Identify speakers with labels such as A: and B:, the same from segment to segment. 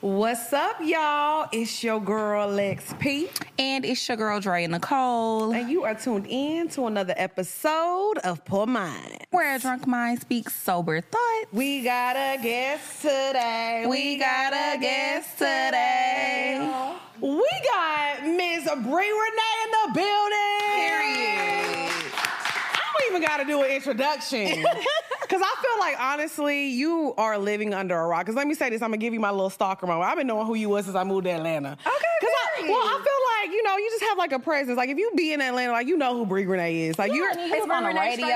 A: What's up, y'all? It's your girl Lex P,
B: And it's your girl Dre Nicole,
A: and you are tuned in to another episode of Poor Mind.
B: where a drunk mind speaks sober thought.
A: We got a guest today.
B: We got a guest today.
A: We got Ms. Bree Renee in the building.
B: Period.
A: I don't even got to do an introduction. Because I feel like, honestly, you are living under a rock. Because let me say this, I'm going to give you my little stalker moment. I've been knowing who you was since I moved to Atlanta. Okay, I,
B: great.
A: Well, I feel like, you know, you just have like a presence. Like, if you be in Atlanta, like, you know who Bree Renee is. Like, you're...
B: It's on the radio.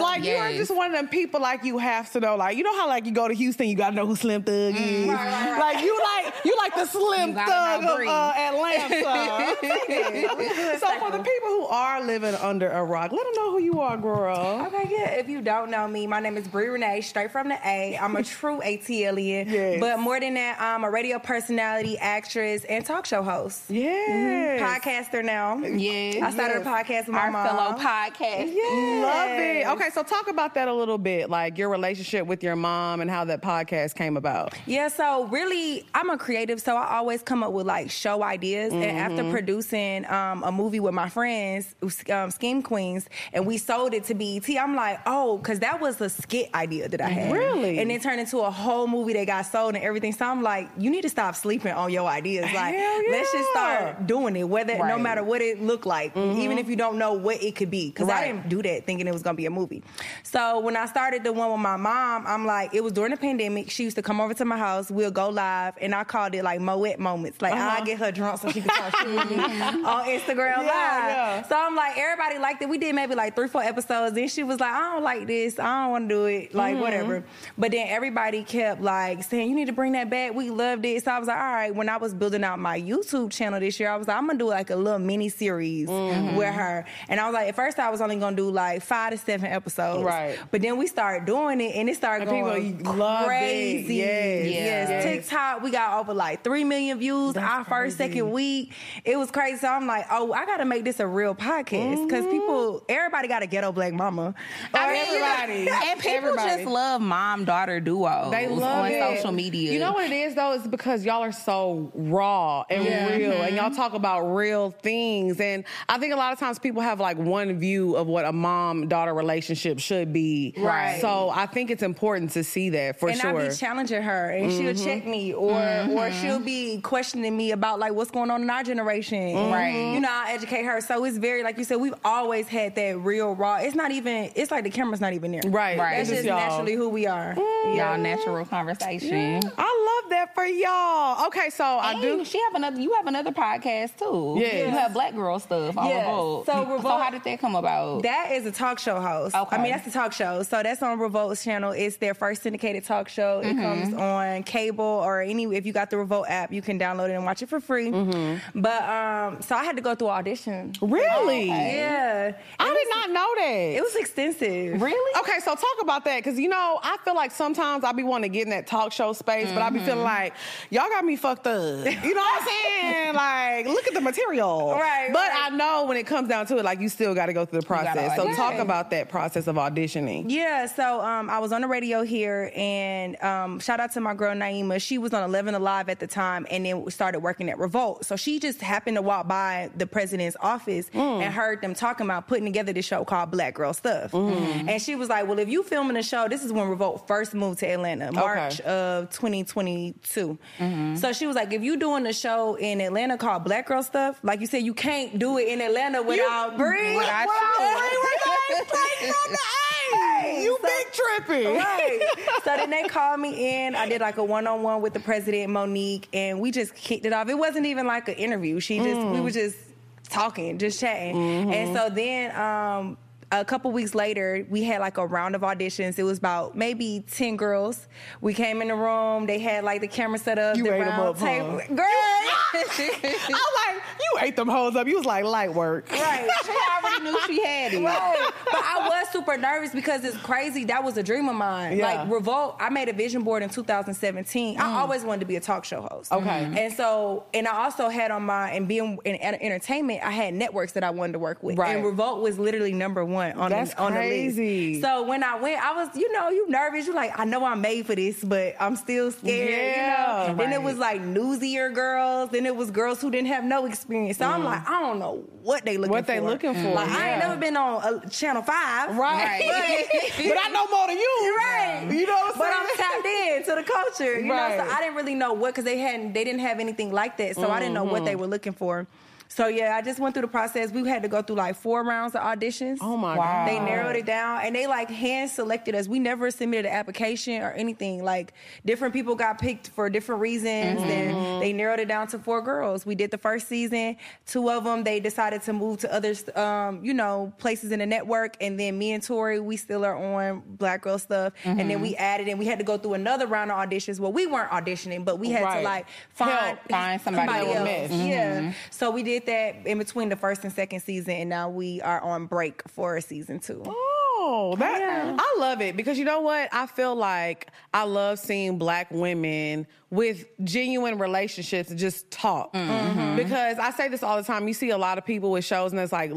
A: Like you are
B: Yes.
A: just one of them people like you have to know. Like you know how like you go to Houston, you gotta know who Slim Thug is.
B: Mm-hmm. right, right, right.
A: Like you like you like the Slim
B: You gotta
A: Thug
B: know
A: of
B: Bree.
A: uh, Atlanta. so for the people who are living under a rock, let them know who you are, girl.
C: Okay, yeah. If you don't know me, my name is Bree Renee, straight from the A. I'm a true ATLian.
A: Yes.
C: But more than that, I'm a radio personality, actress, and talk show host.
B: Mm-hmm.
A: Yes.
C: Podcaster now.
B: Yeah.
C: I started
A: Yes.
C: a podcast with my
B: Our
C: mom.
B: fellow podcast.
A: Love it.
C: Yes.
A: Okay, so talk about that a little bit, like your relationship with your mom and how that podcast came about.
C: Yeah, so really, I'm a creative, so I always come up with like show ideas. And
A: Mm-hmm.
C: after producing um, a movie with my friends, um, Scheme Queens, and we sold it to BET, I'm like, oh, because that was a skit idea that I had.
A: Really?
C: And it turned into a whole movie that got sold and everything. So I'm like, you need to stop sleeping on your ideas. Like,
A: Hell
C: let's just
A: yeah.
C: start doing it, whether no
B: Right.
C: matter what it looked like, even if you don't know what it could be. Because
A: Mm-hmm. Right.
C: I didn't do that thinking it was gonna be a movie. So when I started the one with my mom, I'm like, it was during the pandemic. She used to come over to my house. We'll go live, and I called it like Moet moments. Like I get her drunk so she can talk shit with me on Instagram Live.
A: Uh-huh. yeah.
C: So I'm like, everybody liked it. We did maybe like three, four episodes. Then she was like, I don't like this. I don't want to do it.
A: Mm-hmm.
C: Like whatever. But then everybody kept like saying, you need to bring that back. We loved it. So I was like, all right. When I was building out my YouTube channel this year, I was like, I'm gonna do like a little mini series
A: Mm-hmm.
C: with her. And I was like, at first I was only gonna do like five to seven episodes.
A: Right.
C: But then we started doing it, and it started
A: And
C: going
A: people loved it.
C: crazy.
A: Yes,
C: yes.
B: yes.
C: TikTok, we got over like three million views our first second week. It was crazy. So I'm like, oh, I gotta make this a real podcast because people, everybody got a ghetto black mama.
A: I
C: Or
A: mean,
C: everybody-
A: everybody.
B: And people
A: Everybody.
B: just love mom daughter duos
A: They love
B: on
A: it.
B: social media.
A: You know what it is though? It's because y'all are so raw and
C: Yeah.
A: real, and y'all talk about real things. And I think a lot of times people have like one view of what a mom daughter relationship should be.
C: Right.
A: So I think it's important to see that for
C: and
A: sure.
C: I'll be challenging her, and she'll check me, or or she'll be questioning me about like what's going on in our generation.
B: Right.
C: You know, I'll educate her. So it's very like you said, we've always had that real raw. It's not even. It's like the camera's not even there.
A: right.
B: Right.
C: That's
B: It's
C: just
A: y'all.
C: naturally who we are.
B: Y'all natural conversation.
A: I love that for y'all. Okay, so I
B: And
A: do.
B: She have another. You have another podcast too.
A: Yes.
B: You have black girl stuff on
C: Yes.
B: Revolt.
C: So
B: so
C: Revolt-
B: how did that come about?
C: That is a talk show host.
B: Okay.
C: I mean, that's a talk show. So that's on Revolt's channel. It's their first syndicated talk show. It comes on cable or any, if you got the Revolt app, you can download it and watch it for free. But, um, so I had to go through audition.
A: Really?
C: Yeah.
A: I did not know that.
C: It was extensive.
B: really?
A: Okay, so talk about that because you know I feel like sometimes I be wanting to get in that talk show space, but I be
C: Mm-hmm.
A: feeling like y'all got me fucked up. You know what I'm saying? like, look at the material,
C: Right,
A: But
C: right.
A: I know when it comes down to it, like you still got to go through the
B: gotta
A: process. So
B: audition.
A: talk about that process of auditioning.
C: Yeah, so um, I was on the radio here, and um, shout out to my girl Naima. She was on Eleven Alive at the time, and then started working at Revolt. So she just happened to walk by the president's office and heard them talking about putting together this show called Black Girl Stuff. And she was like, "Well, if you filming a show, this is when Revolt first moved to Atlanta, March of 2022." So she was like, "If you doing a show in Atlanta called Black Girl Stuff, like you said, you can't do it in Atlanta without Bree.
B: without
C: without
B: you.
C: Bree Renee Blake on the
A: Hey, you big tripping.
C: Right. so then they called me in. I did like a one on one with the president, Monique, and we just kicked it off. It wasn't even like an interview. She just, we
A: Mm.
C: were just talking, just chatting.
A: Mm-hmm.
C: And so then, um, a couple weeks later, we had like a round of auditions. It was about maybe ten girls. We came in the room. They had like the camera set up,
A: You
C: the
A: ate 'em
C: round
A: up, huh?
C: table.
A: I
C: Girl,
A: was like, you ate them hoes up. You was like light work.
C: right.
B: She already knew she had it.
C: Right. but I was super nervous because it's crazy. That was a dream of mine.
A: Yeah.
C: Like Revolt, I made a vision board in 2017.
B: Mm.
C: I always wanted to be a talk show host.
A: Okay.
C: And
B: Mm-hmm.
C: so, and I also had on my and being in en- entertainment, I had networks that I wanted to work with.
A: Right.
C: And Revolt was literally number one. on on
A: That's
C: the, on the
A: crazy.
C: list. So when I went, I was you know you nervous. You like I know I'm made for this, but I'm still scared.
A: Yeah.
C: You know? Then it
B: Right.
C: was like newsier girls. Then it was girls who didn't have no experience. So I'm
B: Mm.
C: like I don't know what they looking
A: What
C: for.
A: they looking for,
C: Like I ain't
A: yeah.
C: never been on uh, Channel Five.
A: Right. but I know more than you.
C: Right.
A: You know what I'm
C: But I'm
A: saying?
C: tapped in to the culture. You know,
A: Right.
C: so I didn't really know what because they hadn't they didn't have anything like that. So I didn't know what
A: Mm-hmm.
C: they were looking for. So yeah, I just went through the process. We had to go through like four rounds of auditions.
A: Oh my
B: Wow.
A: God.
C: They narrowed it down and they like hand selected us. We never submitted an application or anything. Like different people got picked for different reasons
B: Mm-hmm.
C: and they narrowed it down to four girls. We did the first season. Two of them they decided to move to other um, you know, places in the network and then me and Tori we still are on Black Girl stuff and
B: Mm-hmm.
C: then we added and we had to go through another round of auditions. Well, we weren't auditioning, but we had
A: Right.
C: to like find
B: Help find somebody
A: that would
C: else.
A: mesh.
C: Yeah. So we did that in between the first and second season, and now we are on break for season two.
A: Oh, that I love it because you know what? I feel like I love seeing black women with genuine relationships just talk. Because I say this all the time. You see a lot of people with shows and it's like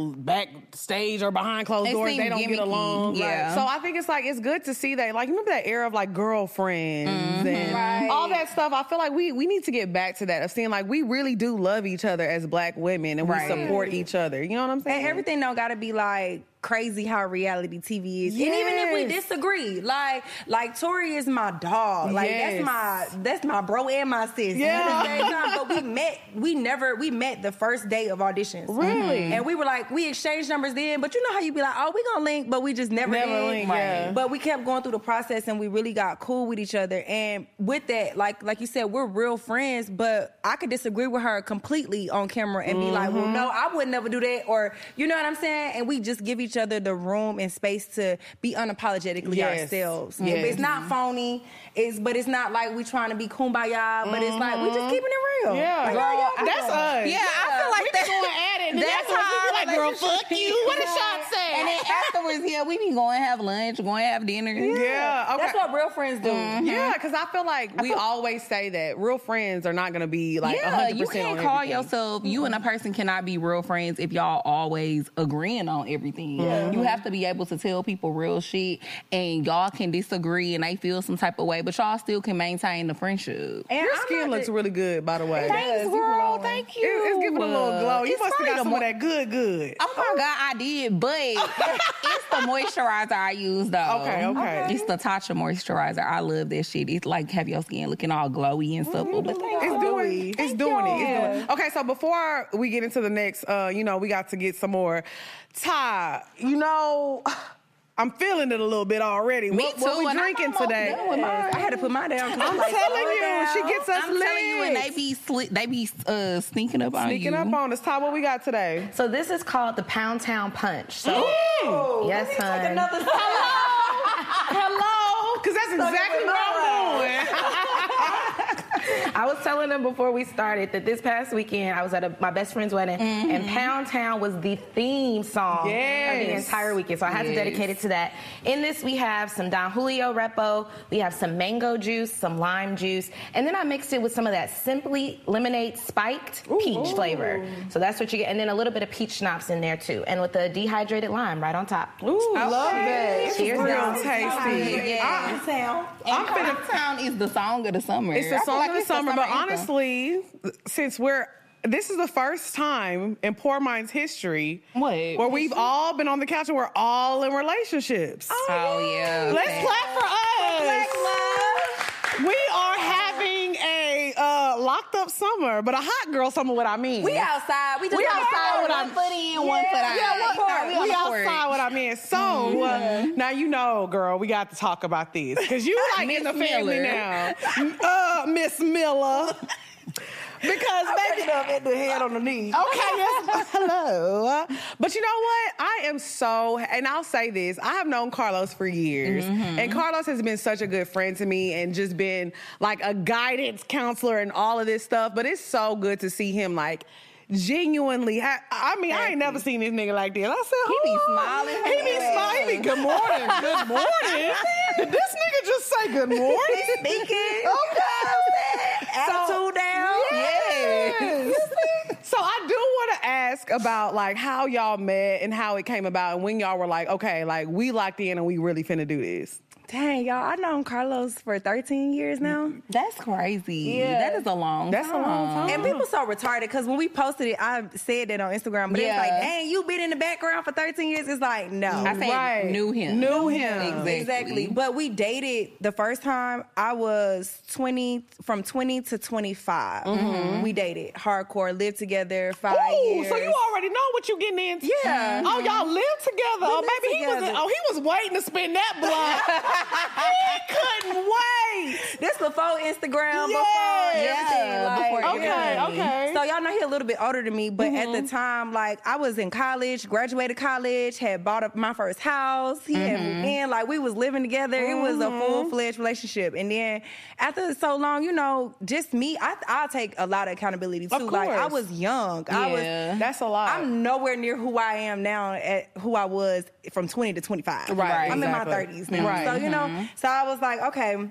A: backstage or behind closed
B: They
A: doors,
B: seem
A: they don't get
B: gimmicky,
A: along.
B: yeah.
A: So I think it's like it's good to see that. Like, you remember that era of like girlfriends and
C: Right.
A: all that stuff. I feel like we we need to get back to that of seeing like we really do love each other as black women and
B: Right.
A: we support each other. You know what I'm saying?
C: And everything don't gotta be like crazy how reality TV is. And even if we
A: Yes.
C: disagree, like like Tori is my dog. Like
A: Yes.
C: that's my that's my bro and my sis.
A: Yeah.
C: At the same time, but we met we never we met the first day of auditions. Mm-hmm.
A: Really?
C: And we were like, we exchanged numbers then, but you know how you be like, oh, we gonna link, but we just never,
A: Never
C: did.
A: link, yeah.
C: But we kept going through the process and we really got cool with each other. And with that, like like you said, we're real friends, but I could disagree with her completely on camera and be like,
A: Mm-hmm.
C: well, no, I would never do that. Or you know what I'm saying? And we just give each other the room and space to be unapologetically
A: Yes.
C: ourselves.
A: Yes.
C: It's not phony, it's but it's not like we trying to be kumbaya, but it's like we just keeping it real.
A: Mm-hmm. Yeah.
C: Like,
A: Girl,
C: y'all
A: that's
C: doing?
A: us.
B: Yeah, I feel like
A: we
B: that-
A: be going at it. And then
B: that's
A: afterwards,
B: how
A: we be like,
B: our
A: girl, fuck
B: relationship-
A: you. What did Sean say?
B: And then afterwards, yeah, we can go and have lunch, go and have dinner.
A: yeah, okay. Mm-hmm.
C: That's what real friends do.
A: yeah, because I feel like we always say that real friends are not going to be like
B: yeah,
A: 100%
B: you can't
A: on
B: call
A: everything.
B: yourself. You and a person cannot be real friends if y'all always agreeing on everything.
A: Mm-hmm.
B: You have to be able to tell people real shit, and y'all can disagree, and they feel some type of way, but y'all still can maintain the friendship.
C: And
A: Your
C: I'm
A: skin
C: not
A: looks
C: the-
A: really good, by the way.
C: Thank
B: Thanks,
C: does. You
B: girl.
C: glowing.
B: Thank
A: It-
B: you.
A: it's giving a little glow. You
B: It's
A: must have
B: probably
A: got
B: the
A: some
B: mo-
A: of that good, good.
B: Oh my god, I did, but it's the moisturizer I use though.
A: Okay, okay.
B: It's the Tatcha moisturizer. I love that shit. It's like have your skin looking all glowy and supple. But thank
A: It's
B: you.
A: doing, it's
B: Thank
A: doing it.
B: y'all.
A: It's doing it. Okay, so before we get into the next, uh, you know, we got to get some more. Ty, you know, I'm feeling it a little bit already.
B: Me
A: what, what
B: too,
A: we
B: and I'm
A: drinking
B: almost
A: today?
B: done with mine.
C: I had to put mine down. 'cause
A: I'm
C: like,
A: telling
C: slow
A: you,
C: down.
A: she gets us
B: I'm telling you, and
A: lit.
B: they be sli- they be uh, sneaking up on
A: Sneaking
B: you.
A: up on us. Ty, what we got today?
D: So this is called the Pound Town Punch. So
A: Oh,
D: yes,
C: Take
D: hun.
C: another sip.
A: Hello, because that's exactly what I'm doing.
D: I was telling them before we started that this past weekend I was at a, my best friend's wedding, and Pound Town was the theme song of the
A: Mm-hmm. Yes.
D: entire weekend. So I had to dedicate it to that. In this, we have some Don Julio Repo, we have some mango juice, some lime juice, and then I mixed it with some of that Simply Lemonade Spiked Peach flavor. So that's what you get, and then a little bit of peach schnapps in there too, and with the dehydrated lime right on top.
A: Ooh, love that. It's
D: Cheers,
A: real
D: y'all.
A: tasty.
B: Yeah.
A: I'm
B: And
A: finna-
B: Pound Town is the song of the summer.
A: It's
B: I
A: the
B: feel
A: song
B: like
A: of the
B: it's
A: summer, but
B: anthem.
A: honestly, since we're this is the first time in Poor Mind's history
B: What?
A: where we've all been on the couch and we're all in relationships.
B: Oh yeah.
A: Let's
B: okay.
A: clap for us. We are having a uh, locked up summer, but a hot girl summer. What I mean,
C: We outside. We just
A: We outside with
B: One
A: our-
B: foot in, one
C: Yeah,
B: foot out.
A: Yeah,
C: Right.
A: what
C: Right.
A: part?
C: We
A: We,
C: on the
A: outside what I meant. So uh, now you know, girl, we got to talk about this because you like in the
B: Miss
A: family
B: Miller.
A: now, uh, Miss Miller. Because baby,
C: up at the head on the knee.
A: okay, yes, hello. But you know what? I am so, and I'll say this: I have known Carlos for years,
C: Mm-hmm.
A: and Carlos has been such a good friend to me, and just been like a guidance counselor and all of this stuff. But it's so good to see him like. Genuinely, ha- I mean, I ain't never seen this nigga like this. I said,
B: He be
A: "Ooh."
B: smiling.
A: He be smiling. He be good morning, good morning. Did this nigga just say good morning?
C: Speaking.
A: Okay.
C: Attitude down.
A: Yes. so I do want to ask about like how y'all met and how it came about and when y'all were like, okay, like we locked in and we really finna do this.
C: Dang, y'all, I've known Carlos for 13 years now.
B: That's crazy.
C: Yeah.
B: That is a long
A: That's a
B: time.
A: long time.
C: And people so retarded because when we posted it, I said that on Instagram, but
B: Yeah.
C: it's like, dang, you been in the background for 13 years. It's like, no.
B: I say
A: Right.
B: knew him.
A: Knew him.
B: Exactly.
C: But we dated the first time I was 20, from 20 to 25. We dated hardcore, lived together five
A: Ooh,
C: years.
A: so you already know what you getting into.
C: Yeah.
A: Oh, y'all live together. oh,
C: live
A: maybe he was.
C: together.
A: Oh, he was waiting to spend that block. he couldn't wait.
C: This before Instagram,
A: Yeah.
C: before everything.
B: Yeah,
C: Like,
B: before
A: Okay, everything. okay.
C: So y'all know he a little bit older than me, but at
B: Mm-hmm.
C: the time, like I was in college, graduated college, had bought up my first house. He had
B: Mm-hmm.
C: moved in, like we was living together. It was a
A: Mm-hmm.
C: full fledged relationship. And then after so long, you know, just me, I I take a lot of accountability too.
A: Of
C: Like I
A: course.
C: was young. I
B: Yeah.
C: was
A: That's a lot.
C: Uh, I'm nowhere near who I am now at who I was from 20 to 25.
A: Right,
C: I'm
A: exactly.
C: in my 30s now.
A: Right. mm-hmm.
C: So, you know, so I was like, okay.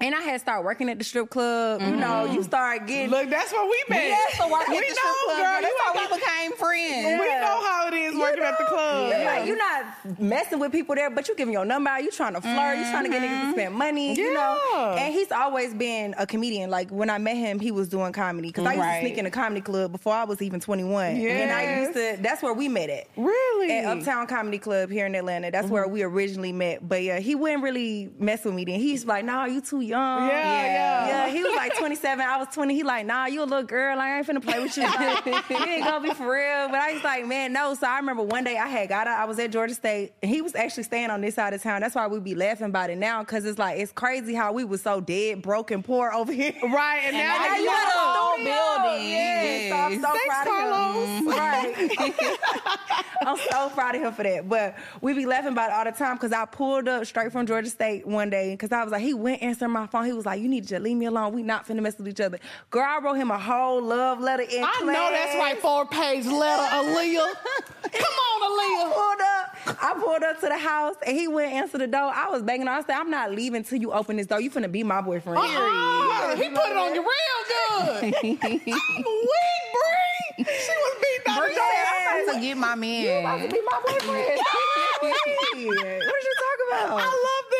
C: And I had started working at the strip club. You know, you start getting.
A: Mm-hmm. Look, that's where we met.
B: Yeah, so working
A: we
B: at the
A: know,
B: strip club,
A: girl.
B: That's
A: you
B: how
A: ain't
B: we
A: got-
B: became friends.
A: We
C: Yeah.
A: know how it is
C: you
A: working at the
C: know?
A: club.
C: You're, like, you're not messing with people there, but you giving your number out. You trying to flirt. You trying to get niggas to spend money. You know.
A: Mm-hmm. Yeah.
C: And he's always been a comedian. Like when I met him, he was doing comedy because I used
B: Right.
C: to sneak in a comedy club before I was even 21. And I used to. That's where we met at.
A: Really? Mm-hmm.
C: At Uptown Comedy Club here in Atlanta. That's where we originally met. But yeah, he wouldn't really mess with me then. He's like, nah, you too young.
A: Yeah, yeah.
C: Yeah, he was like 27. I was 20. He like, nah, you a little girl. Like, I ain't finna play with you. Like, you ain't gonna be for real. But I was like, man, no. So I remember one day I had got out. I was at Georgia State. And he was actually staying on this side of town. That's why we be laughing about it now. Cause it's like, it's crazy how we was so dead, broke, and poor over here.
A: right, and, now,
C: Now
A: that
C: you got a
B: whole
C: studio.
B: building.
C: Yes.
B: Yes.
C: So I'm so
A: Thanks,
C: proud
A: Carlos.
C: of him. Right. I'm so proud of him for that. But we be laughing about it all the time because I pulled up straight from Georgia State one day because I was like, he went answering my phone. He was like, you need to just leave me alone. We not finna mess with each other. Girl, I wrote him a whole love letter in
A: I know that's right. Four page letter, Aaliyah. Come on, Aaliyah.
C: pulled up. I pulled up to the house and he went answer the door. I was banging on. I said, I'm not leaving till you open this door. You finna be my boyfriend.
A: Uh-uh. He put it on you real good. I'm weak, Bree. She was beating out
B: Bree
A: the
B: said, I'm
A: door.
B: about to get my
C: about to
B: man.
C: be my boyfriend. Hey, what are you talking about?
A: I love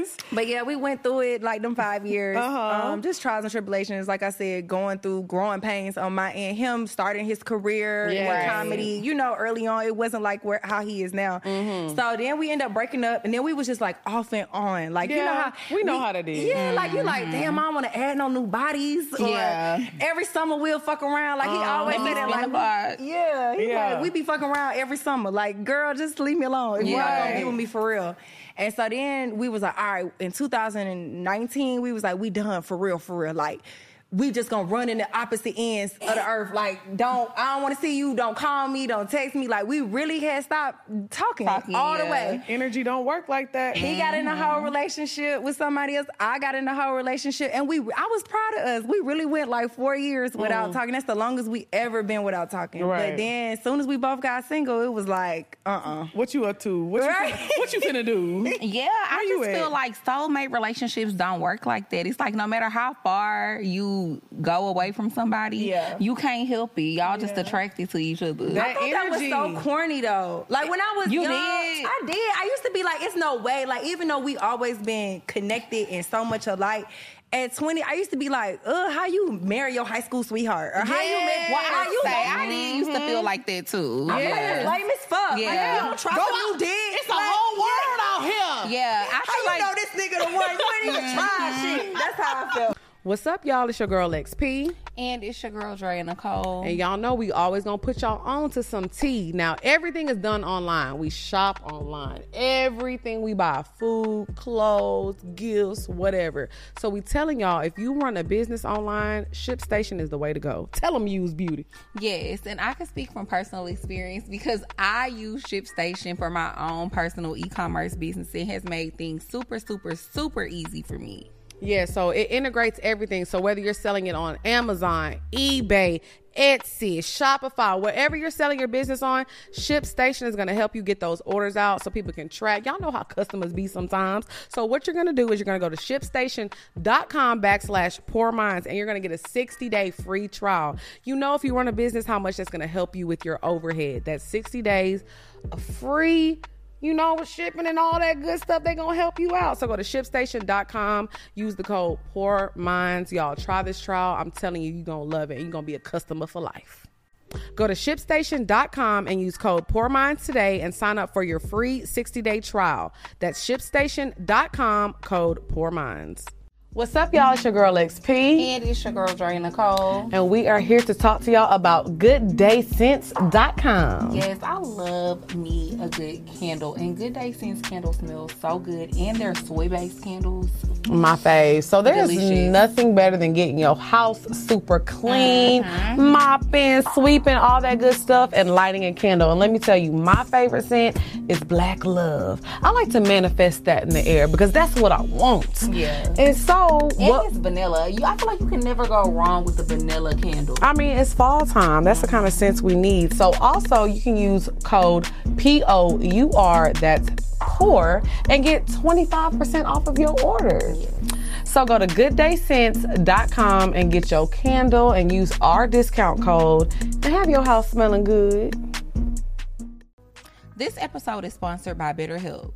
A: this.
C: But yeah, we went through it like them five years.
A: Uh-huh.
C: Um, just trials and tribulations, like I said, going through growing pains on my end. Him starting his career in
A: Yeah.
C: comedy, you know, early on, it wasn't like where how he is now.
A: Mm-hmm.
C: So then we end up breaking up, and then we was just like off and on. Like you know
A: Yeah,
C: how
A: we know how that is. Mm-hmm.
C: Yeah, like you like, damn, I don't want to add no new bodies. Or
B: Yeah.
C: Every summer we'll fuck around.
A: Oh,
C: Like he always
B: Make
C: say
B: me
C: that.
B: spin the
C: Like
B: block.
C: yeah, he
A: Yeah.
C: Like, we be fucking around every summer. Like, girl, just leave me alone. If you
B: Yeah.
C: gonna be with me for real. And so then we was like, all right, in 2019, we was like, we done for real, for real. Like, we just gonna run in the opposite ends of the earth. Like, don't, I don't wanna see you, don't call me, don't text me. Like, we really had stopped talking,
B: Talking,
C: all the
B: yeah. Mm-hmm.
C: way.
A: Energy don't work like that.
C: He got in a whole relationship with somebody else. I got in a whole relationship, and we—I was proud of us. We really went like four years
B: Mm.
C: without talking. That's the longest we ever been without talking.
A: Right.
C: But then, as soon as we both got single, it was like, uh-uh.
A: What you up to? What you
C: Right.
A: what you finna do?
B: Yeah, I
A: you
B: just
A: at?
B: feel like soulmate relationships don't work like that. It's like no matter how far you go away from somebody,
A: Yeah.
B: you can't help it. Y'all just attracted to each other.
A: That-
C: I thought that was
A: energy.
C: so corny though. Like when I was
B: You
C: young,
B: did.
C: I did. I used to be like, it's no way. Like even though we always been connected and so much alike. At 20, I used to be like, ugh, how you marry your high school sweetheart? Or how you marry,
B: Yes. Well,
C: how
B: I,
C: you
B: say,
C: marry
B: I did used to feel like that too.
C: Yeah,
B: Yeah.
C: lame as fuck. Yeah.
B: Yeah.
C: Like, you don't trust
A: Go
C: him, you
A: out.
C: did.
A: It's a whole world out here.
B: Yeah, I
C: How
B: feel
C: you
B: like
C: know this nigga the one? You ain't even try shit. That's how I felt.
E: What's up, y'all? It's your girl XP.
B: and it's your girl Dre and Nicole.
E: And y'all know we always gonna put y'all on to some tea. Now everything is done online. We shop online. Everything we buy, food, clothes, gifts, whatever. So we telling y'all if you run a business online, ShipStation is the way to go. Tell them use beauty.
B: Yes, and I can speak from personal experience because I use ShipStation for my own personal e-commerce business. It has made things super, super, super easy for me.
E: Yeah, so it integrates everything. So whether you're selling it on Amazon, eBay, Etsy, Shopify, wherever you're selling your business on, ShipStation is going to help you get those orders out so people can track. Y'all know how customers be sometimes. So what you're going to do is you're going to go to ShipStation.com backslash Poor Minds and you're going to get a 60-day free trial. You know if you run a business how much that's going to help you with your overhead. That's 60 days of free you know, with shipping and all that good stuff, they gonna help you out. So go to shipstation.com, use the code Poor Minds. Y'all try this trial. I'm telling you, you're gonna love it. You're gonna be a customer for life. Go to shipstation.com and use code Poor Minds today and sign up for your free 60 day trial. That's shipstation.com, code Poor Minds. What's up, y'all? It's your girl XP.
B: And it's your girl Dre Nicole.
E: And we are here to talk to y'all about gooddayscents.com.
B: Yes, I love me a good candle. And Good Day Scents candles smell so good. And their soy based candles.
E: My fave. So there's
B: Delicious.
E: nothing better than getting your house super clean,
B: Uh-huh.
E: mopping, sweeping, all that good stuff, and lighting a candle. And let me tell you, my favorite scent is black love. I like to manifest that in the air because that's what I want.
B: Yeah.
E: And so,
B: And
E: what,
B: it's vanilla. You, I feel like you can never go wrong with the vanilla candle.
E: I mean, it's fall time. That's the kind of scents we need. So also, you can use code P O U R. That's poor, and get 25% off of your order. So go to gooddayscents.com and get your candle and use our discount code and have your house smelling good.
B: This episode is sponsored by BetterHelp.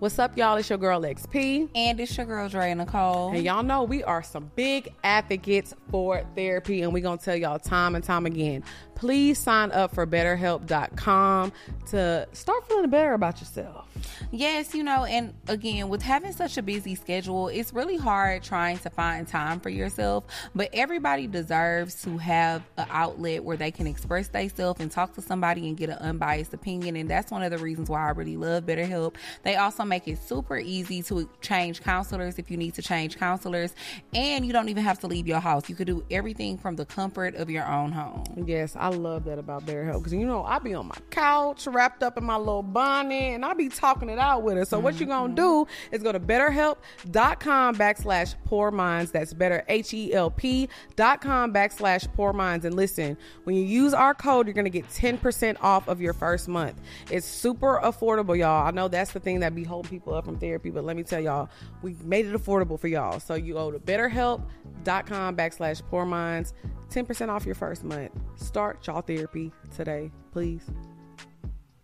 E: What's up, y'all? It's your girl XP.
B: And it's your girl Dre Nicole.
E: And y'all know we are some big advocates for therapy, and we're gonna tell y'all time and time again. Please sign up for betterhelp.com to start feeling better about yourself.
B: Yes, you know, and again, with having such a busy schedule, it's really hard trying to find time for yourself. But everybody deserves to have an outlet where they can express themselves and talk to somebody and get an unbiased opinion. And that's one of the reasons why I really love BetterHelp. They also make it super easy to change counselors if you need to change counselors, and you don't even have to leave your house. You could do everything from the comfort of your own home.
E: Yes, I love that about BetterHelp because you know I be on my couch wrapped up in my little bonnet and I be talking it out with her. So what you gonna do is go to BetterHelp.com backslash Poor Minds. That's Better H E L P dot com backslash Poor Minds. And listen, when you use our code, you're gonna get ten percent off of your first month. It's super affordable, y'all. I know that's the thing that be holding people up from therapy, but let me tell y'all, we made it affordable for y'all. So you go to BetterHelp.com backslash Poor Minds. 10% off your first month. Start y'all therapy today, please.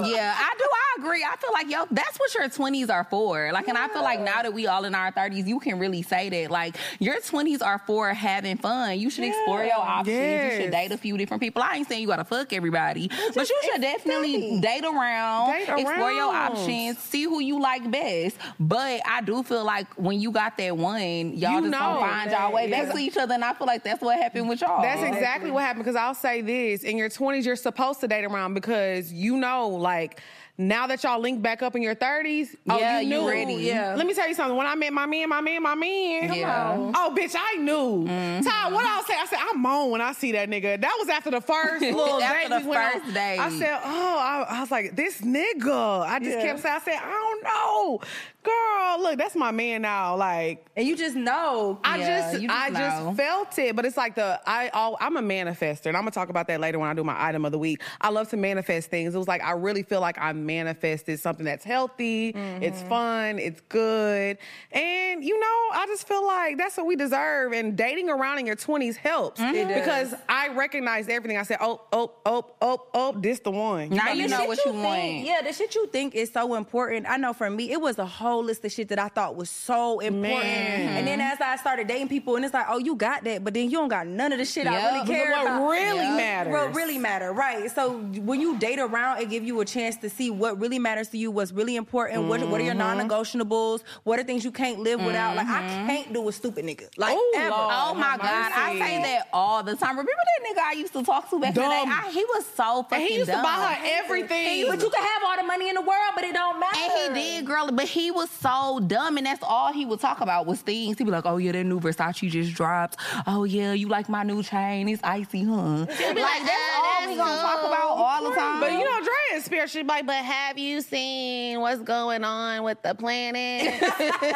B: Yeah, I do. I agree. I feel like yo, that's what your twenties are for. Like, and I feel like now that we all in our thirties, you can really say that. Like, your twenties are for having fun. You should explore your options. You should
E: Yes.
B: date a few different people. I ain't saying you gotta fuck everybody, but you should definitely date around,
E: Date
B: explore your
E: around.
B: options, see who you like best. But I do feel like when you got that one, y'all
E: You
B: just don't
E: know
B: find y'all way back
E: that-
B: to each other, and I feel like that's what happened with y'all.
E: That's exactly what happened because I'll say this in your 20s, you're supposed to date around because you know, like, now that y'all link back up in your 30s, oh,
B: Yeah,
E: you
B: you
E: knew.
B: ready. Yeah.
E: Let me tell you something. When I met my man, my man, my man,
B: Yeah.
E: oh, bitch, I knew.
B: Mm-hmm.
E: Ty, what I'll say, I said, I moan when I see that nigga. That was after the first little
B: After
E: date
B: the
E: we went
B: first
E: on.
B: date.
E: I said, oh, I, I was like, this nigga. I just kept saying, I said, I don't know. Girl, look, that's my man now. Like,
C: And you just know.
E: I
B: Yeah,
E: just,
B: you just
E: I
B: know.
E: just felt it, but it's like the I all I'm a manifester, and I'm gonna talk about that later when I do my item of the week. I love to manifest things. It was like I really feel like I manifested something that's healthy,
B: Mm-hmm.
E: it's fun, it's good, and you know I just feel like that's what we deserve. And dating around in your 20s helps because I recognized everything. I said, oh, oh, oh, oh, oh, this the one.
B: Now
C: And
B: you
C: the
B: know
C: shit
B: what you
C: think,
B: want.
C: Yeah, the shit you think is so important. I know for me, it was a whole list of shit that I thought was so important.
E: Man.
C: And then as I started dating people, and it's like, oh, you got that, but then you don't got none of the shit
B: Yup.
C: I really
B: Because
C: care
E: what
C: about.
E: really Yup. matters.
C: What really matter, right? So when you date around, it give you a chance to see what really matters to you, what's really important, what, what are your
B: Mm-hmm.
C: non-negotiables, what are things you can't live without. Like I can't do a stupid nigga, like
E: Ooh,
C: ever.
E: Lord.
B: Oh my
E: have
B: God, I
E: mercy.
B: say that all the time. Remember that nigga I used to talk to back in the day?
E: Dumb.
B: I, he was so fucking
E: And he used
B: dumb.
E: to buy her everything.
C: But you can have all the money in the world, but it don't matter.
B: And he did, girl, but he was so dumb, and that's all he would talk about was things. He'd be like, "Oh yeah, that new Versace just dropped. Oh yeah, you like my new chain? It's icy, huh?" like that's all
D: everybody gonna talk about all the time.
E: But you know, Dre is spiritually like, but have you seen what's going on with the planet?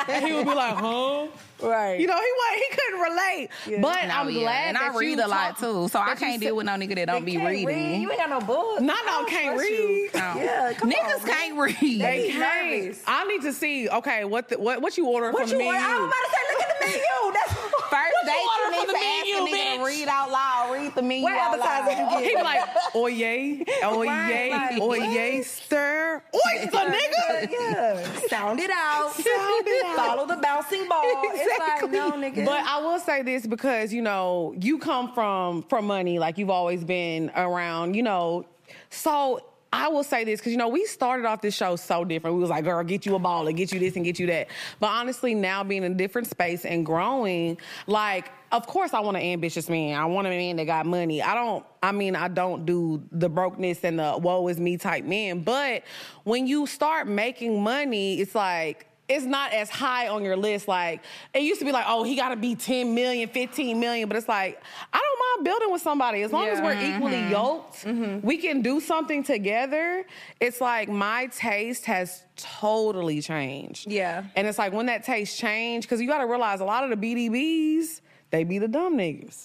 E: and he would be like, huh?
C: Right.
E: You know, he was he couldn't relate. But
B: No,
E: I'm
B: yeah.
E: glad
B: and
E: that
B: I read
E: you
B: a lot
E: talk-
B: too, so I
E: that you
B: can't
E: said-
B: deal with no nigga that don't be
D: can't read.
B: reading.
D: You ain't got no books.
E: No,
D: I
E: no,
D: don't
E: can't
D: trust
E: read.
D: you.
C: Yeah, come
B: Niggas
C: on.
B: can't read.
E: They
C: Be
E: can't.
C: nervous.
E: I need to see. Okay, what the, what what you ordering
D: What
E: from
D: you
E: the
D: want?
E: menu?
D: I was about to say, look at the menu. That's
B: First date,
D: order
B: you need
D: for the
B: to ask
D: menu,
B: the nigga
D: bitch?
B: to read out loud, read the menu
D: What
B: out loud.
D: appetizer you
E: He be like, oye, oye,
B: like,
E: oye, stir, oyster, nigga.
C: Yeah.
D: Sound it out.
E: Sound it out.
D: Follow the bouncing ball. It's like, no, nigga.
E: But I will say this because you know you come from from money, like you've always been around, you know. So I will say this because you know we started off this show so different. We was like, "Girl, get you a ball and get you this and get you that." But honestly, now being in a different space and growing, like. Of course, I want an ambitious man. I want a man that got money. I don't, I mean, I don't do the brokenness and the woe is me type man. But when you start making money, it's like, it's not as high on your list. Like it used to be like, oh, he gotta be 10 million, 15 million. But it's like, I don't mind building with somebody. As long as we're equally yoked, we can do something together. It's like my taste has totally changed.
C: Yeah.
E: And it's like when that taste changed, because you gotta realize a lot of the BDBs, they be the dumb niggas.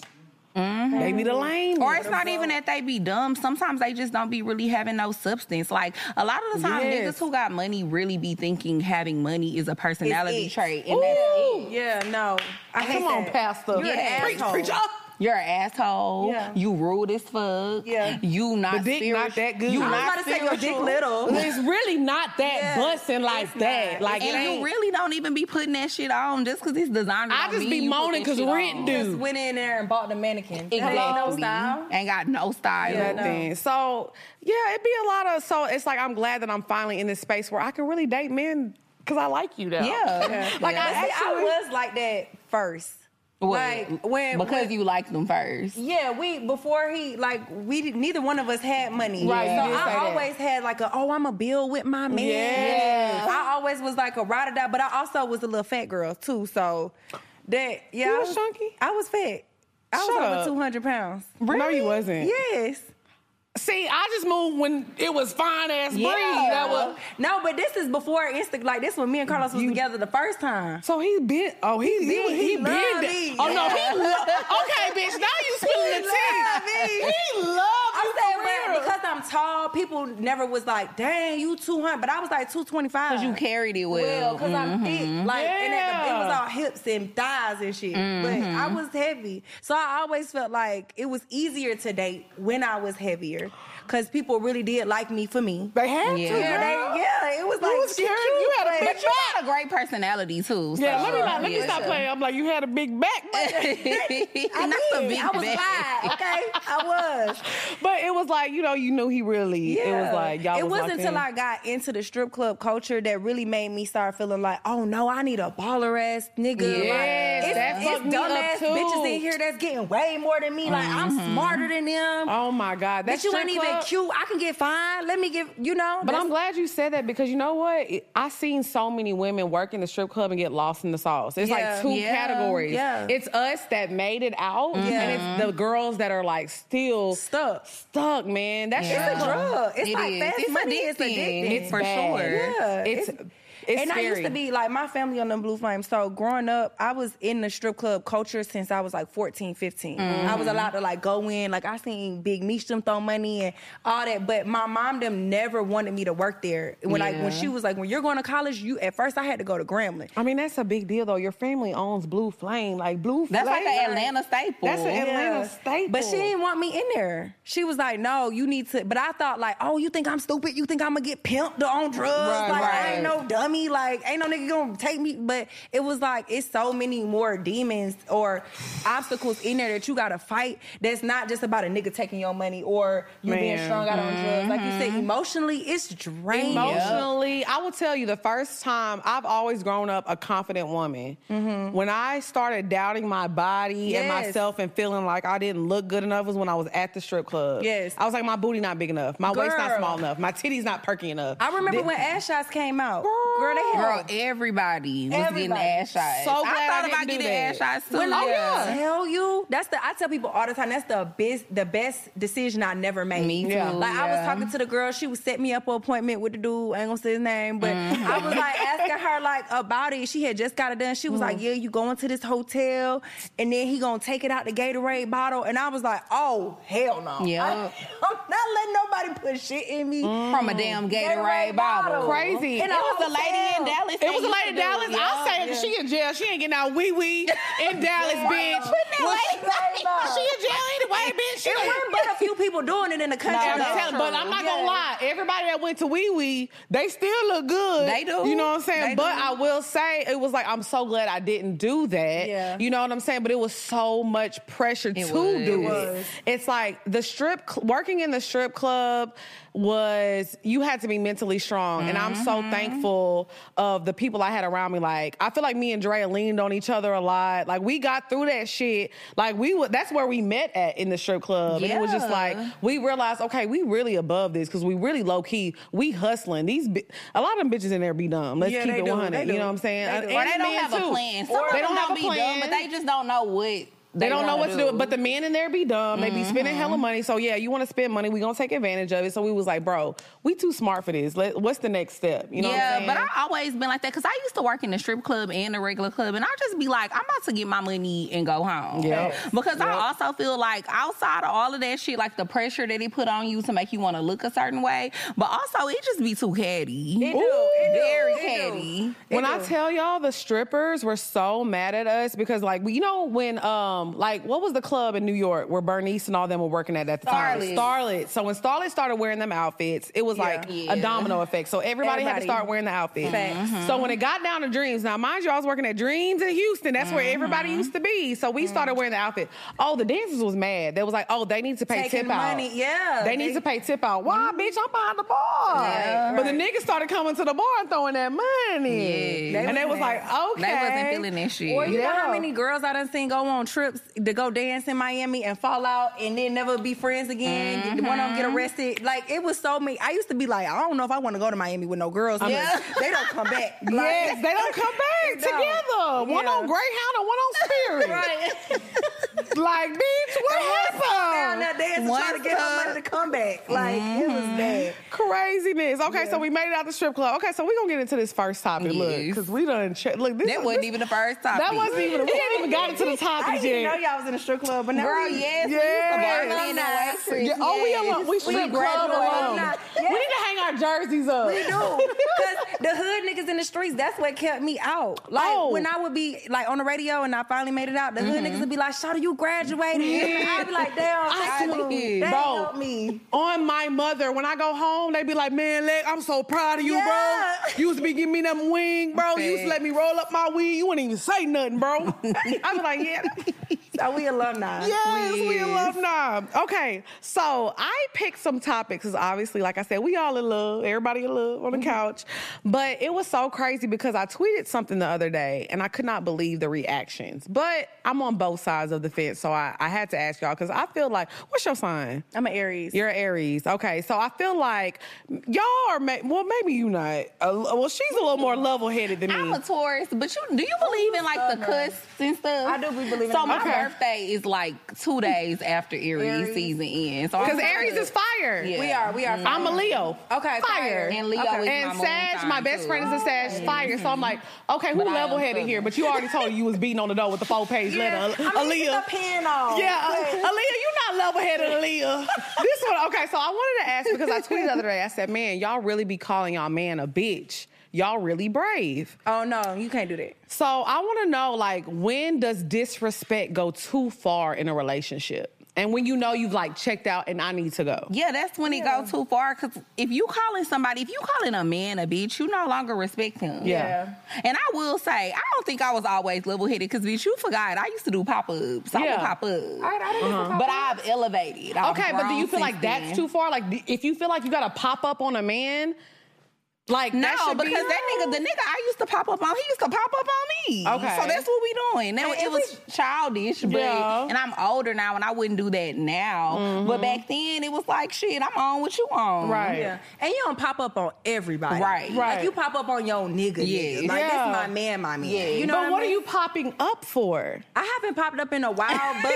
E: They be the lame.
B: Or
E: niggas.
B: it's not even that they be dumb. Sometimes they just don't be really having no substance. Like a lot of the time,
E: Yes.
B: niggas who got money really be thinking having money is a personality
C: it.
B: trait. And that's it.
C: Yeah, no. I hate
E: Come on,
C: that.
E: Pastor.
C: You're an
E: preach,
C: asshole.
E: preach up.
B: You're an asshole.
C: Yeah.
B: You rude as fuck.
C: Yeah.
B: You not
E: The dick not
B: spiritu-
E: that good.
B: You
E: I was
B: not
C: I was about to say your dick
B: spiritual.
C: little.
E: It's really not that
C: Yeah,
E: busting like that. Like it
B: And
E: ain't-
B: you really don't even be putting that shit on just because it's designed.
E: I just be moaning because rent
C: Just
E: due.
C: went in there and bought the mannequin.
B: Exactly.
C: That ain't no style.
B: Ain't got no style.
C: Yeah, no.
E: Nothing. So yeah, it'd be a lot of. So it's like I'm glad that I'm finally in this space where I can really date men because I like you now.
B: Yeah.
E: like
B: Yeah.
E: I
C: But see,
E: actually.
C: I was like that first.
B: Well,
C: Like when
B: because
C: when-
B: you liked them first.
C: Yeah, we before he like we did- neither one of us had money.
E: Right, you
C: So
E: did say
C: I
E: that.
C: always had like a oh I'm a bill with my man.
E: Yes.
C: I always was like a ride or die, but I also was a little fat girl too. So that yeah,
E: You
C: I
E: was chunky?
C: I was fat. I was
E: Shut
C: over
E: up.
C: two hundred pounds.
E: No, you wasn't.
C: Yes.
E: See, I just moved when it was fine ass breeze. That was.
C: no, but this is before Insta. Like this when me and Carlos was together the first time.
E: So he been. Oh, he he,
C: been-
E: he
C: he
E: been.
C: love
E: that-
C: me.
E: Oh no, he. Lo- okay, bitch. Now you spilling the
C: love
E: tea.
C: me.
E: He love you for
C: I said,
E: real.
C: but because I'm tall, people never was like, dang, you 200. But I was like 225.
B: Because you carried it well.
C: well because I'm thick. Like, and at the, it was
E: Mm-hmm. Yeah. Mm-hmm.
C: all hips and thighs and shit. But I was heavy. So I always felt like it was easier to date when I was heavier because people really did like me for me.
E: they had
B: Yeah.
E: to.
C: Yeah,
E: girl.
C: they, yeah it was like,
E: You was
C: she
E: carrying-
C: cute,
E: you had a
C: but-
E: big
B: But you had a great personality too. So.
E: Yeah, let me not, let me
B: Yeah.
E: stop playing. I'm like, you had a big back, but,
C: I,
B: Not the
C: did.
B: big
C: I was
B: bag.
C: wide, okay? I was.
E: but it was like, you know, you knew he really. It was like y'all.
C: It
E: was
C: wasn't
E: locked
C: until
E: in.
C: I got into the strip club culture that really made me start feeling like, oh no, I need a baller ass nigga.
E: Yes,
C: like,
E: that
C: it's,
E: fucked me
C: it's
E: up,
C: dumbass
E: too.
C: bitches in here that's getting way more than me. Like I'm smarter than them.
E: Oh my god, that
C: Bitch, you
E: strip
C: ain't even
E: club-
C: cute. I can get fine. Let me give you know.
E: But
C: that's-
E: I'm glad you said that because you know what? It- I seen so many women work in the strip club and get lost in the sauce. It's
C: Yeah.
E: like two
B: Yeah.
E: categories.
C: Yeah.
E: It's us that made it out, and it's the girls that are like still
C: Stuck.
E: Stuck, man. That's
B: Yeah.
C: It's a drug. It's
B: It
C: like
B: is.
C: fast
B: It's
C: money. It's
B: addicting.
C: addicting.
B: for
E: bad.
B: sure.
C: Yeah,
E: it's it's,
C: it's- and I used
E: scary.
C: to be like my family on them blue flames. So growing up, I was in the strip club culture since I was like 14, 15. I was allowed to like go in. Like I seen Big Meech them throw money and all that. But my mom them never wanted me to work there. When like when
B: Yeah.
C: she was like, when you're going to college, you at first I had to go to Grambling.
E: I mean, that's a big deal though. Your family owns Blue Flame, like Blue
B: That's
E: Flame.
B: like an Atlanta staple.
E: That's an Atlanta staple.
C: But she didn't want me in there. She was like, "No, you need to." But I thought like, "Oh, you think I'm stupid? You think I'm gonna get pimped on drugs?
E: Right,
C: like
E: right.
C: I ain't no dummy. Like ain't no nigga gonna take me." But it was like it's so many more demons or obstacles in there that you gotta fight. That's not just about a nigga taking your money or you being
E: Man. Mm-hmm.
C: strung out on drugs. Like you said, emotionally, it's draining.
E: Emotionally, I will tell you the first time I've always grown up a confident woman. When I started doubting my body and
C: Yes.
E: myself and feeling like I didn't look good enough was when I was at the strip club.
C: Yes.
E: I was like, my booty not big enough, my waist not
C: Girl.
E: small enough, my titties not perky enough.
C: I remember
E: Thi-
C: when ass shots came out.
E: Girl.
C: Girl, they
B: Girl, everybody was getting
C: Everybody.
B: ass shots.
E: So
B: I
E: glad I
B: thought
E: didn't
B: about
E: do
B: getting ass
E: that. oh,
B: shots too.
C: When I
B: Oh, yeah.
C: tell you, that's the I tell people all the time. That's the best, the best decision I never made.
B: Me too, Yeah.
C: Like I was
B: yeah.
C: talking to the girl. She was setting me up an appointment with the dude. I ain't gonna say his name, but
B: Mm-hmm.
C: I was like asking her like about it. She had just got it done. She was
B: Mm.
C: like, "Yeah, you going to this hotel, and then he gonna take it out the Gatorade bottle." And I was like, "Oh hell no!
B: Yeah.
C: I, am not letting nobody put shit in me."
B: From a damn Mm. Gatorade bottle.
E: Crazy.
B: It
C: In
E: It
B: was a lady in Dallas.
E: It was a lady in Dallas. I'll say
B: it.
E: it. She in jail. She ain't getting out wee wee in Dallas, bitch. Well, she, she in jail anyway, bitch. She
C: It
E: like-
C: wasn't but a few people doing it in the country.
E: I'm
C: though.
E: telling- but I'm not gonna
C: Yeah.
E: lie. Everybody that went to Wee Wee, they still look good.
B: They do.
E: You know what I'm saying?
B: They
E: but
B: do.
E: I will say it was like I'm so glad I didn't do that.
C: Yeah.
E: You know what I'm saying? But it was so much pressure to
B: was.
E: do
B: It
E: it. It's like the strip cl- working in the strip club was you had to be mentally strong, and I'm so
B: Mm-hmm.
E: thankful of the people I had around me. Like I feel like me and Drea leaned on each other a lot. Like we got through that shit. Like we would. That's where we met at in the strip club, and it was just
B: Yeah.
E: like we realized, okay, we really above this because we really low key, we hustling. These bi- a lot of them bitches in there be dumb. Let's
C: Yeah,
E: keep
C: they
E: it
C: do.
E: 100.
C: They
E: You know
C: do.
E: what I'm saying?
C: They do.
E: And
B: Or they
E: the
B: don't
E: men,
B: have a
E: too.
B: plan. Some of
E: they
B: them
E: don't have a
B: be dumb,
E: plan.
B: but they just don't know what they, Mm-hmm.
E: They don't know
B: gonna
E: what to do. But the men in there be dumb. They be spending hella money. So yeah, you want to spend money, we gonna take advantage of it. So we was like, bro, we too smart for this. Let, what's the next step? You know
B: yeah,
E: what I'm saying?
B: but I always been like that because I used to work in the strip club and the regular club, and I just be like, I'm about to get my money and go home.
E: Yep.
B: Because I also feel like outside of all of that shit, like the pressure that they put on you to make you want to look a certain way, but also it just be too catty.
C: It do, it do,
B: very
C: it do.
B: catty.
E: when I tell y'all the strippers were so mad at us because like we- you know when um like what was the club in New York where Bernice and all them were working at at the time
B: Starlet.
E: Starlet so when Starlet started wearing them outfits it was like
B: Yeah.
E: a domino effect so everybody, had to
C: Everybody.
E: start wearing the outfit
C: Facts.
E: so when it got down to Dreams now mind you I was working at Dreams in Houston that's where everybody
C: Mm-hmm.
E: used to be so we started wearing the outfit oh the dancers was mad they was like oh they need to pay
C: Taking
E: tip out
C: money, yeah.
E: they, need
C: They-
E: to pay tip out why
B: Mm-hmm.
E: bitch I'm behind the bar
B: Yeah.
E: but the niggas started coming to the bar and throwing that money
B: Yeah. They
E: and they was
C: was
E: like
C: mad.
E: okay
B: They wasn't feeling that shit.
C: Or you know
E: Yeah.
C: how many girls I done seen go on trips to go dance in Miami and fall out and then never be friends again. Get- One of them get
E: Mm-hmm.
C: arrested. Like it was so many. I used to be like, I don't know if I want to go to Miami with no girls. Yeah. they don't come back. Like,
E: Yes, they don't come back
C: No.
E: together. One
C: Yeah.
E: on Greyhound and one on Spirit.
C: Right.
E: Like, bitch, what
C: Down
E: happened?
C: there dancing, trying to get her money to come back. Like it was bad.
E: Craziness. Okay, so we made it out the strip club. Okay, so we gonna get into this first topic. Look,
B: Yes.
E: because we done check. Look, this
B: That wasn't
E: this-
B: even the first topic.
E: That wasn't even. We hadn't even gotten to the
C: I
E: topic
C: didn't even know
E: yet.
C: y'all was in a strip club, but now
B: Girl,
C: we-
B: yes,
E: Yes.
B: we used to work in Oasis.
E: Yeah, oh, we alone. We strip club
C: graduated.
E: alone. We
C: Yes.
E: need to hang our jerseys up.
C: We do. Because the hood niggas in the streets, that's what kept me out. Like
E: Oh.
C: when I would be like on the radio and I finally made it out, the hood niggas would be like, Shawty, you graduated. I'd be like, damn,
E: I
C: thank
E: swear.
C: you. That
E: Bro.
C: helped me.
E: on my mother. When I go home, they be like, man, Leg, I'm so proud of you,
C: Yeah.
E: bro. You used to be giving me them wing, bro. You used to
B: Facts.
E: let me roll up my wing. You wouldn't even say nothing, bro. I was like, yeah.
C: So we alumni.
E: Yes, we
B: Yes.
E: alumni. Okay, so I picked some topics because obviously, like I said, we all in love. Everybody in love on the couch. But it was so crazy because I tweeted something the other day and I could not believe the reactions. But I'm on both sides of the fence, so I, I had to ask y'all because I feel like, what's your sign?
C: I'm an Aries.
E: You're Aries. Okay, so I feel like y'all are. Ma- well, maybe you not. Uh, well, she's a little more level headed than me.
B: I'm a Taurus, but you do you believe in like the cuss and stuff?
C: I do believe in
B: So
C: that.
B: my
E: Okay.
B: birthday is like two days after Aries,
C: Aries.
B: season ends. So I'm
E: Because
B: good.
E: Aries is fire.
B: Yeah.
C: We are, we are.
E: I'm a Leo.
C: Okay,
E: fire.
C: fire.
B: And Leo
C: Okay.
B: is my
E: and
B: moon
E: Sag,
B: sign,
E: my best
B: too.
E: friend is a Sag fire. So I'm like, okay, who
B: But I am
E: level headed
B: Southern.
E: here? But you already told you was beating on the door with the four page letter.
C: I'm gonna get
E: Aaliyah.
C: the pen on.
E: Yeah, uh, Aaliyah,
C: But-
E: you not level headed, Aaliyah. this one, okay. So I wanted to ask because I tweeted the other day. I said, "Man, y'all really be calling y'all man a bitch. Y'all really brave."
C: Oh no, you can't do that.
E: So I want to know, like, when does disrespect go too far in a relationship? And when you know you've like checked out and I need to go.
B: Yeah, that's when it goes too far. Cause if you calling somebody, if you calling a man a bitch, you no longer respect him.
E: Yeah.
B: And I will say, I don't think I was always level headed. Cause bitch, you forgot I used to do pop ups. I
E: Yeah.
B: would pop ups.
C: I, I didn't even
B: But I've elevated. I've
E: Okay, but do
B: grown
E: you feel like
B: since
E: that's
B: then.
E: too far? Like, if you feel like you got to pop up on a man, Like
B: No,
E: that should
B: because
E: be-
B: that nigga, the nigga I used to pop up on, he used to pop up on me.
E: Okay.
B: So that's what we doing. Now,
E: And
B: it was childish, but
E: Yeah. Mm-hmm.
B: and I'm older now and I wouldn't do that now. But back then it was like shit, I'm on what you on.
E: Right.
C: Yeah. And you don't pop up on everybody.
B: Right.
E: Right.
C: Like you pop up on your own nigga.
B: Yeah.
C: nigga. Like
E: Yeah.
C: this my man, my man.
B: Yeah.
C: You know
E: but what
C: I
E: are
C: mean?
E: you popping up for?
C: I haven't popped up in a while, but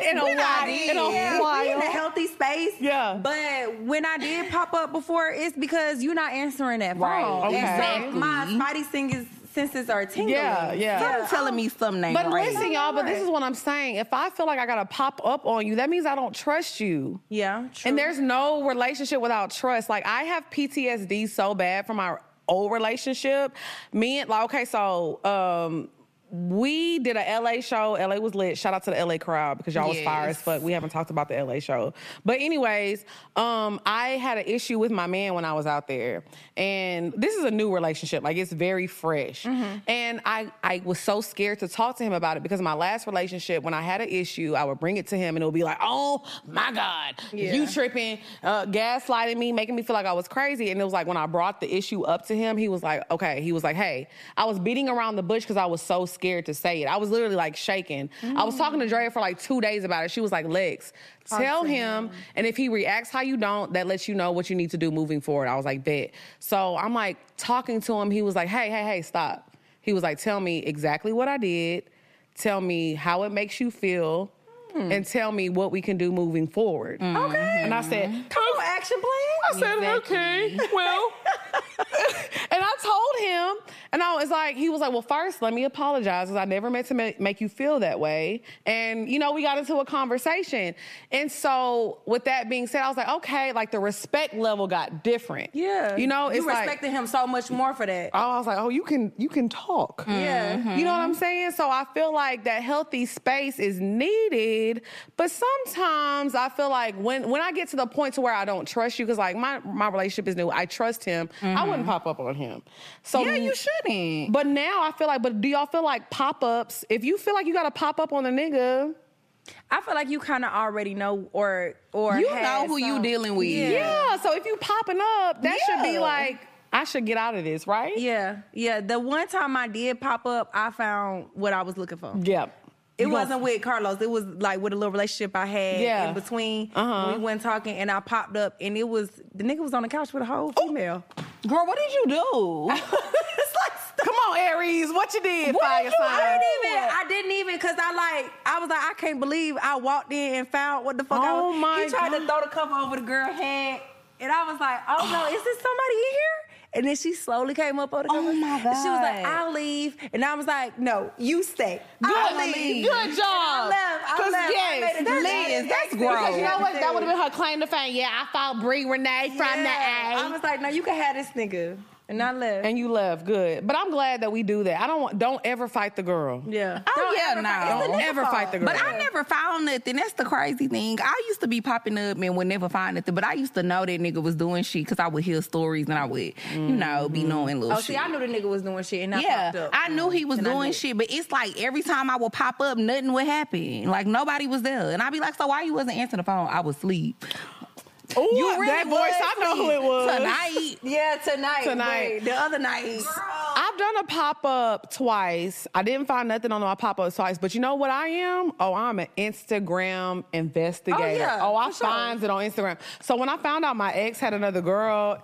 E: In a
C: when I
E: while, in a
C: did, we in
E: while.
C: a healthy space.
E: Yeah.
C: But when I did pop up before, it's because you're not answering that phone.
B: Right.
C: And
E: Okay.
C: So my spidey singers, senses are tingling.
E: Yeah, yeah.
B: Stop telling me some name.
E: But
B: right.
E: listen, y'all, but this is what I'm saying. If I feel like I gotta pop up on you, that means I don't trust you.
C: Yeah. True.
E: And there's no relationship without trust. Like I have PTSD so bad from our old relationship. Me and like okay, so um we did a LA show. LA was lit. Shout out to the LA crowd because y'all was fire as
B: Yes.
E: fuck. We haven't talked about the LA show. But anyways, um I had an issue with my man when I was out there. And this is a new relationship. Like it's very fresh. And I I was so scared to talk to him about it because my last relationship when I had an issue, I would bring it to him and it would be like, "Oh my god, you tripping, uh, gaslighting me, making me feel like I was crazy. And it was like when I brought the issue up to him, he was like, okay. He was like, hey, I was beating around the bush because I was so scared to say it. I was literally like shaking. I was talking to Drea for like two days about it. She was like, Lex, tell him. And if he reacts how you don't, that lets you know what you need to do moving forward. I was like, bet. So I'm like talking to him. He was like, hey, hey, hey, stop. He was like, tell me exactly what I did. Tell me how it makes you feel. And tell me what we can do moving forward. Okay. And I said,
C: Mm-hmm. come on, action plan.
E: I said, okay, well. and I told him, and I was like, he was like, well, first, let me apologize because I never meant to ma- make you feel that way. And, you know, we got into a conversation. And so, with that being said, I was like, okay, like the respect level got different.
C: Yeah.
E: You know, it's
C: you
E: like,
C: respected him so much more for that.
E: I was like, oh, you can you can talk.
C: Yeah.
E: You know what
C: Mm-hmm.
E: I'm saying? So I feel like that healthy space is needed, but sometimes I feel like when when I get to the point to where I don't trust you, because like my my relationship is new, I trust him. I
C: Mm-hmm.
E: wouldn't pop up on him. So
B: Yeah, you shouldn't.
E: But now I feel like, but do y'all feel like pop ups? If you feel like you got to pop up on a nigga,
C: I feel like you kind of already know or or
B: You
C: had
B: know who you
C: some-
B: dealing with.
C: Yeah.
E: yeah. So if you popping up, that should be
B: Yeah.
E: like I should get out of this, right?
C: Yeah, yeah. The one time I did pop up, I found what I was looking for.
E: Yeah.
C: It
E: You gonna-
C: wasn't with Carlos. It was like with a little relationship I had
E: Yeah.
C: in between.
E: Uh-huh.
C: We weren't talking, and I popped up, and it was the nigga was on the couch with a whole female.
B: Girl, what did you
C: Oh,
B: do?
C: it's like stop.
E: Come on, Aries, what you did?
C: What
E: fire
C: did you, I
E: sign?
C: didn't even. I didn't even because I like. I was like, I can't believe I walked in and found what the fuck. I
E: Oh
C: was.
E: my
C: He tried
E: God.
C: to throw the cover over the girl head, and I was like, Oh no, is this somebody in here? And then she slowly came up on the
B: Oh
C: cover.
B: my
C: And she was like,
B: God.
C: I'll leave, and I was like, No, you stay.
E: Good,
C: I'll
E: leave.
C: leave.
E: good job.
C: I left. I
E: Cause
C: left. I
E: yes,
C: made a
E: that's,
C: decision.
E: that's
C: Because
E: gross.
B: you know
C: what? That would've been
E: her claim to fame. Yeah, I found Brie Renee
C: Yeah. I was like, No, you can have this nigga, and I left.
E: And you left, good. But I'm glad that we do that. I don't want. Don't ever fight the girl.
C: yeah.
B: Oh
C: Don't
B: yeah,
C: ever fight-
B: no.
C: it's the
E: Don't
C: nigga
E: ever
C: fault.
E: fight the girl.
B: But I never found nothing. That's the crazy thing. I used to be popping up and would never find nothing. But I used to know that nigga was doing shit because I would hear stories and I would, you know, be knowing little
C: Oh,
B: shit.
C: see, I knew the nigga was doing shit, and I popped
B: yeah,
C: up.
B: I knew he was
C: And I
B: doing
C: knew.
B: shit, but it's like every time I would pop up, nothing would happen. Like nobody was there, and I'd be like, "So why you wasn't answering the phone? I was asleep.
E: Ooh,
B: You really
E: that
B: was
E: voice. I know who it was.
B: asleep tonight.
C: Yeah, tonight.
E: Tonight.
C: but The other night.
E: I've done a pop up twice. I didn't find nothing on my pop up twice, but you know what I am? Oh, I'm an Instagram investigator.
C: Oh, yeah,
E: oh I
C: for sure.
E: finds it on Instagram. So when I found out my ex had another girl,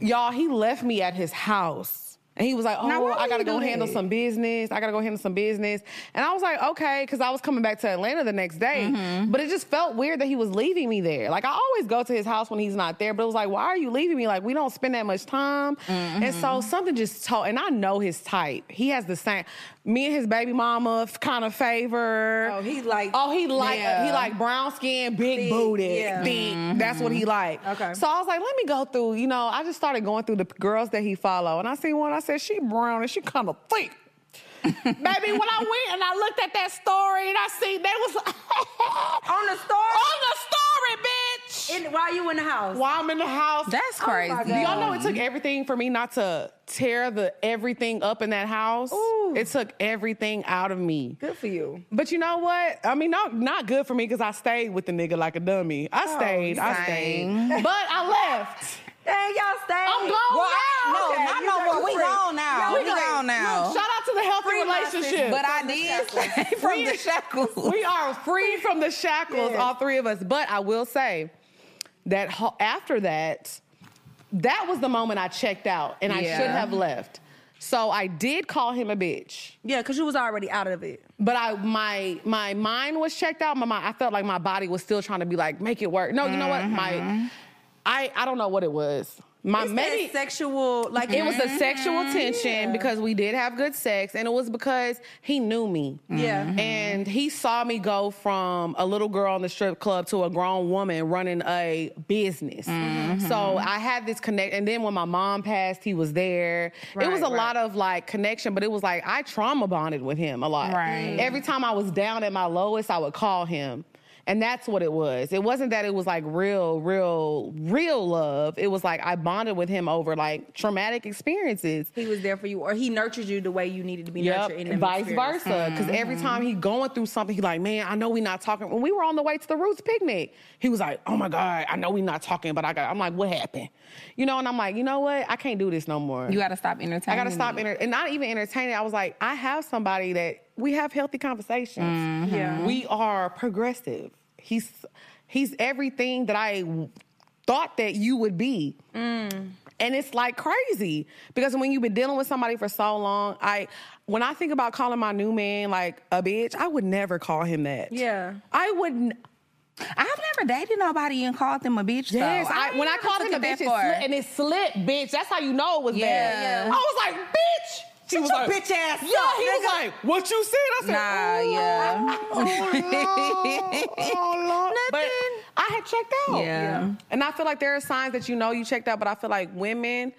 E: y'all, he left me at his house. And he was like, "Oh,
B: Now, why would
E: I gotta
B: you
E: go
B: do
E: handle
B: that?
E: some business. I gotta go handle some business." And I was like, "Okay," because I was coming back to Atlanta the next day.
B: Mm-hmm.
E: But it just felt weird that he was leaving me there. Like I always go to his house when he's not there, but it was like, "Why are you leaving me? Like we don't spend that much time." And so
B: Mm-hmm.
E: something just told. And I know his type. He has the same. Me and his baby mama kind of favor.
C: Oh, he like-
E: Oh, he like.
B: Yeah.
E: He like brown skin, big
C: Thick,
E: booty,
C: yeah.
E: thick. That's what he like.
C: Okay.
E: So I was like, let me go through. You know, I just started going through the girls that he follow, and I seen one. I said, she brown and she kind of thick. Baby, when I went and I looked at that story and I seen they was
C: On the story?
E: on the story, bitch.
C: In, while you in the house.
E: While I'm in the house,
B: That's
C: Oh my
B: crazy.
C: God.
E: do y'all know it took everything for me not to tear the everything up in that house.
C: Ooh.
E: It took everything out of me.
C: Good for you.
E: But you know what? I mean, not not good for me because I stayed with the nigga like a dummy. I stayed, I
B: same.
E: stayed, but I left.
C: Dang, y'all stay.
F: I'm gone
A: Well,
F: now.
A: I-
C: Okay,
A: no, not
C: you got
A: no more.
C: your
A: We
C: free.
A: gone now.
C: Yeah,
A: We
C: we got-
A: gone now.
B: Oh.
F: Shout out to the healthy relationship.
B: But I did say from the shackles.
E: we are free from the shackles, all three of us. But I will say that ho- after that, that was the moment I checked out and I
B: Yeah.
E: should have left. So I did call him a bitch,
C: Yeah, because you was already out of it.
E: but I my my mind was checked out. My mind, I felt like my body was still trying to be like, make it work. No, you know what? My I I don't know what it was. My
C: It's
E: maybe
C: that sexual, like
E: it was the sexual tension because we did have good sex, and it was because he knew me.
C: Yeah. Mhm.
E: And he saw me go from a little girl in the strip club to a grown woman running a business.
C: Mm-hmm.
E: So I had this connect. And then when my mom passed, he was there. it was a
C: Right,
E: lot of like connection, but it was like I trauma bonded with him a lot.
B: Right.
E: Every time I was down at my lowest, I would call him. And that's what it was. It wasn't that it was like real, real, real love. It was like I bonded with him over like traumatic experiences.
C: he was there for you, or he nurtured you the way you needed to be nurtured. In
E: and
C: them
E: vice
C: experiences.
E: versa. Because every time he going through something, he like, man, I know we not talking. When we were on the way to the Roots picnic, he was like, oh my god, I know we not talking, but I got. I'm like, what happened? You know, and I'm like, you know what? I can't do this no more.
B: You gotta stop entertaining.
E: I gotta stop
B: it.
E: enter- and not even entertaining. I was like, I have somebody that we have healthy conversations.
C: Yeah.
E: We are progressive. He's he's everything that I w- thought that you would be.
B: Mm.
E: And it's like crazy because when you've been dealing with somebody for so long, I when I think about calling my new man like a bitch, I would never call him that.
C: Yeah.
E: I wouldn't.
B: I've never dated nobody and called them a bitch.
E: Yes,
B: though.
E: I, when I
B: never
E: called
B: took
E: him a
B: it that
E: bitch, it
B: far.
E: slipped, and it slipped, bitch. That's how you know it was
B: Yeah.
E: bad. I was like, bitch. She
A: Shut
E: was
A: your
E: like,
A: bitch ass up,
E: Yeah, he was
A: nigga.
E: like, what you said? I said,
B: Nah,
E: oh,
B: yeah.
E: Oh, Lord. Oh, Lord. But I had checked out.
B: Yeah. Yeah.
E: And I feel like there are signs that you know you checked out, but I feel like women,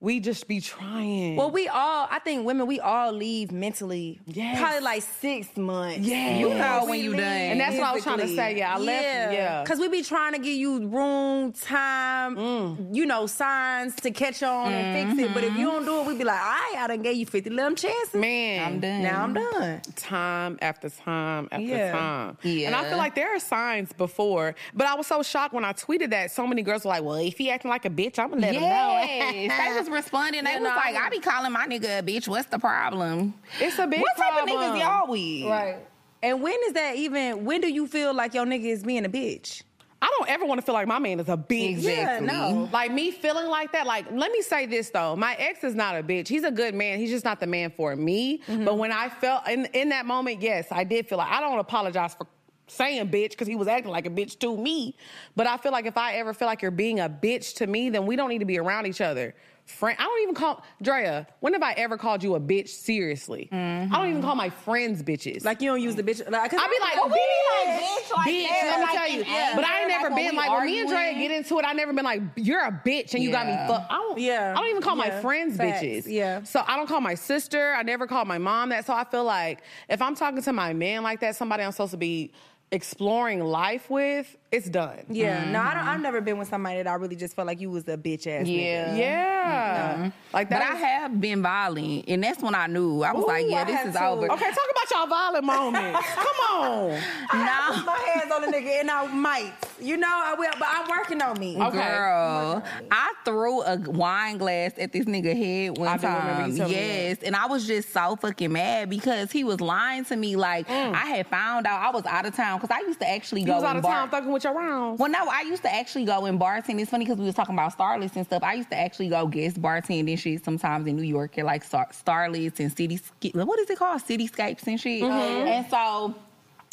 E: we just be trying.
C: Well, we all, I think women, we all leave mentally.
E: Yes.
C: Probably like six months.
E: Yes.
B: You know
C: we
B: when you
C: leave
B: done.
E: and that's what I was trying to
C: physically.
E: say. Yeah, I left. Yeah.
C: Cause we be trying to give you room, time,
E: Mm.
C: you know, signs to catch on and fix it. But if you don't do it, we be like, all right, I done gave you 50 little chances.
E: man,
B: I'm done.
C: Now I'm done.
E: time after time after
C: Yeah.
E: time. And I
B: Yeah.
E: feel like there are signs before, but I was so shocked when I tweeted that. So many girls were like, well, if he acting like a bitch, I'm going to let him know.
B: Yes, they was responding. They
C: You
B: was
C: know.
B: like, "I be calling my nigga a bitch. What's the problem?
E: It's a big
B: what type of
E: problem.
B: niggas y'all with?
C: Right. And when is that even, when do you feel like your nigga is being a bitch?
E: I don't ever want to feel like my man is a bitch.
B: Exactly.
C: no.
E: Like me feeling like that. Like, let me say this though. My ex is not a bitch. He's a good man. He's just not the man for me.
C: Mm-hmm.
E: But when I felt in in that moment, yes, I did feel like I don't apologize for saying bitch because he was acting like a bitch to me. But I feel like if I ever feel like you're being a bitch to me, then we don't need to be around each other. Friend, I don't even call Drea. When have I ever called you a bitch seriously? I don't even call my friends bitches.
C: Mm-hmm. Like you don't use the bitch. Like,
E: I be like,
C: Oh,
E: bitch,
B: bitch like
E: bitch,
B: that,
E: let me
B: like
E: tell you.
B: in anger,
E: But I
B: like
E: ain't never
B: when
E: been
B: we
E: like when me and Drea
B: arguing.
E: get into it. I never been like you're a bitch and you got me
B: Yeah.
E: fucked. I don't.
C: Yeah.
E: I don't even call my
C: Yeah.
E: friends
C: Facts.
E: bitches.
C: Yeah.
E: So I don't call my sister. I never call my mom that. So I feel like if I'm talking to my man like that, somebody I'm supposed to be exploring life with, it's done.
C: yeah, no, I
B: Mm-hmm.
C: don't, I've never been with somebody that I really just felt like you was a bitch ass. nigga.
B: Yeah.
E: Yeah. Like
B: But
E: that.
B: I
E: is-
B: have been violent, and that's when I knew. I was
C: Ooh,
B: like,
C: I
B: "Yeah, this
C: have
B: is
C: too.
B: over."
E: Okay, talk about y'all violent moments. Come on.
C: I put
B: Now,
C: my hands on a nigga and I might. You know, I will, but I'm working on me.
E: Okay.
B: Girl, I threw a wine glass at this nigga head one
E: I do remember
B: time.
E: you telling me that.
B: Yes, and I was just so fucking mad because he was lying to me. Like I had found out I was out of town because I used to actually
E: Mm. You
B: go
E: was out
B: and
E: of
B: bar-
E: town fucking with your rounds.
B: Well, no, I used to actually go and bartend. It's funny because we was talking about starlets and stuff. I used to actually go guest bartend and shit sometimes in New York at like star- starlets and city. What is it called? Cityscapes and shit. And so.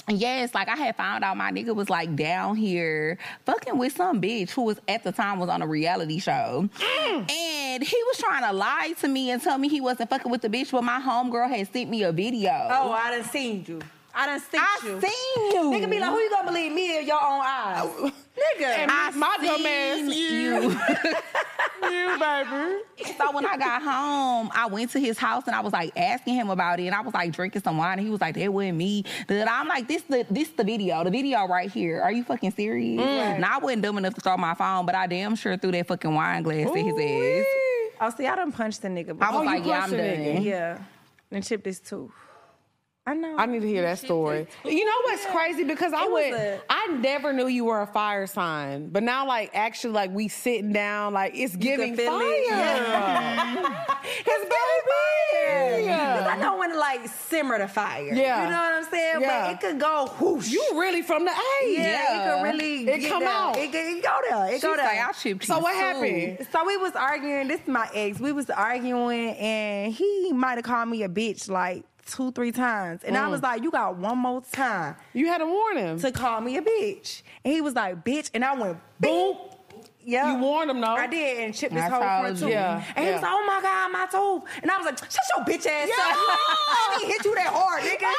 B: Yes, like I had found out my nigga was like down here fucking with some bitch who was at the time was on a reality show. And he was trying to lie to me and tell me he wasn't fucking with the bitch, but my homegirl had sent me a video.
C: Oh, I done seen you. I done seen
B: I
C: you.
B: seen you.
C: Nigga be like, who you gonna believe, me or your own eyes? Nigga.
E: And my dumb ass,
B: seen
E: you. you, baby.
B: So when I got home, I went to his house and I was like asking him about it, and I was like drinking some wine, and he was like, "That wasn't me." That I'm like, "This the this the video, the video right here. Are you fucking serious?"
C: Mm.
B: And I wasn't dumb enough to throw my phone, but I damn sure threw that fucking wine glass at his ass.
C: Oh, see, I done punched the
B: I
C: nigga.
B: was
C: before.
B: like, "Yeah, I'm done."
C: yeah. And chipped his tooth. I know.
E: I need to hear that story. You know what's crazy? Because I
C: It was
E: would,
C: a-
E: I never knew you were a fire sign, but now like actually like we sitting down, like it's giving
C: feel
E: fire.
C: it.
E: it's giving
C: Because I
E: fire.
C: don't want to like simmer the fire.
E: Yeah.
C: You know what I'm saying?
E: Yeah.
C: But it could go whoosh.
E: You really from the A.
C: yeah, it could really
E: It
C: get
E: come
C: there.
E: out.
C: It, could- it go there. It
B: She's
C: go there.
B: like, I chipped
E: So
B: you
E: what
B: too."
E: happened?
C: So we was arguing. This is my ex. We was arguing, and he might have called me a bitch like two, three times. And I was like, "You got one more time
E: You had to warn him.
C: to call me a bitch." And he was like, "Bitch," and I went,
E: Boom.
C: "Yeah."
E: You warned him, no?
C: I did, and chipped his
B: I
C: whole
B: told
C: front
B: you.
C: tooth.
E: Yeah,
C: And he was
E: yeah.
C: like, "Oh my god, my tooth!" And I was like, "Shut your bitch ass up! I didn't hit you that hard, nigga."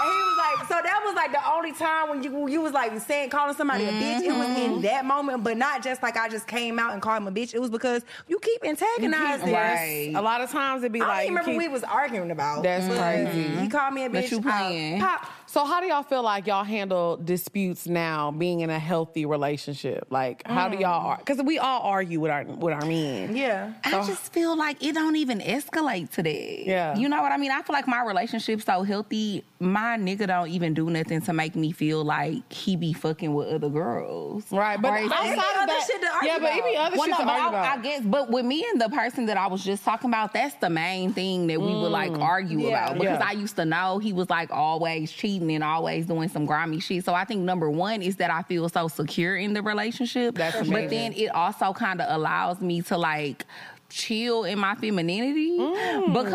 C: and he was like, "So that was like the only time when you when you was like saying calling somebody a bitch. It was
B: Mm-hmm.
C: in that moment, but not just like I just came out and called him a bitch. It was because you keep antagonizing us.
B: Right.
E: A lot of times it'd be
C: I
E: like,
C: don't even
E: you
C: remember
E: keep-
C: what we was arguing about.
E: That's
C: but
E: crazy.
C: He called me a
B: But
C: bitch.
B: you
C: I
B: playing.
C: popped.
E: So how do y'all feel like y'all handle disputes now being in a healthy relationship? Like how do
C: Mm.
E: y'all cuz we all argue with our with our men.
C: Yeah.
B: I just feel like it don't even escalate to that.
E: Yeah.
B: You know what I mean? I feel like my relationship's so healthy. My nigga don't even do nothing to make me feel like he be fucking with other girls.
E: Right, but
B: Or is-
E: outside
C: it be
E: of
C: other
E: that,
C: shit to argue
E: yeah, but it be
C: about.
E: other
B: Well,
E: shit
B: no,
E: to
B: but
E: argue
B: I,
E: about.
B: I guess, but with me and the person that I was just talking about, that's the main thing that we would like argue about because
E: Mm. Yeah.
B: I used to know he was like always cheating and always doing some grimy shit. So I think number one is that I feel so secure in the relationship,
E: That's
B: but
E: amazing.
B: then it also kind of allows me to like chill in my femininity
E: Mm.
B: because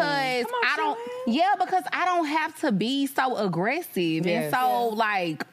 B: I don't, yeah, because I don't have to be so aggressive
E: Yes.
B: and so like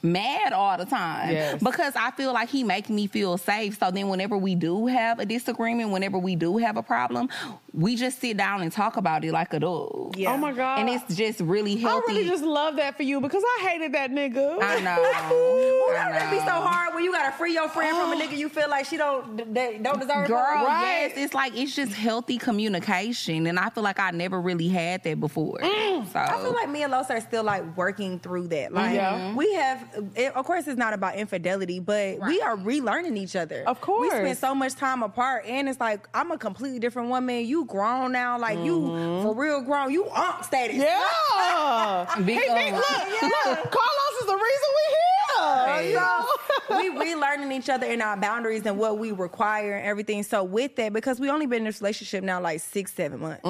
B: mad all the time
E: Yes.
B: because I feel like he make me feel safe. So then whenever we do have a disagreement, whenever we do have a problem, we just sit down and talk about it like adults.
C: Yeah.
E: Oh my god.
B: And it's just really
E: I
B: healthy.
E: really just love that for you because I hated that nigga.
B: I know.
C: Ooh,
B: I
C: that would be so
B: know.
C: hard when you gotta free your friend from a nigga you feel like she don't that don't deserve.
B: Girl,
C: it.
B: yes, it's like it's just healthy communication, and I feel like I never really had that before.
E: Mm.
B: So
C: I feel like me and Los are still like working through that. Like
E: Yeah.
C: we have, it, of course, it's not about infidelity, but we are relearning each other.
E: Of
C: we
E: course.
C: spend so much time apart, and it's like I'm a completely different woman. You grown now, like you for real grown. You aunt status.
E: Yeah.
B: Big
E: hey, Nick,
B: O.
E: look, look, Carlos is the reason we here. you know?
C: So we relearning each other and our boundaries and what we require and everything. So with that, because we only been in this relationship now like six, seven months.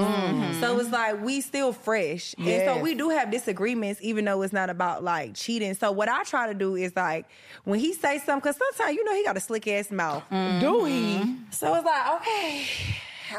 C: So it's like we still fresh. And
E: Mm-hmm. Yes.
C: so we do have disagreements, even though it's not about like cheating. So what I try to do is like when he say something, because sometimes you know he got a slick ass mouth.
E: Do he?
C: So it's like, okay,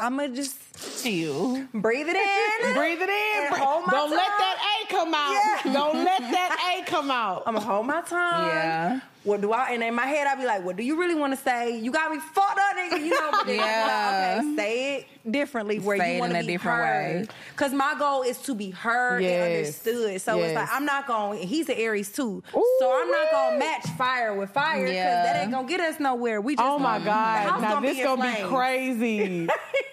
C: I'ma just
B: you.
C: breathe it in.
E: Breathe it in.
C: And
E: Bre-
C: hold my
E: Don't let
C: tongue.
E: that A come out.
C: Yeah.
E: Don't let that A come out.
C: I'm gonna hold my tongue.
B: Yeah.
C: What do I? And in my head, I'd be like, "What do you really want to say? You got me fucked up, nigga. You know? But then
B: Yeah.
C: I'm like, okay, say it differently where
B: Say it
C: you want
B: in
C: to
B: a
C: be
B: different
C: heard.
B: way.
C: Because my goal is to be heard
E: Yes.
C: and understood. So
E: Yes.
C: it's like I'm not going. He's an Aries too,
E: Ooh,
C: so I'm not
E: wee.
C: gonna match fire with fire because
B: Yeah.
C: that ain't gonna get us nowhere. We just
E: Oh my
C: gonna-
E: God.
C: The house
E: now
C: gonna
E: this
C: be in
E: gonna be
C: flames.
E: crazy.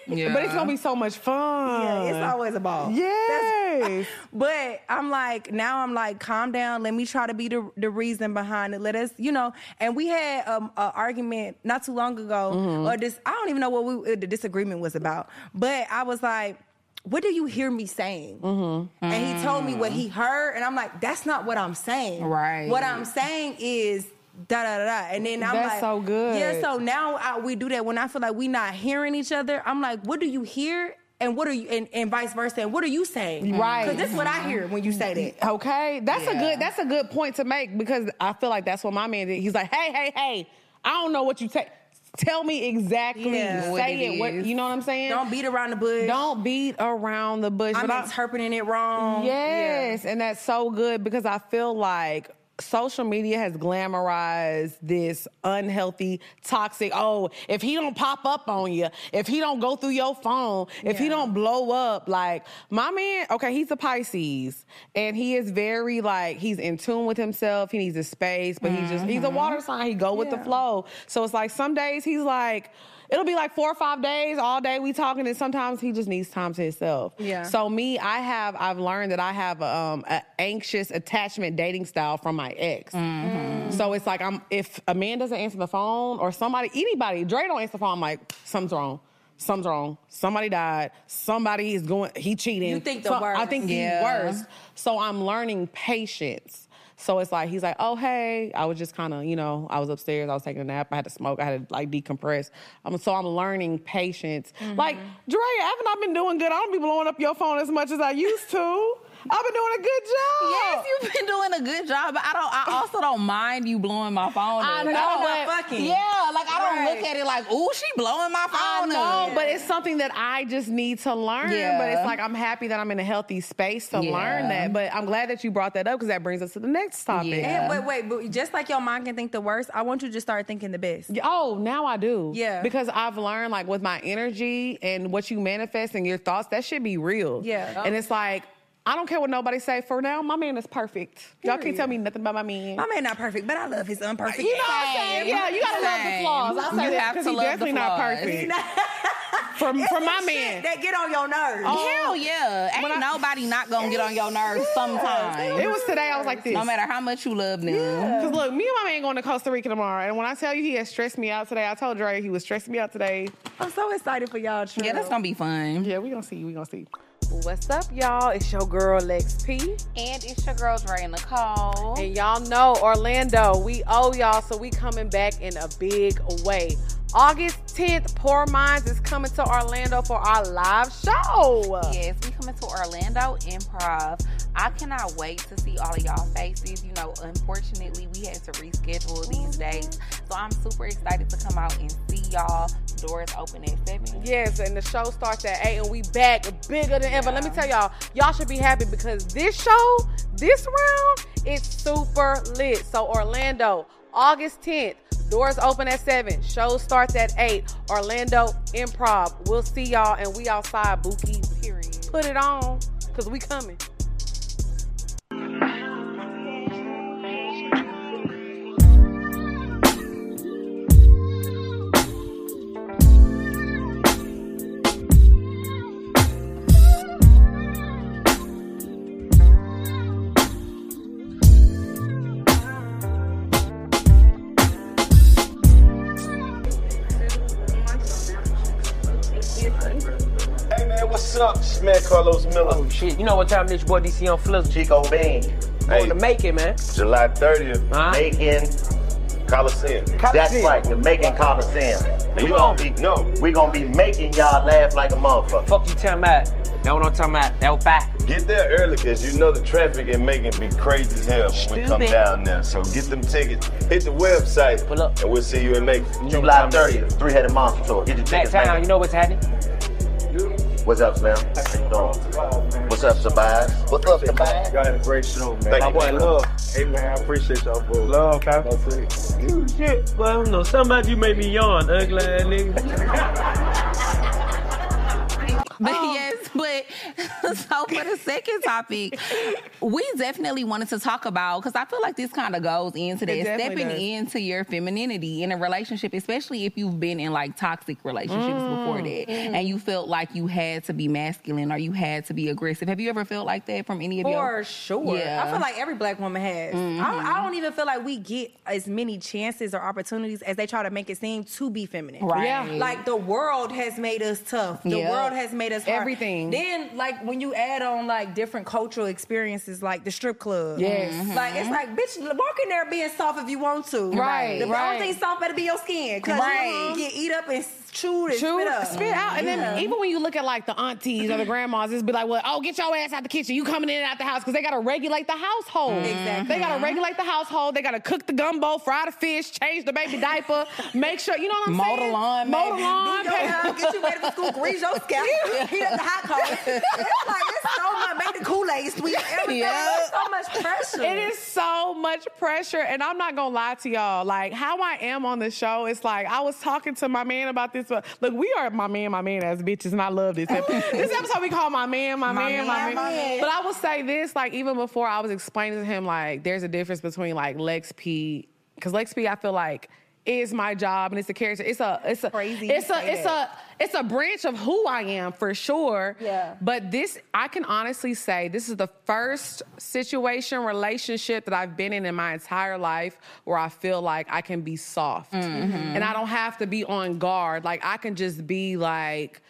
B: Yeah.
E: But it's gonna be so much fun.
C: Yeah, it's always a ball.
E: Yes.
C: But I'm like, now I'm like, calm down. Let me try to be the, the reason behind it. Let us, you know. And we had um, an argument not too long ago,
E: Mm-hmm.
C: or this, I don't even know what we, uh, the disagreement was about. But I was like, what do you hear me saying?
E: Mm-hmm.
C: And he told me what
E: Mm.
C: he heard, and I'm like, that's not what I'm saying.
B: Right.
C: What I'm saying is. Da da da da, and then I'm
E: That's
C: like,
E: so good.
C: Yeah, so now I, we do that when I feel like we not hearing each other. I'm like, what do you hear? And what are you and, and vice versa? And what are you saying?
E: Right.
C: Because this is what I hear when you say
E: Mm-hmm.
C: that.
E: Okay, that's a
B: Yeah.
E: good that's a good point to make because I feel like that's what my man did. He's like, hey, hey, hey, I don't know what you take. Tell me exactly.
C: Yeah.
E: Say
B: What
E: it.
B: it
E: What
B: is.
E: you know what I'm saying?
C: Don't beat around the bush.
E: Don't beat around the bush.
C: I'm
E: But I-
C: interpreting it wrong.
E: Yes, and that's so good because I feel like social media has glamorized this unhealthy, toxic. Oh, if he don't pop up on you, if he don't go through your phone, if he
C: Yeah.
E: don't blow up, like my man. Okay, he's a Pisces, and he is very like he's in tune with himself. He needs his space, but he's just he's a water sign. He go with the
C: Mm-hmm. Yeah.
E: flow. So it's like some days he's like. It'll be like four or five days, all day we talking, and sometimes he just needs time to himself.
C: Yeah.
E: So so me, I have I've learned that I have um, an anxious attachment dating style from my ex.
A: Mm-hmm.
E: So it's like I'm if a man doesn't answer the phone or somebody anybody Dre don't answer the phone, I'm like something's wrong. something's wrong. Somebody died. Somebody is going. He cheating.
A: You think the
E: So I
A: worst.
E: think
B: Yeah.
E: the worst. So I'm learning patience. So it's like he's like, oh hey, I was just kind of, you know, I was upstairs, I was taking a nap, I had to smoke, I had to like decompress. Um, so I'm learning patience.
B: Mm-hmm.
E: Like, Dre, haven't I been doing good? I don't be blowing up your phone as much as I used to. I've been doing a good job.
B: Yes, you've been doing a good job, but I don't. I also don't mind you blowing my phone.
E: I
B: up.
E: know,
B: Y'all
E: but-
B: not fucking. Yeah, like I don't look at it like, ooh, she blowing my
E: I
B: phone.
E: know,
B: up.
E: but it's something that I just need to learn. But
B: Yeah.
E: it's like I'm happy that I'm in a healthy space to
B: Yeah.
E: learn that. But I'm glad that you brought that up because that brings us to the next topic.
B: Yeah.
C: And, but wait, but just like your mind can think the worst, I want you to just start thinking the best.
E: Yeah, Oh, now I do.
C: Yeah.
E: Because I've learned like with my energy and what you manifest and your thoughts, that should be real.
C: Yeah.
E: And it's like, I don't care what nobody say for now, my man is perfect. Y'all can't tell me nothing about my man.
C: My man not perfect, but I love his unperfect.
E: you know what I'm saying? Yeah, you gotta
B: Same.
E: love the flaws. I say
B: You
E: that
B: have
E: because
B: to
E: he
B: love the
E: definitely not
B: flaws.
E: perfect. for for my man.
C: that get on your nerves.
E: Oh,
B: Hell yeah. Ain't
E: When I-
B: nobody not gonna get on your nerves
E: it
B: sometime.
E: was today. I was like this.
B: No matter how much you love them.
E: Cause look, me and my man going to Costa Rica tomorrow, and when I tell you he has stressed me out today, I told Dre he was stressing me out today.
C: I'm so excited for y'all. True.
B: Yeah, that's gonna be fun.
E: Yeah, we gonna see. We gonna see.
F: What's up, y'all? It's your girl Lex P.
B: And it's your girls Ray and Nicole.
F: And y'all know Orlando, we owe y'all, so we coming back in a big way. August 10th, Poor Minds is coming to Orlando for our live show.
B: Yes, we coming to Orlando Improv. I cannot wait to see all of y'all faces. You know, unfortunately, we had to reschedule these dates. So I'm super excited to come out and see y'all. Doors open at 7.
F: Yes, and the show starts at 8 and we back bigger than ever. Let me tell y'all, y'all should be happy because this show, this round, it's super lit. So Orlando, August 10th, doors open at 7, show starts at 8, Orlando Improv. We'll see y'all and we outside, Bookie. Period. Put it on, cause we coming.
G: Hey man, what's up? It's man Carlos Miller.
H: Oh shit, you know what time this boy DC on Flip
G: Chico Bean.
H: going to make it, man.
G: July 30th,
H: Huh?
G: Macon Coliseum. That's
H: Coliseum.
G: right, the Macon Coliseum. And we
H: on.
G: gonna be no, we gonna be making y'all laugh like a motherfucker.
H: Fuck you talking about. That what I'm talking about. That was back.
G: Get there early, cause you know the traffic in Macon be crazy as hell when we come
H: Stupid.
G: down there. So get them tickets, hit the website,
H: Pull up.
G: and we'll see you in Macon. July
H: time to see
G: 30th, Three Headed Monster Tour. Get your
H: That
G: tickets,
H: time,
G: man.
H: you know what's happening?
G: What's up, Slim? How you doing? What's up, Sabaz? What's up, Sabaz?
I: Y'all had a great show, man.
G: Thank
I: my
G: you,
I: boy,
G: man.
I: love. Hey, man, I appreciate y'all, boy. Love, man.
H: Shit, well, I don't know. Somebody you made me yawn, ugly ass nigga.
B: But
E: Um,
B: yes, but so for the second topic, we definitely wanted to talk about because I feel like this kind of goes into that
E: definitely
B: stepping
E: does.
B: into your femininity in a relationship, especially if you've been in like toxic relationships
E: Mm.
B: before that and you felt like you had to be masculine or you had to be aggressive. Have you ever felt like that from any of
C: For
B: your?
C: sure.
B: Yeah.
C: I feel like every black woman has. I, don't, I don't even feel like we get as many chances or opportunities as they try to make it seem to be feminine.
B: Right.
E: Yeah.
C: Like the world has made us tough. The
B: Yeah.
C: world has made us hard.
E: Everything.
C: Then, like when you add on like different cultural experiences, like the strip club.
E: Yes. Mhm.
C: Like it's like, bitch, walk in there being soft if you want to.
E: Right,
C: The
E: right.
C: only thing soft better be your skin, cause
B: Right.
C: you get eat up and chewed and
E: True,
C: spit up.
E: spit out, and then even when you look at like the aunties or the grandmas, it's be like, "Well, oh, get your ass out the kitchen. You coming in and out the house because they gotta regulate the household.
B: Mm-hmm.
C: Exactly.
E: They gotta regulate the household. They gotta cook the gumbo, fry the fish, change the baby diaper, make sure you know what I'm
B: Mow the
E: saying.
B: lawn,
E: mow
B: maybe.
E: the lawn,
C: Your
E: pay-
C: hair, get you ready for school, grease your scalp, heat up the hot coffee. It's like it's so much. Make the Kool Aid sweet. Everything.
B: Yeah.
C: It's so much pressure.
E: It is so much pressure, and I'm not gonna lie to y'all. Like how I am on the show, it's like I was talking to my man about this. But look, we are my man, my man as bitches, and I love this. episode. this episode we call my man, my, man, my man. But I will say this, like even before I was explaining to him, like there's a difference between like Lex P, because Lex P, I feel like.
A: is my job and it's a character. It's a it's a
C: Crazy
A: It's
C: you
A: a
C: say
A: it's a it's a branch of who I am for sure.
C: Yeah.
A: But this I can honestly say this is the first situation relationship that I've been in in my entire life where I feel like I can be soft and I don't have to be on guard. Like I can just be like.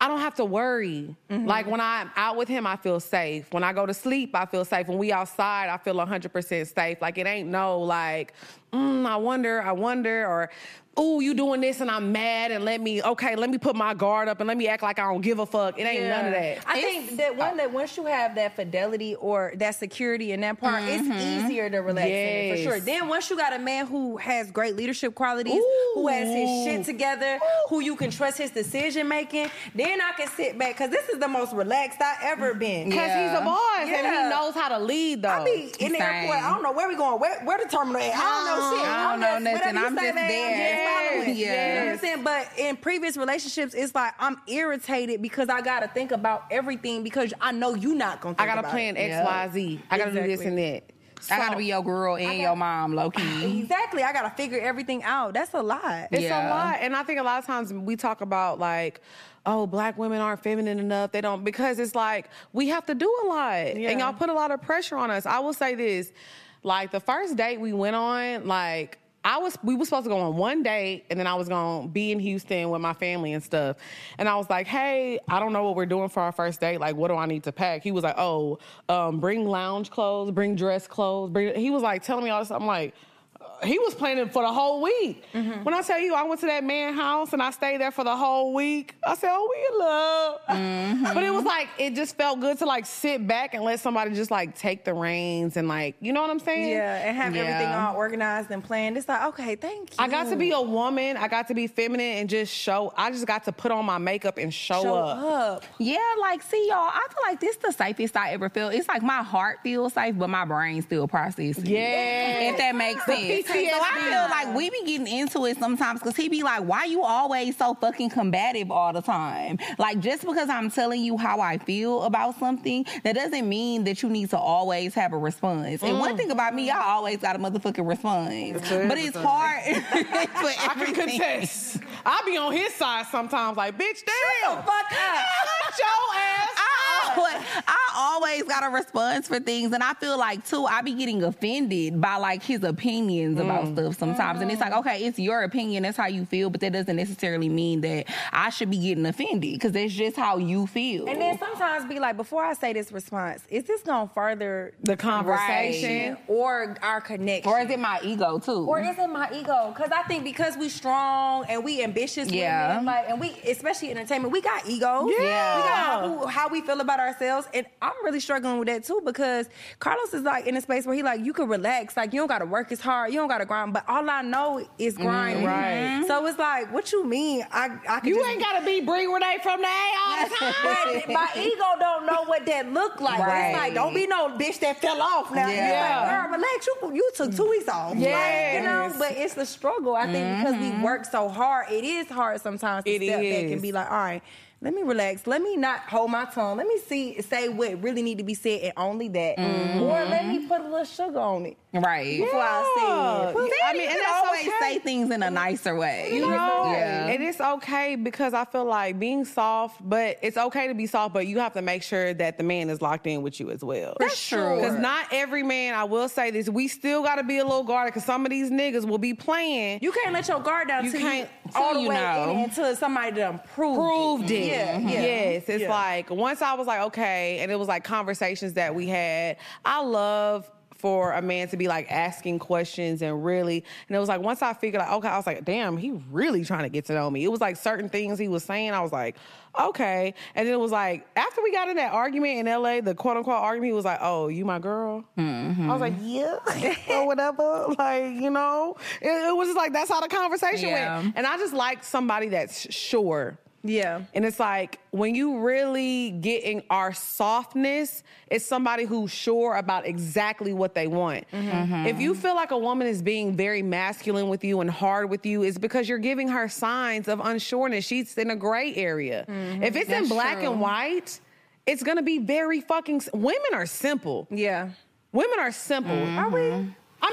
A: I don't have to worry. Like when I'm out with him, I feel safe. When I go to sleep, I feel safe. When we outside, I feel 100% safe. Like it ain't no like, mm, I wonder, I wonder, or ooh, you doing this and I'm mad and let me, okay, let me put my guard up and let me act like I don't give a fuck. It ain't none of that.
C: I think that one that once you have that fidelity or that security in that part, it's easier to relax in it, for
A: Yes.
C: sure. Then once you got a man who has great leadership qualities, who has his shit together, who you can trust his decision making, then I can sit back because this is the most relaxed I ever been.
A: Because he's a boss and
C: Yeah.
A: he knows how to lead though.
B: Oh,
C: I be in the airport. I don't know where we going. Where, where the terminal at? I don't know shit.
B: Oh, I don't
C: I'm
B: know
C: just-
B: nothing.
C: whatever you
B: I'm
C: say,
B: just
C: man,
B: there.
C: I'm just following.
B: Yes,
C: You know what I'm
B: yes.
C: saying? But in previous relationships, it's like I'm irritated because I gotta think about everything because I know you not gonna. Think
A: I gotta
C: about
A: plan
C: it.
A: X, Y, Z. I gotta do this and
C: Exactly.
A: that.
B: I gotta be your girl and your mom, low key.
C: Exactly. I gotta figure everything out. That's a lot.
A: It's
B: Yeah.
A: a lot. And I think a lot of times we talk about like, oh, black women aren't feminine enough. They don't because it's like we have to do a lot. And y'all put a lot of pressure on us. I will say this. Like the first date we went on, like I was we were supposed to go on one date and then I was gonna be in Houston with my family and stuff. And I was like, hey, I don't know what we're doing for our first date. Like, what do I need to pack? He was like, oh, um, bring lounge clothes, bring dress clothes, bring he was like telling me all this. I'm like, he was planning for the whole week.
B: Mm-hmm.
A: When I tell you, I went to that man house and I stayed there for the whole week. I said, "Oh, we in love,"
B: Mm-hmm.
A: but it was like it just felt good to like sit back and let somebody just like take the reins and like you know what I'm saying?
C: Yeah, and have everything
B: Yeah.
C: all organized and planned. It's like, okay, thank you.
A: I got to be a woman. I got to be feminine and just show. I just got to put on my makeup and show,
C: show
A: up.
C: up.
B: Yeah, like see y'all, I feel like this the safest I ever feel. It's like my heart feels safe, but my brain still processes. it.
A: Yes.
B: If that makes sense. So I
A: PTSD.
B: feel like we be getting into it sometimes because he be like, why you always so fucking combative all the time? Like just because I'm telling you how I feel about something, that doesn't mean that you need to always have a response. And
A: Mm.
B: one thing about me, I always got a motherfucking response. But it's hard for
A: I can
B: everything.
A: contest. I be on his side sometimes, like bitch, damn,
B: the fuck up.
A: Shut your ass.
B: I
A: up.
B: always, I always got a response for things, and I feel like too I be getting offended by like his opinions about
A: Mm.
B: stuff sometimes, and it's like
A: Mm-hmm.
B: okay, it's your opinion, that's how you feel, but that doesn't necessarily mean that I should be getting offended because that's just how you feel.
C: And then sometimes be like, before I say this response, is this gonna further
A: The conversation.
C: or our connection?
B: or is it my ego too?
C: or is it my ego? Because I think because we strong and we ambitious,
B: Yeah.
C: women, like, and we especially entertainment, we got egos.
A: Yeah.
C: we got how, how we feel about ourselves, and I'm really struggling with that too because Carlos is like in a space where he like you can relax, like you don't got to work as hard, you don't got to grind. But all I know is
B: Mm-hmm.
C: grinding.
A: right.
C: So it's like, what you mean? I I can
A: You
C: just-
A: ain't gotta be Brie Renee from the A all the time.
C: but my ego don't know what that looked like. But
B: Right.
C: It's like, don't be no bitch that fell off now.
B: Yeah.
C: It's like, girl, relax. You, you took two weeks off. Like, Mm-hmm. you know,
A: Yes.
C: but it's the struggle. I think because we work so hard, it is hard sometimes to
A: It
C: step back and
A: is.
C: be like, all right, let me relax. Let me not hold my tongue. Let me see, say what really need to be said and only that. Or let me put a little sugar on it.
B: right.
C: Before I say it.
A: Yeah. I mean,
B: you
A: and
B: can
A: that's
B: always
A: okay.
B: say things in a nicer way.
A: You know,
B: Yeah.
A: and it's okay because I feel like being soft, but it's okay to be soft, but you have to make sure that the man is locked in with you as well.
B: For sure.
A: Because not every man, I will say this, we still got to be a little guarded because some of these niggas will be playing.
C: You can't let your guard down
A: You
C: till
A: can't-
C: you all
B: till
C: the
B: you
C: way
B: know.
C: in it until somebody done proved,
A: proved it. Mm-hmm.
C: Yeah, yeah.
A: Yes, it's
C: Yeah.
A: like once I was like, okay, and it was like conversations that we had. I love for a man to be like asking questions and really, and it was like once I figured out, okay, I was like, damn, he really trying to get to know me. It was like certain things he was saying, I was like, okay, and then it was like after we got in that argument in L.A., the quote unquote argument, he was like, oh, you my girl.
C: Mm-hmm.
A: I was like, yeah, or whatever. Like, you know, it, it was just like that's how the conversation
B: Yeah.
A: went, and I just like somebody that's sure.
C: Yeah.
A: And it's like when you really get in our softness, it's somebody who's sure about exactly what they want.
B: Mm-hmm.
A: If you feel like a woman is being very masculine with you and hard with you, it's because you're giving her signs of unsureness. She's in a gray area.
B: Mm-hmm.
A: If it's in black and white, it's gonna be very fucking. s- Women are simple.
C: Yeah.
A: Women are simple. Are we? I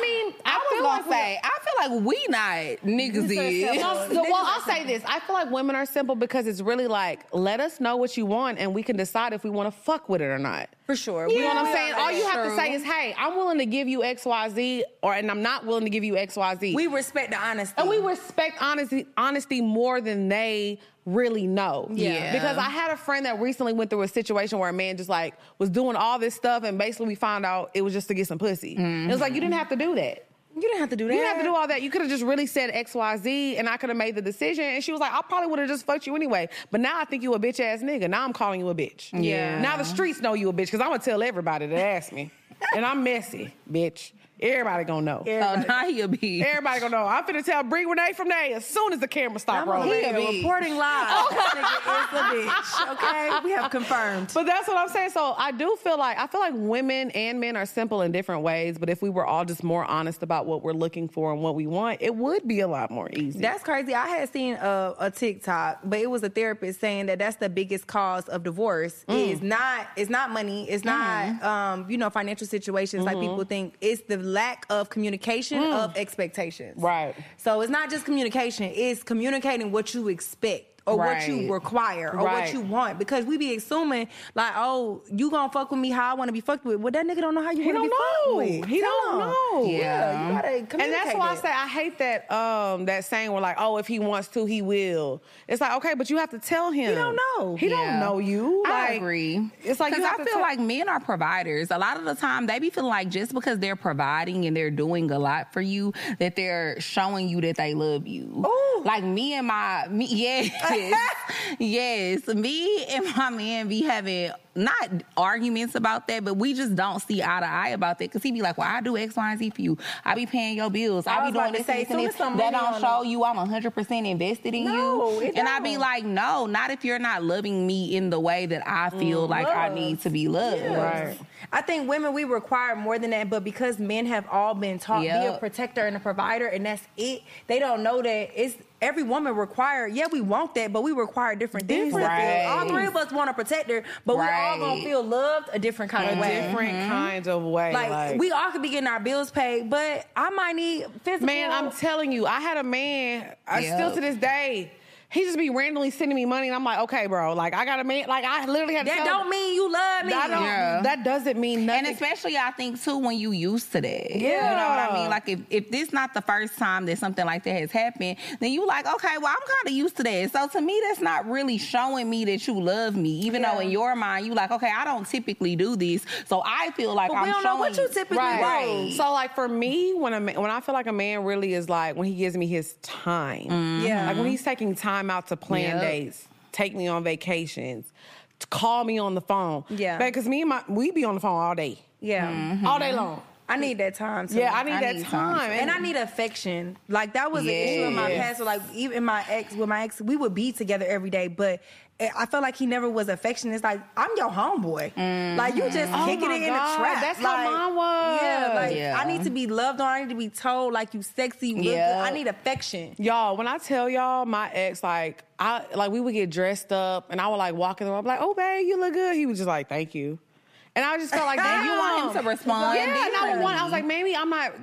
A: mean, I,
B: Mm-hmm. I was
A: feel
B: gonna
A: like we-
B: say, I feel like we not niggas
A: No,
B: is.
A: no, well, I'll say this. I feel like women are simple because it's really like, let us know what you want and we can decide if we want to fuck with it or not.
C: For sure.
A: You know what I'm saying? All you have to
B: True.
A: say is, hey, I'm willing to give you XYZ or and I'm not willing to give you XYZ.
C: We respect the honesty.
A: and we respect honesty honesty more than they really know.
B: Yeah.
A: Because I had a friend that recently went through a situation where a man just like was doing all this stuff and basically we found out it was just to get some pussy. It was like you didn't have to do that.
C: you didn't have to do that.
A: You didn't have to do all that. You could have just really said X, Y, Z, and I could have made the decision. And she was like, I probably would have just fucked you anyway. But now I think you a bitch ass nigga. Now I'm calling you a bitch.
B: Yeah.
A: Now the streets know you a bitch because I'm gonna tell everybody that ask me, and I'm messy, bitch. Everybody gonna know.
B: So now he'll be.
A: Everybody gonna know. I'm finna tell Bree Renee from there as soon as the camera stop
C: I'm over
A: rolling.
C: here
B: bitch.
C: reporting live. This nigga is a bitch. Okay, we have confirmed.
A: But that's what I'm saying. So I do feel like I feel like women and men are simple in different ways. But if we were all just more honest about what we're looking for and what we want, it would be a lot more easy.
C: That's crazy. I had seen a, a TikTok, but it was a therapist saying that that's the biggest cause of divorce.
A: Mm.
C: Is not it's not money. It's not um you know financial situations
A: Mm-hmm.
C: like people think. It's the lack of communication of expectations.
A: Mm. Right.
C: So it's not just communication. It's communicating what you expect. Or what
B: Right.
C: you require, or
A: Right.
C: what you want, because we be assuming like, oh, you gonna fuck with me how I want to be fucked with. Well, that nigga don't know how you
A: He
C: want
A: don't
C: to be fucked
A: know.
C: with.
A: He
C: Tell
A: don't
C: him.
A: know.
C: Yeah, you gotta communicate.
A: And that's why I
C: it.
A: say I hate that um that saying where like, oh, if he wants to, he will. It's like, okay, but you have to tell him. He
C: don't know.
A: He don't
B: Yeah.
A: know you.
B: I
A: Like,
B: agree.
A: It's like you
B: because
A: have
B: I
A: to
B: feel
A: tell-
B: like men are providers. A lot of the time, they be feeling like just because they're providing and they're doing a lot for you, that they're showing you that they love you.
C: Ooh.
B: Like me and my me, yes, yes, me and my man be having not arguments about that, but we just don't see eye to eye about that. Cause he be like, "Well, I do X, Y, and Z for you. I be paying your bills. I,
C: I
B: be
C: was
B: doing
C: about to
B: this,
C: say,
B: and this, and
C: soon
B: this.
C: as some
B: That
C: money
B: don't show
C: on
B: you I'm 100 percent invested in
C: No,
B: you."
C: it
B: And I be
C: don't.
B: like like, no, not if you're not loving me in the way that I feel like I
C: Mm-hmm. love.
B: need to be loved.
C: Right. I think women we require more than that, but because men have all been taught be a
B: Yep.
C: protector and a provider, and that's it. They don't know that it's every woman required. Yeah, we want that, but we require different things.
B: Different Right.
C: All three of us want a protector, but
B: Right.
C: we all gonna feel loved a different kind
A: a
C: of way.
A: different kind of way.
C: Mm-hmm. Like,
A: Like,
C: we all could be getting our bills paid, but I might need physical.
A: man, I'm telling you, I had a man. I
B: Yep.
A: still to this day. He just be randomly sending me money, and I'm like, okay, bro. Like I got a man. Like I literally had to
C: that
A: tell
C: don't
A: him,
C: mean you love me.
A: that don't.
B: Yeah.
A: That doesn't mean nothing.
B: And especially, I think too, when you used to that. you know what I
A: Yeah.
B: mean. Like, if if this not the first time that something like that has happened, then you like, okay, well, I'm kind of used to that. So to me, that's not really showing me that you love me, even though in your mind you like, okay, I don't typically do this, so I feel like
C: But
B: I'm
C: we don't
B: showing
C: know what you typically
A: Right.
C: want.
A: So like for me, when I when I feel like a man really is like when he gives me his time,
C: Yeah.
A: like when he's taking time out to plan
B: Yep.
A: dates, take me on vacations, to call me on the phone,
C: Yeah.
A: because me and my we be on the phone all day,
C: Yeah,
A: all day long.
C: I need that time. Too.
A: Yeah, I need
B: I
A: that
B: need
A: time,
B: time.
C: and I need affection. Like that was an issue in my
A: Yes.
C: past. Like even my ex, with my ex, we would be together every day, but I felt like he never was affectionate. It's like I'm your homeboy. Like you just kicking
A: Mm-hmm. Oh my
C: it in
A: God,
C: the trap.
A: that's how
C: like,
A: mine was.
C: Yeah, like
B: Yeah.
C: I need to be loved on. I need to be told like you sexy. you look good.
B: Yeah.
C: I need affection.
A: Y'all, when I tell y'all my ex, like I like we would get dressed up and I would like walk in the room, I'd be like, oh babe, you look good. He was just like, thank you. And I just felt like
B: And you want him
A: damn.
B: to respond.
A: Yeah, and I, one, I was like, maybe I'm not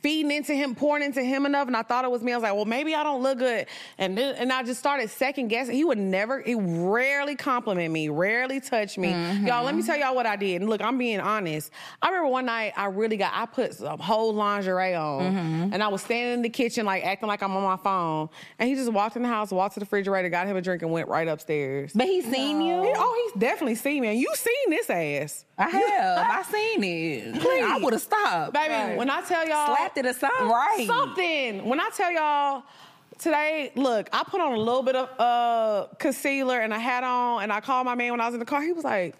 A: feeding into him, pouring into him enough. And I thought it was me. I was like, well, maybe I don't look good. And then, and I just started second guessing. He would never, he rarely compliment me, rarely touch me. Y'all, let me tell y'all what I did. And look, I'm being honest. I remember one night I really got, I put some whole lingerie on and I was standing in the kitchen, like acting like I'm on my phone. And he just walked in the house, walked to the refrigerator, got him a drink and went right upstairs.
B: but he seen
A: He-
B: you.
A: oh, he's definitely seen me. And you seen this ass.
B: I have. I seen it. I would have stopped.
A: Baby, when I tell y'all
B: slapped it or something. Right.
A: something. When I tell y'all today, look, I put on a little bit of uh, concealer and a hat on, and I called my man when I was in the car. He was like,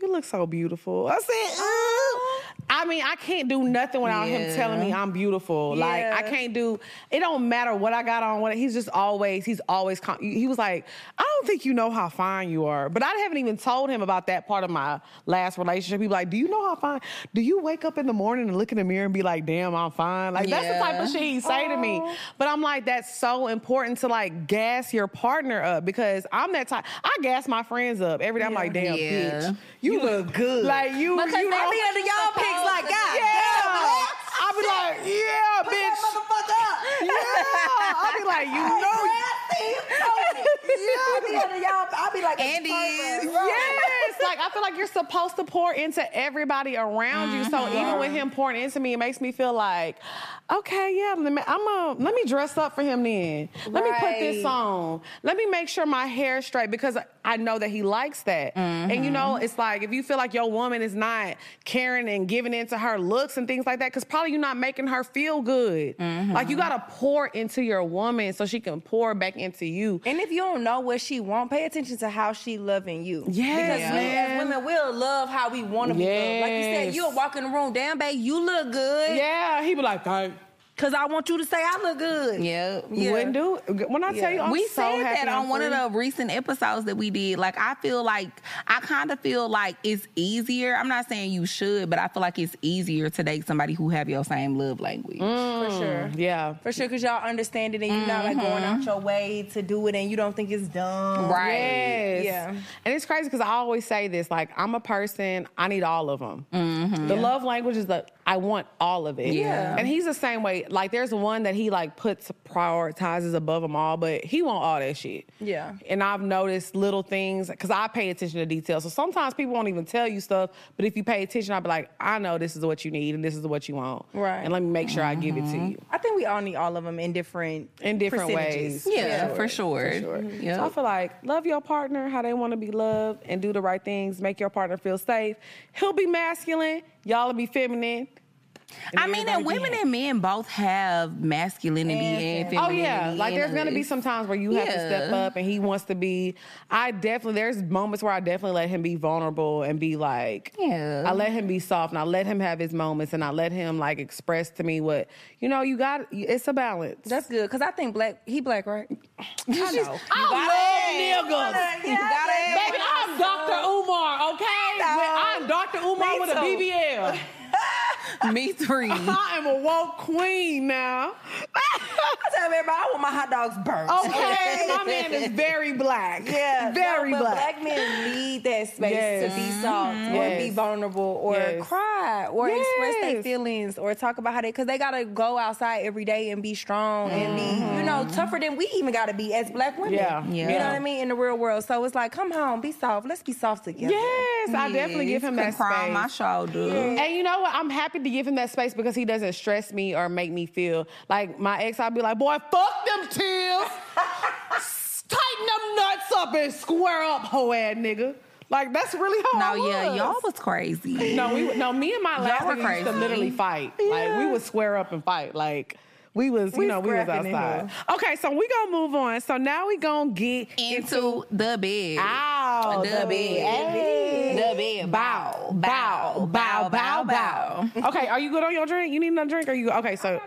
A: "You look so beautiful." I said, "Ooh." "I mean, I can't do nothing without him
B: Yeah.
A: telling me I'm beautiful. Like, I
C: Yeah.
A: can't do. It don't matter what I got on. What he's just always he's always. Con- he was like, "I don't think you know how fine you are." But I haven't even told him about that part of my last relationship. He was like, "Do you know how fine? Do you wake up in the morning and look in the mirror and be like, damn, I'm fine?' Like that's the type of
B: Yeah. Oh.
A: shit he say to me. But I'm like, that's so important to like gas your partner up because I'm that type. I gas my friends up every day. I'm like, damn,
B: Yeah.
A: bitch, you, look good. Like you,
B: Because
A: you
B: they
A: know-
B: be under y'all pics like, God
A: yeah.
B: damn,
A: I I'll be like, yeah, bitch. Yeah. I'll be like, you know. Yeah.
J: I'll be like,
B: Andy is.
A: Yes. Like, I feel like you're supposed to pour into everybody around you. So even with him pouring into me, it makes me feel like, okay, yeah, let me, I'm a, let me dress up for him then. Let me put this on. Let me make sure my hair's straight because I know that he likes that. And you know, it's like if you feel like your woman is not caring and giving into her looks and things like that, because probably you're not making her feel good. Like you gotta pour into your woman so she can pour back into you.
C: And if you don't know what she want, pay attention to how she loving you.
A: Yes,
C: because we
A: man.
C: as women, we'll love how we want to be loved. Like you said,
A: Yes.
C: you'll walk in the room, damn babe, you look good.
A: Yeah, he be like, I
C: Cause I want you to say I look good.
B: Yep.
A: wouldn't do. it. When I tell you, I'm
B: we
A: so
B: said
A: happy
B: that
A: I'm
B: on one of
A: free.
B: the recent episodes that we did. Like, I feel like I kind of feel like it's easier. I'm not saying you should, but I feel like it's easier to date somebody who have your same love language.
A: Mm,
C: For sure.
A: Yeah. Mm-hmm.
C: For sure, because y'all understand it and you're not like going out your way to do it and you don't think it's dumb.
B: Right.
A: Yes.
C: Yeah.
A: And it's crazy because I always say this like, I'm a person, I need all of them. The love language is the, I want all of it.
B: Mm-hmm. Yeah.
A: And he's the same way. Like, there's one that he like puts, prioritizes above them all, but he want all that shit.
C: Yeah.
A: And I've noticed little things because I pay attention to details. So sometimes people won't even tell you stuff, but if you pay attention, I'll be like, I know this is what you need and this is what you want.
C: Right.
A: And let me make sure I give it to
B: Mm-hmm.
A: you.
C: I think we all need all of them in different
A: in different
C: percentages.
A: ways.
B: Yeah, for sure. Mhm. Yep.
A: So I feel like love your partner how they want to be loved and do the right things. Make your partner feel safe. He'll be masculine. Y'all will be feminine.
B: I mean, and
A: everybody
B: women
A: can-
B: and men both have masculinity and
A: Oh
B: femininity.
A: yeah, like
B: in
A: there's gonna be
B: us.
A: some times where you have to step
B: Yeah.
A: up, and he wants to be. I definitely there's moments where I definitely let him be vulnerable and be like,
B: Yeah.
A: I let him be soft, and I let him have his moments, and I let him like express to me what you know. You got it's a balance.
C: That's good because I think black he black right.
A: I know.
C: I
A: I love niggas.
C: You gotta have
A: Baby, I'm Dr. Umar, okay? When I'm Dr. Umar
C: Me
A: with a
C: too.
A: BBL.
B: me three.
A: I am a woke queen now.
C: I tell everybody I want my hot dogs burnt.
A: Okay, my man is very black.
C: Yeah,
A: very
C: no, but
A: black.
C: men need that space
A: Yes.
C: to be soft or be
A: Yes.
C: vulnerable or
A: Yes.
C: cry or express their
A: Yes.
C: feelings or talk about how they because they gotta go outside every day and be strong and be you know tougher than we even gotta be as black women.
A: Mm-hmm. Yeah.
C: you
B: Yeah.
C: know what I mean in the real world. So it's like, come home, be soft. Let's be soft together.
A: Yes, I definitely give him that
B: Can cry on
A: space.
B: my shoulder.
A: And you know what? I'm happy to give him that space because he doesn't stress me or make me feel like my ex. I'd be like, boy, fuck them tears. Tighten them nuts up and square up, hoe ass nigga. Like, that's really
B: No,
A: how I
B: yeah,
A: was.
B: y'all was crazy.
A: No, we no. Me and my last
B: were
A: nigga used to
B: crazy.
A: literally fight. Like we would square up and fight. Like we was, you
C: We
A: know, we was
C: scrapping in
A: outside. Okay, so we gonna move on. So now we gonna get
B: Into the bed.
A: ow
B: The bed.
A: Hey.
B: The bed.
A: Bow, bow, bow, bow, bow. Okay, are you good on your drink? You need another drink? Are you okay? So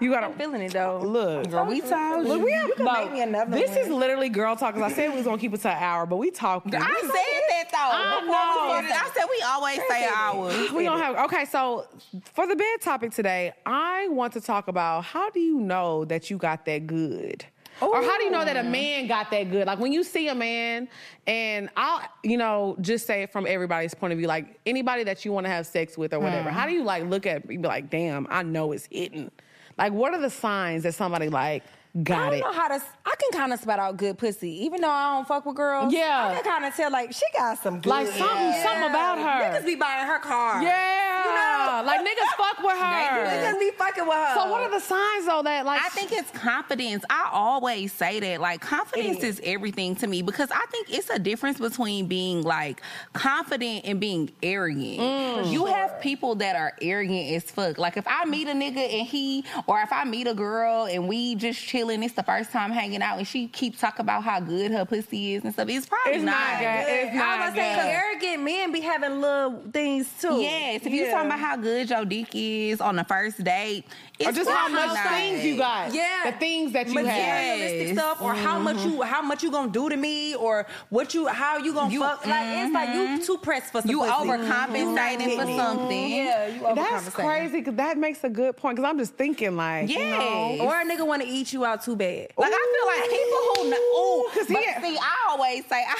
A: you
C: I'm
A: gotta
C: feeling it though.
A: look.
B: Girl, we told
A: Look,
B: you.
A: we have
C: You can
A: no,
C: make me another
A: This
C: one.
A: is literally girl talk. Cause I said we was gonna keep it to an hour, but we talking.
B: I said that though.
A: I
B: Before we
A: know.
B: started, I said we always say ours.
A: we don't have okay so for the bed topic today i want to talk about how do you know that you got that good or how do you know that a man got that good like when you see a man and i'll you know just say it from everybody's point of view like anybody that you want to have sex with or whatever how do you like look at be like damn i know it's hidden like what are the signs that somebody like
C: I
A: got
C: don't
A: it
C: know how to. I can kind of spot out good pussy, even though I don't fuck with girls.
A: Yeah.
C: I can kind of tell like she got some good.
A: Like, something- something about her.
C: Niggas be buying her car.
A: yeah
C: You know?
A: like niggas fuck with
C: Niggas
A: her
C: be fucking with her.
A: so what are the signs though that like
B: I think it's confidence. I always say that. Like, confidence is everything to me because I think it's a difference between being like confident and being arrogant.
A: Mm.
B: you have people that are arrogant as fuck. Like, if I meet a nigga and he, or if I meet a girl and we just chilling, it's the first time hanging out, and she keeps talking about how good her pussy is and stuff. It's probably
A: It's not good. It's
C: I was
A: not
C: gonna say,
A: good.
C: arrogant men be having little things too.
B: Yes, if you're talking about how good your dick is on the first date, it's
A: or just how
B: probably
A: much
B: not.
A: things you got.
C: Yeah.
A: The things that you have.
C: materialistic
B: Yes.
C: stuff, or how much you how much you gonna do to me, or what you how you gonna fuck. Like it's like you too pressed for some
B: You
C: pussy.
B: overcompensating
A: Mm-hmm.
B: for
C: Mhm.
B: something.
C: Yeah, you overcompensating.
A: That's crazy because that makes a good point because I'm just thinking like, you
B: Yes.
A: know,
C: Or a nigga want to eat you out too bad.
B: Like I feel like people who know, ooh,
A: Ooh, 'cause
B: but
A: he-
B: see, I always say, I,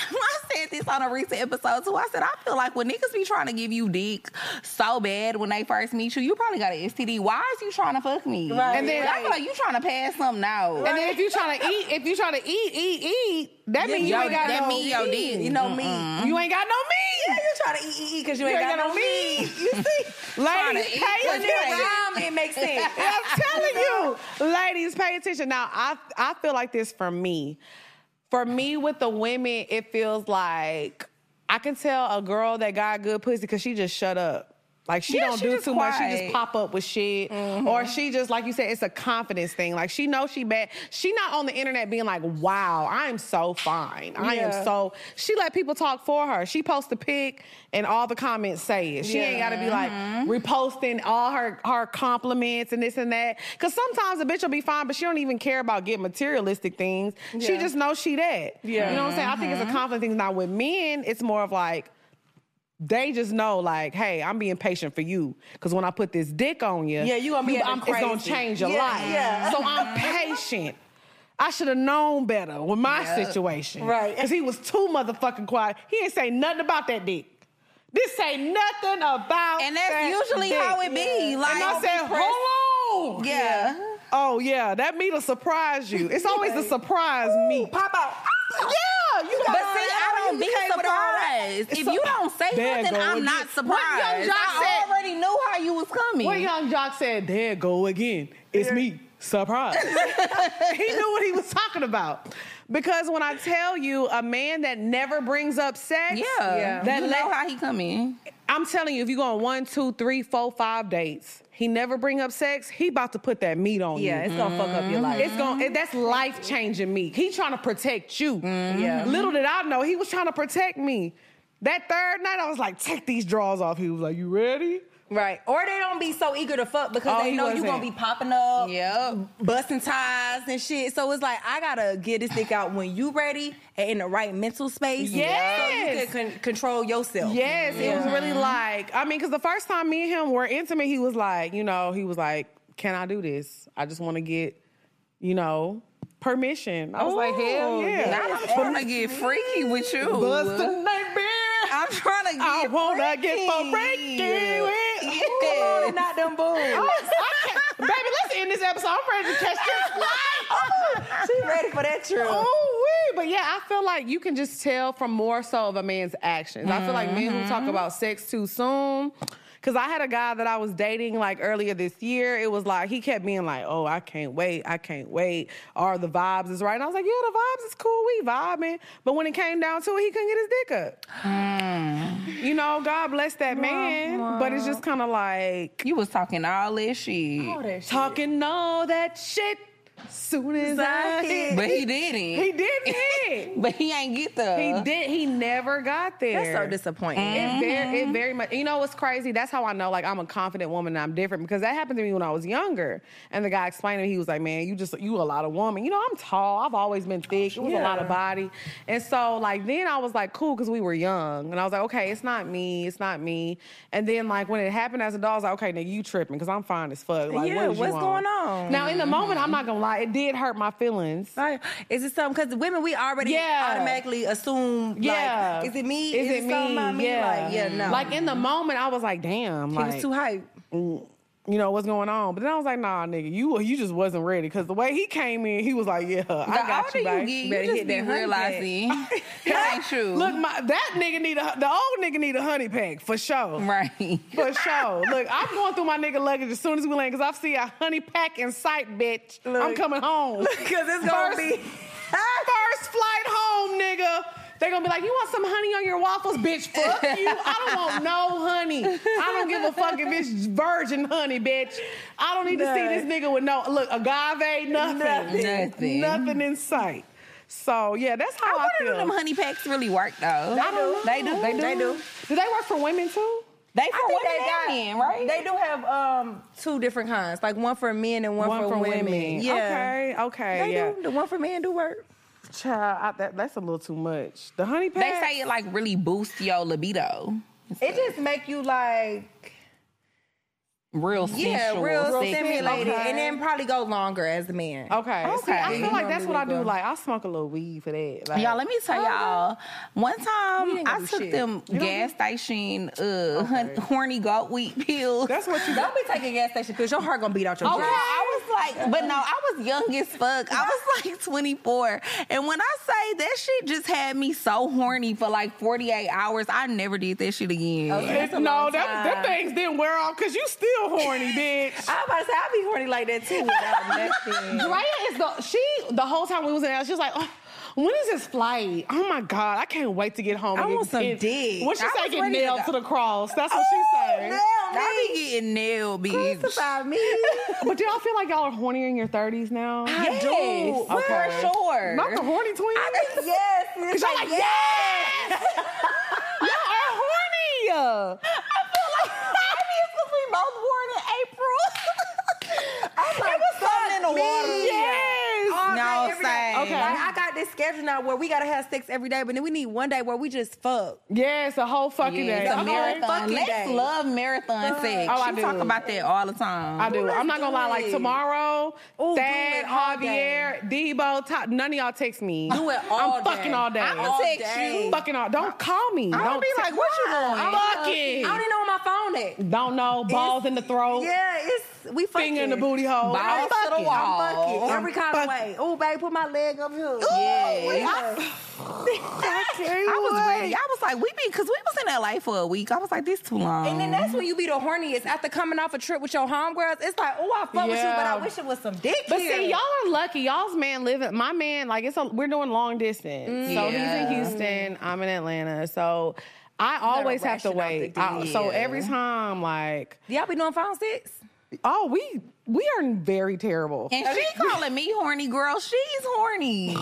B: said this on a recent episode too. I said I feel like when niggas be trying to give you dick so bad when they first meet you, you probably got an STD. Why is you trying to fuck me?
D: Right.
B: And then I feel like you trying to pass something out.
A: And then if you trying to eat, if you trying to eat, eat, eat, that means you
B: Yo,
A: ain't got
B: that
A: no
B: mean yo did.
C: You know me.
A: You ain't got no meat.
C: Yeah, you try to eat, eat, eat because you, ain't got, no meat. You see?
A: Ladies,
B: eat
A: pay
B: what
C: When it
A: attention.
C: rhyme, it makes sense.
A: I'm telling you, ladies, pay attention. Now, I I feel like this for me. For me, with the women, it feels like I can tell a girl that got good pussy because she just shut up. Like she
B: Yeah,
A: don't
B: she
A: do
B: just
A: too much. She
B: quiet.
A: just pop up with shit, or she just like you said, it's a confidence thing. Like she knows she bad. She not on the internet being like, "Wow, I am so fine. I am so." She let people talk for her. She posts a pic, and all the comments say it. She ain't got to be like reposting all her her compliments and this and that. Because sometimes a bitch will be fine, but she don't even care about getting materialistic things. She just knows she that. Yeah, you know what I'm saying. I think it's a confidence thing. Now with men, it's more of like they just know like, hey, I'm being patient for you because when I put this dick on you,
C: Yeah, you gonna be
A: I'm,
C: acting
A: it's gonna
C: crazy.
A: change your
C: Yeah,
A: life.
C: yeah.
A: So I'm patient. I should have known better with my situation,
C: Right.
A: Because he was too motherfucking quiet. He ain't say nothing about that dick. This ain't nothing about.
B: And that's
A: that
B: usually
A: dick.
B: how it be. Like
A: and I said, hold on.
B: yeah.
A: Oh yeah, that meat'll surprise you. It's always the surprise meat.
C: Pop out.
A: Yeah, you
B: But see,
A: got
B: I don't be surprised. If you don't say
A: There
B: nothing,
A: go
B: I'm
A: again.
B: not surprised.
A: What Young Jock
B: I
A: said-
B: already knew how you was coming.
A: What young jock said, there go again. It's me. Surprise. he knew what he was talking about. Because when I tell you a man that never brings up sex,
B: yeah.
A: that
B: You
A: let-
B: know how he coming.
A: I'm telling you, if you go on one, two, three, four, five dates, he never bring up sex, he about to put that meat on you.
C: Yeah, it's gonna fuck up your life.
A: It's going to that's life changing me. He trying to protect you.
C: Mm-hmm. Yeah.
A: Little did I know he was trying to protect me. That third night, I was like, take these drawers off. He was like, you ready?
C: Right. Or they don't be so eager to fuck because
A: Oh,
C: they
A: he
C: know you
A: wasn't.
C: gonna be popping up,
B: Yep.
C: busting ties and shit. So it's like I gotta get this dick out when you ready and in the right mental space. So you
A: Yes.
C: can con- control yourself.
A: Yes, it was really like, I mean, because the first time me and him were intimate, he was like, you know, he was like, can I do this? I just want to get, you know, permission. I was like, hell Oh,
B: Now
A: yeah.
B: I'm trying to get freaky with you.
A: Bust a nut, bitch.
B: I'm trying to get
A: I want to get for
B: freaky.
A: breaking. with-
B: Yeah.
C: Not them boobs.
A: I can't- Baby, let's end this episode. I'm ready to catch this
B: Oh,
A: flight.
C: she ready for that trip.
A: Oh, wee. But yeah, I feel like you can just tell from more so of a man's actions. I feel like men who talk about sex too soon. Cause I had a guy that I was dating like earlier this year. It was like he kept being like, "Oh, I can't wait, I can't wait." Or the vibes is right, and I was like, "Yeah, the vibes is cool, we vibing." But when it came down to it, he couldn't get his dick up. You know, God bless that man. But it's just kind of like
B: You was talking all this shit.
A: talking all that shit. Soon as I hit,
B: But he didn't.
A: he didn't hit.
B: But he ain't get the.
A: He did. He never got there.
C: That's so disappointing.
A: It very,
C: Mm-hmm.
A: it very much. You know what's crazy? That's how I know. Like I'm a confident woman and I'm different because that happened to me when I was younger. And the guy explained to me, he was like, "Man, you just you a lot of woman. You know, I'm tall. I've always been thick. It was a lot of body. And so like then I was like, cool, because we were young. And I was like, okay, it's not me. It's not me. And then like when it happened as a doll, I was like, okay, nigga, you tripping because I'm fine as fuck. Like,
C: Yeah,
A: what is you
C: what's
A: on?
C: going on? Mm-hmm.
A: Now in the moment, I'm not gonna lie, it did hurt my feelings.
C: Right. Is it something? Because women, we already
A: Yeah.
C: automatically assume.
A: Yeah.
C: Like, is it me?
A: Is, it,
C: something
A: me?
C: about me?
A: Yeah.
C: Like, yeah, no.
A: Like in the moment, I was like, damn,
C: he was
A: like,
C: too hype.
A: you know, what's going on? But then I was like, nah, nigga, you you just wasn't ready. Because the way he came in, he was like, yeah, I
B: the
A: got
B: older
A: you, babe.
B: you get,
C: Better
B: you just
C: hit
B: be
C: that honey
B: realizing that ain't true.
A: Look, my, that nigga need a, the old nigga need a honey pack, for sure.
B: right.
A: For sure. Look, I'm going through my nigga luggage as soon as we land, because I see a honey pack in sight, bitch. I'm
C: Look.
A: coming home.
C: Because it's gonna
A: First-
C: be.
A: first flight home, nigga. They're gonna be like, you want some honey on your waffles, bitch? Fuck you. I don't want no honey. I don't give a fuck if it's virgin honey, bitch. I don't need to see this nigga with no look, agave, nothing.
B: Nothing.
A: Nothing, in sight. So yeah, that's how I,
B: I wonder
A: feel.
B: do them honey packs really work though.
A: I don't
B: They
A: know.
B: do.
A: They do. Do they work for women too?
B: They for
C: think
B: women
C: they got-
B: and men, right?
C: They do have um two different kinds, like one for men and one,
A: One for women.
C: Yeah.
A: Okay. Okay.
C: They
A: yeah.
C: do. The one for men do work.
A: Child, I, that, that's a little too much. The honey
B: They
A: pack.
B: say it like really boosts your libido.
C: It just make you like
B: real
C: Yeah,
B: sensual.
C: real
B: sexual.
C: stimulated, and then probably go longer as the man.
A: Okay. Okay. See, I
B: Okay.
A: feel like that's what I do. Like I smoke a little weed for that. Like,
B: Y'all, let me tell y'all. One time, I
A: do
B: took
A: shit.
B: them gas station uh, hun- horny goat wheat pills.
A: that's what you.
C: Don't be taking gas station because your heart gonna beat out your.
B: Oh, girl,
C: chest.
B: I was like, but no, I was young as fuck. I was like 24. And when I say that shit just had me so horny for like 48 hours, I never did that shit again.
A: It's, no, that, that things didn't wear off because you still horny, bitch.
C: I was about to say I'll be horny like that too without nothing.
A: Drea is the she the whole time we was in there, she was like, oh, when is this flight? Oh my god, I can't wait to get home.
C: I
A: and
C: want
A: get-
C: some
A: and-
C: dick.
A: What she
C: I
A: say?
C: was
A: Get
C: ready to
A: nailed
C: go. Oh,
A: to the cross. That's what she said.
B: I be getting nailed, bitch.
C: Crucify me.
A: But do y'all feel like y'all are horny in your thirties now?
B: I do,
A: Okay.
B: for sure.
A: Not the horny twins.
C: yes. It's
A: Y'all like, yes! Y'all are horny!
B: we both wore it in April.
C: I'm like, it was something in the water.
A: Yes!
C: All
B: No,
C: day, every day.
B: same.
C: Like, I got this schedule now where we gotta have sex every day, but then we need one day where we just fuck.
A: Yes, a whole fucking
B: Yeah,
A: day.
B: it's a
A: Okay.
B: marathon.
C: fucking
B: Let's
C: day.
B: love marathon sex.
A: Oh, I
B: she
A: do.
B: talk about that all the time.
A: I do. I'm not gonna lie. Like
C: it.
A: tomorrow,
C: Ooh, do
A: Thad,
C: it all day.
A: Javier, Debo, top, none of y'all text me.
C: Do it all
A: I'm
C: day.
A: fucking all day.
C: I'ma
A: All
C: text you.
A: Fucking all. Don't call me.
B: I'll
A: don't
B: be
A: te-
B: like, what you doing?
A: Fucking.
C: I don't even know where my phone
A: Don't know. Balls in the throat.
C: at. Yeah, it's we fucking
A: Finger in the booty hole.
B: Balls
C: I'm
B: to the
C: fucking.
B: wall.
C: I'm fucking
B: I'm
C: every kind of way. Oh, babe, put my leg up here.
B: Yeah.
A: Okay,
B: I was
A: what?
B: ready. I was like, we be because we was in LA for a week. I was like, this too long.
C: And then that's when you be the horniest after coming off a trip with your homegirls. It's like, oh, I fuck with you, but I
A: Yeah.
C: wish it was some dick
A: But
C: here.
A: see, y'all are lucky. Y'all's man living. My man, like it's a. We're doing long distance,
C: Mm.
A: so
B: Yeah.
A: he's in Houston. I'm in Atlanta, so I always have to
C: ration off the
A: wait.
C: dick.
A: I- so
B: Yeah.
A: every time, like,
C: y'all be doing phone sex?
A: oh, we we are very terrible.
B: and she calling me horny girl. She's horny. she be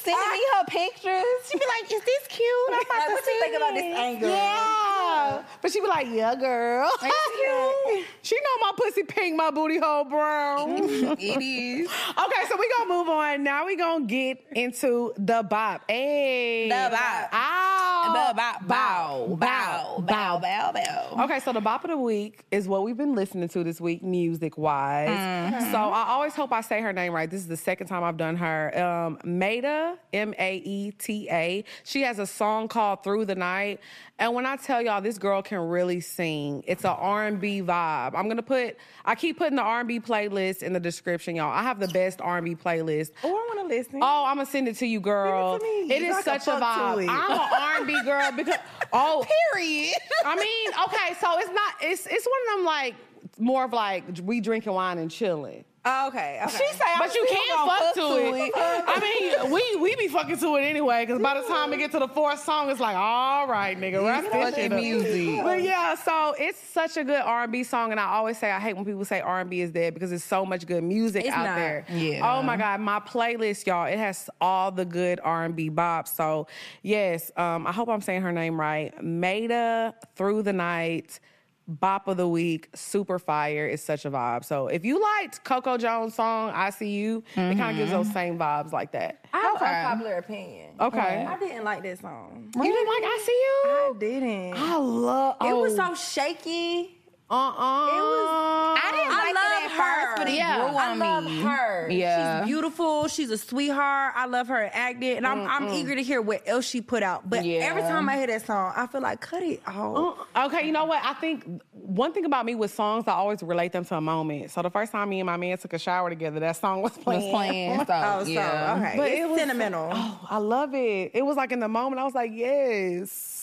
B: sending me her pictures. She be like, "Is this cute?" I'm about
C: Like,
B: to
C: what you think
B: see
C: about this
B: it."
C: angle?
A: Yeah. But she be like, yeah, girl. she know my pussy pink, my booty hole brown.
B: It is
A: Okay, so we gonna move on. Now we gonna get into the bop. Hey,
B: The bop.
A: Ow.
B: bow, bow, bow, bow, bow, bow, bow.
A: Okay, so the bop of the week is what we've been listening to this week, music wise.
B: Mm-hmm.
A: So I always hope I say her name right. This is the second time I've done her. Um, Maida, M A E T A. She has a song called "Through the Night," and when I tell y'all, this girl can really sing. It's an R and B vibe. I'm gonna put. I keep putting the R and B playlist in the description, y'all. I have the best R and B playlist.
C: Oh, I want to listen.
A: Oh, I'm gonna send it to you, girl.
C: Send it to me.
A: It is
C: I can
A: such a
C: fuck to
A: vibe.
C: it.
A: I'm an R&B girl because oh,
B: Period.
A: I mean, okay, so it's not. It's it's one of them like more of like we drinking wine and chilling.
C: Oh, okay, okay.
B: She say, "I'm
A: But you
B: still
A: can't
B: gonna
A: fuck, to, it. I mean, we we be fucking to it anyway. Because by the time we get to the fourth song, it's like, all right, nigga, wrap this
B: fucking
A: shit up."
B: music.
A: But yeah, so it's such a good R and B song, and I always say I hate when people say R and B is dead because there's so much good music
C: It's
A: out
C: not.
A: there.
B: Yeah.
A: Oh my god, my playlist, y'all, it has all the good R and B bops. So yes, um, I hope I'm saying her name right. Maida through the night. Bop of the week, super fire. It's such a vibe. So if you liked Coco Jones' song "I See You," it kind of gives those same vibes like that.
C: I have
B: Okay.
C: a popular opinion.
A: Okay.
C: I didn't like that song.
A: You didn't like "I See You"?
C: I didn't.
A: I love.
C: It was so shaky.
A: Uh uh.
C: It was-
B: I didn't
C: I
B: like
C: love
B: it at
C: her.
B: first, but it
A: Yeah.
B: grew
C: I
B: on
C: love
B: me.
C: her.
B: Yeah.
C: She's beautiful. She's a sweetheart. I love her acting. And I'm, I'm eager to hear what else she put out. But
B: Yeah. Oh,
C: every time I hear that song, I feel like, cut it off.
A: Okay, you know what? I think one thing about me with songs, I always relate them to a moment. So the first time me and my man took a shower together, that song was
B: Was
A: playing.
B: playing. So,
C: Oh, so,
B: yeah.
C: okay.
A: But
C: it's
A: it was-
C: sentimental.
A: Oh, I love it. It was like in the moment, I was like, yes.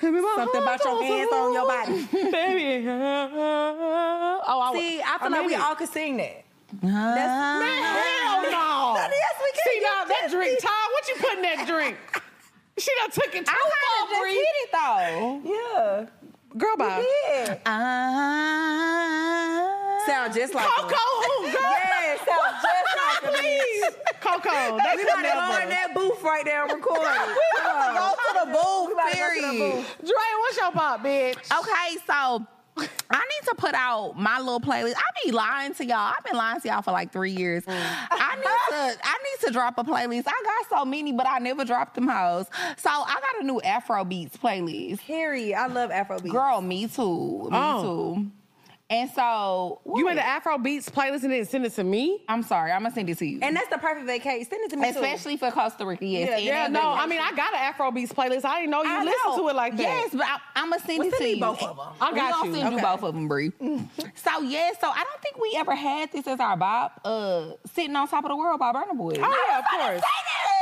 A: Something
C: about your hands on your body.
A: Baby. Oh, I was-
C: See, I feel
A: mean
C: like we
A: it.
C: all could sing that.
B: Uh-huh.
C: That's,
A: Man, hell no.
C: Honey, yes, we can.
A: See,
C: You
A: now that
C: just-
A: drink, Todd, what you put in that drink? She done took it too
B: I
A: far,
B: kinda just
A: Bree.
B: hit it though.
C: yeah.
A: Girl, bye.
C: Yeah. Sound just like
A: Coco,
C: her.
A: who, girl?
C: Yeah, sound just like her.
A: Please. Coco, that's
C: We about to go in
A: never.
C: that booth right there and record. it.
B: Go to the
C: We
B: booth,
C: about to go to the
B: period.
C: booth.
A: Dre, what's your pop, bitch?
B: Okay, so I need to put out my little playlist. I be lying to y'all. I've been lying to y'all for like three years.
A: Mm.
B: I need to I need to drop a playlist. I got so many, but I never dropped them hoes. So I got a new Afro beats playlist.
C: Period. I love Afrobeat.
B: Girl, me too. Me
A: Oh.
B: too. And so
A: You made
B: what?
A: the Afro Beats playlist and then send it to me?
B: I'm sorry, I'm gonna send it to you.
C: And that's the perfect vacation. Send it to me too.
B: Especially for Costa Rica, yes. And
A: Yeah,
B: other
A: no, Oh, I
B: nations.
A: mean I got an Afro Beats playlist. I didn't know you listened to it like that.
B: Yes, but I, I'm gonna send
C: Well,
B: it
C: send
B: to
C: me
B: you.
C: both of 'em.
A: I got
B: we
A: you. Mm-hmm.
B: gonna send you both of them, Bree. so yeah, so I don't think we ever had this as our Bob uh, sitting on top of the world by Burna Boy.
A: Oh yeah, of course.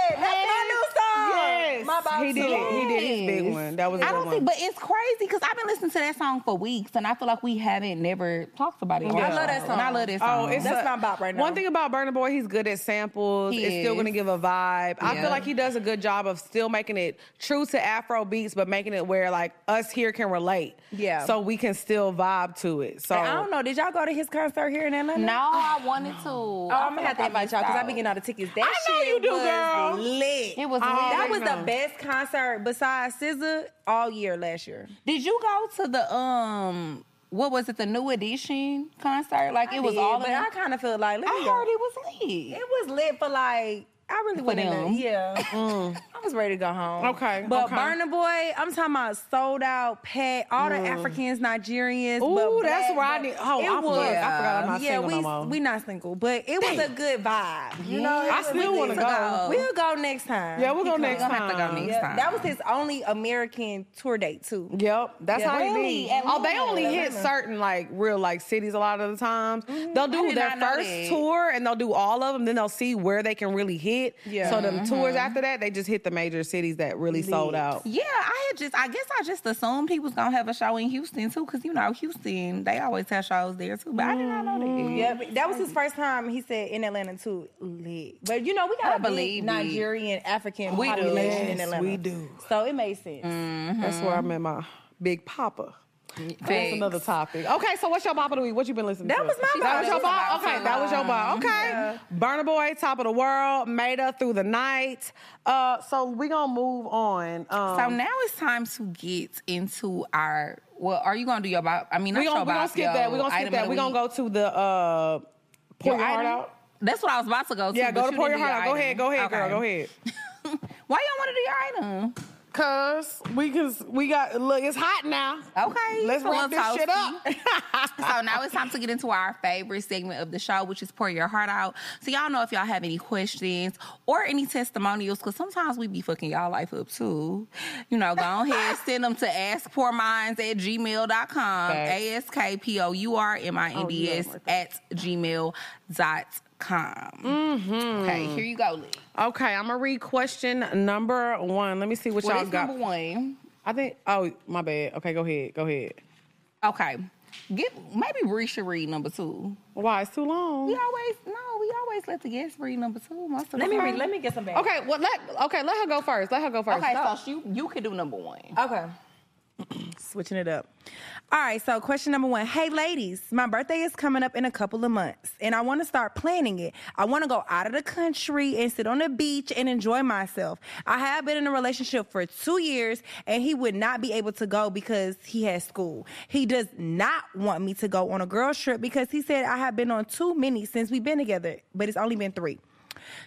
C: That's my new song.
A: Yes.
C: My Bob
A: he did
C: song.
A: it. He did his big
B: Yes.
A: one. That was a
B: I
A: good
B: don't
A: one.
B: think, but it's crazy because I've been listening to that song for weeks, and I feel like we haven't never talked about it.
C: I love that
B: And I
C: song.
B: love that
A: Oh,
B: song.
A: it's
C: That's
A: a-
C: my bop right now.
A: One thing about Burner Boy, he's good at samples.
B: He
A: it's still
B: is.
A: gonna give a vibe. I
B: Yeah.
A: feel like he does a good job of still making it true to Afro beats, but making it where like us here can relate.
C: Yeah.
A: So we can still vibe to it. So
C: I don't know. Did y'all go to his concert here in Atlanta?
B: no, I wanted to. Oh,
C: I'm gonna have to invite y'all because I be getting all the tickets. That
A: I know
C: shit
A: you do,
C: was
A: girl.
C: Lit.
B: It was lit.
C: That
B: already
C: was
A: know.
C: the best concert besides SZA all year last year.
B: Did you go to the um? What was it? The new edition concert? Like
C: I
B: it was
C: did,
B: all.
C: but
B: in-
C: I kind of feel like let
B: I
C: me
B: heard
C: go.
B: it was lit.
C: It was lit for like I really went in there.
B: them.
C: Yeah,
A: Mm.
C: I was ready to go home.
A: Okay,
C: but
A: okay.
C: Burner Boy, I'm talking about sold out, pet all the Africans, Nigerians.
A: Mm. Ooh,
C: but
A: that's
C: black,
A: where I
C: but
A: need- oh,
C: it
A: I
C: was,
A: forgot- I forgot I'm not
C: yeah,
A: single
C: we
A: no more.
C: we not single, but it was a good vibe. You know,
A: I
C: It was-
A: still
C: we
A: wanna
C: need
A: go.
C: We'll go next time.
A: Yeah, we'll
C: He
A: go
C: come.
A: next
B: We're gonna have to go
A: time.
B: next
C: Yeah,
B: time.
C: that was his only American tour date too.
A: Yep, that's
C: Yeah,
A: how they
B: really,
A: need.
B: Atlanta,
A: Oh, they only hit
B: Atlanta.
A: certain like real like cities a lot of the times.
C: Mm-hmm.
A: They'll do
B: did
A: their
B: not know
A: first
B: that.
A: tour and they'll do all of them. Then they'll see where they can really hit.
C: Yeah. Mm-hmm.
A: So the tours after that, they just hit the major cities that really sold out.
B: Yeah, I had just, I guess I just assumed he was going to have a show in Houston too, because you know, Houston, they always have shows there too, but I did not know that.
A: Mm-hmm.
C: Yeah, but that was his first time. He said in Atlanta too. Lit. But you know, we
B: I
C: got a
B: believe it.
C: big Nigerian African
B: We do.
C: population in
A: Yes,
C: Atlanta.
A: we do.
C: So it made sense.
A: That's where I met my big papa. That's
B: Facts.
A: another topic. Okay, so what's your bop of the week? What you been listening
C: That
A: to?
C: was my bop.
A: That was your
C: She's
A: bop.
C: about
A: Okay,
C: to.
A: that was your bop. Okay, Burner Boy, top of the world, made up through the night. Uh, so we gonna move on. Um,
B: So now it's time to get into our, well, are you going to do your bop? I mean,
A: we gonna, we
B: not your
A: gonna
B: bop,
A: skip
B: your
A: that. We're gonna skip
B: item of
A: that.
B: the
A: We're gonna
B: week.
A: go to the uh, pour your,
B: Your
A: heart
B: item?
A: out.
B: That's what I was about to go to.
A: Yeah,
B: but
A: go
B: you
A: to pour your
B: didn't do
A: heart out. Go ahead, go
B: item.
A: ahead, girl,
B: Okay.
A: go ahead.
B: Why y'all want to do your item?
A: Cause we cause we got look, it's hot now.
B: Okay,
A: let's
B: so
A: wrap this
B: let's
A: shit
B: toast
A: up.
B: it. so now it's time to get into our favorite segment of the show, which is pour your heart out. So y'all know if y'all have any questions or any testimonials, because sometimes we be fucking y'all life up too. You know, go ahead, send them to askpoorminds at gmail.com. A-S-K-P-O-U-R-M-I-N-D-S
A: Oh,
B: at gmail.com.
A: Mm-hmm.
B: Okay, here you go, Lee.
A: Okay, I'm gonna read question number one. Let me see what,
B: What
A: y'all
B: is
A: got.
B: number one?
A: I think oh my bad. Okay, go ahead. Go ahead.
B: Okay. Get, maybe Bree should read number two.
A: Why it's too long.
B: We always no, we always let the guests read number two. Most of
C: Let
B: the
C: me
B: time.
C: read, let me get some back.
A: Okay, well let okay, let her go first. Let her go first.
B: Okay, so you you can do number one.
C: Okay. Switching it up. All right, so question number one. Hey, ladies, my birthday is coming up in a couple of months, and I want to start planning it. I want to go out of the country and sit on the beach and enjoy myself. I have been in a relationship for two years, and he would not be able to go because he has school. He does not want me to go on a girls' trip because he said I have been on too many since we've been together, but it's only been three.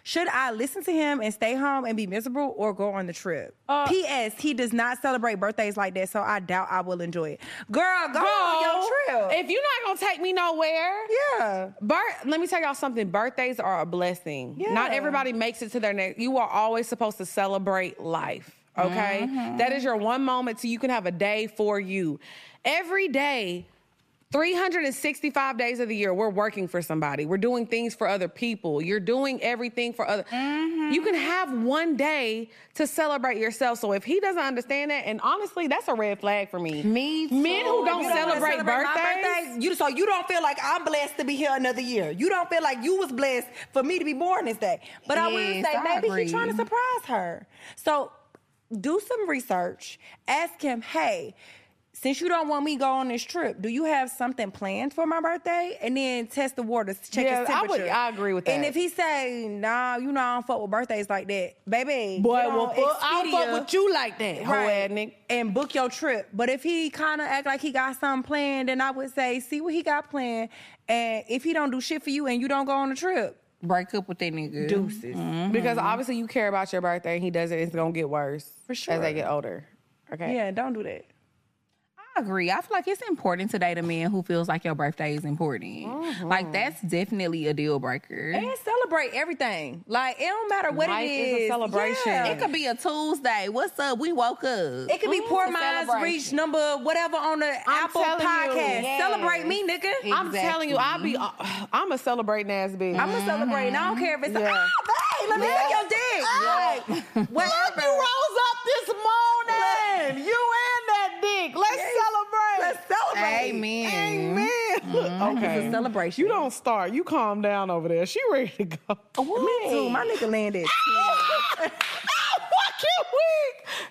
C: Should I listen to him and stay home and be miserable or go on the trip? P.S. He does not celebrate birthdays like that, so I doubt I will enjoy it. Girl, go on your trip.
A: If you're not gonna take me nowhere,
C: yeah.
A: Birth, let me tell y'all something. Birthdays are a blessing.
C: Yeah.
A: Not everybody makes it to their next. You are always supposed to celebrate life. Okay, That is your one moment so you can have a day for you. Every day 365 days of the year, we're working for somebody. We're doing things for other people. You're doing everything for other. You can have one day to celebrate yourself. So if he doesn't understand that, and honestly, that's a red flag for me.
B: Me
A: Men who
B: too.
A: don't,
B: You don't wanna
A: celebrate,
C: Celebrate my
A: birthdays.
C: birthday, You, so you don't feel like I'm blessed to be here another year. You don't feel like you was blessed for me to be born this day. But I will
B: Yes,
C: say,
B: I
C: maybe
B: agree.
C: he's trying to surprise her. So do some research. Ask him, hey, since you don't want me to go on this trip, do you have something planned for my birthday? And then test the waters, check
A: Yeah,
C: his
A: I would-
C: temperature.
A: I agree with
C: And
A: that.
C: if he say, nah, you know I don't fuck with birthdays like that, baby.
A: Boy,
C: get on
A: well, fuck- I'll fuck
C: Expedia
A: with you like that, hoe ass nigga.
C: and book your trip. But if he kind of act like he got something planned, then I would say, see what he got planned. And if he don't do shit for you and you don't go on the trip,
B: Break up with that nigga.
C: deuces.
A: Because obviously you care about your birthday and he doesn't, it's gonna get worse
C: For sure.
A: as they get older. Okay.
C: Yeah, don't do that.
B: I agree. I feel like it's important today to men who feels like your birthday is important. Like that's definitely a deal breaker.
C: And celebrate everything. Like it don't matter what
A: Life
C: it
A: is a
C: is.
A: celebration.
C: Yeah.
B: It could be a Tuesday. What's up? We woke up.
C: It could be poor minds
B: celebration.
C: reach number whatever on the Apple
A: telling you.
C: podcast. Celebrate me, nigga.
A: I'm telling you, I'll be. uh, I'm a celebrating ass bitch.
C: I'm gonna celebrate. And I don't care if it's like,
A: Mm-hmm. Yeah.
C: oh, babe, let me suck your dick. Like, whatever.
A: you rose up this morning. You and that dick. Let's celebrate.
C: Let's celebrate.
B: Amen.
A: Amen. Okay.
C: Celebration.
A: You don't start. You calm down over there. She ready to go.
C: Me too. My nigga landed.
A: I'm fucking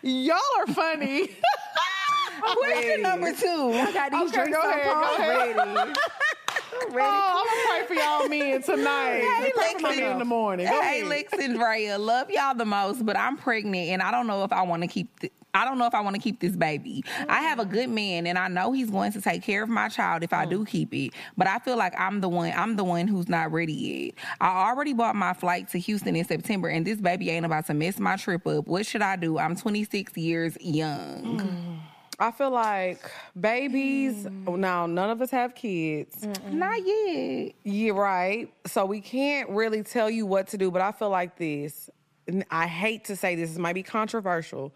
A: weak. Y'all are funny.
B: Where's your number two?
C: Oh, I got these
A: Okay,
C: drinks
A: go
C: on
A: ahead, go
C: pause
A: ahead.
C: ready.
A: Oh, I'm gonna pray for y'all men tonight.
B: Hey,
A: pray for my men in the morning. Go
B: Hey,
A: ahead.
B: Lex and Raya, love y'all the most, but I'm pregnant and I don't know if I want to keep. Th- I don't know if I want to keep this baby. I have a good man and I know he's going to take care of my child if I
A: Mm.
B: do keep it. But I feel like I'm the one I'm the one who's not ready yet. I already bought my flight to Houston in September and this baby ain't about to mess my trip up. What should I do? I'm 26 years young.
A: Mm. I feel like babies.
C: Mm.
A: Now, none of us have kids.
B: Not yet.
A: You're right. So we can't really tell you what to do, but I feel like this. and I hate to say this, it might be controversial.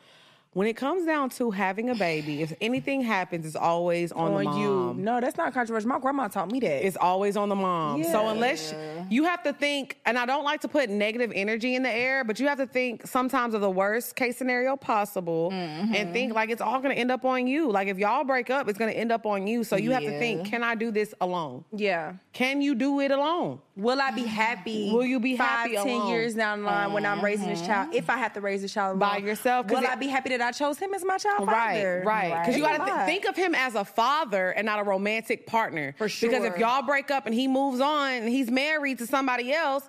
A: When it comes down to having a baby, if anything happens, it's always on, the
C: On
A: mom.
C: you. No, that's not controversial. My grandma taught me that.
A: It's always on the mom. So unless you have to think, and I don't like to put negative energy in the air, but you have to think sometimes of the worst case scenario possible and think like it's all gonna end up on you. Like if y'all break up, it's gonna end up on you. So you have to think, can I do this alone?
C: yeah.
A: Can you do it alone?
C: Will I be happy?
A: Will you be happy
C: Five, ten
A: alone? Uh-huh.
C: years down the line when I'm raising this child, if I have to raise this child
A: By
C: alone,
A: yourself, 'cause
C: will
A: it-
C: I be happy that I chose him as my child father?
A: Right, right. Because you
C: It's a
A: got to
C: lot.
A: think of him as a father and not a romantic partner.
C: For
A: Because if
C: sure.
A: y'all break up and he moves on and he's married to somebody else,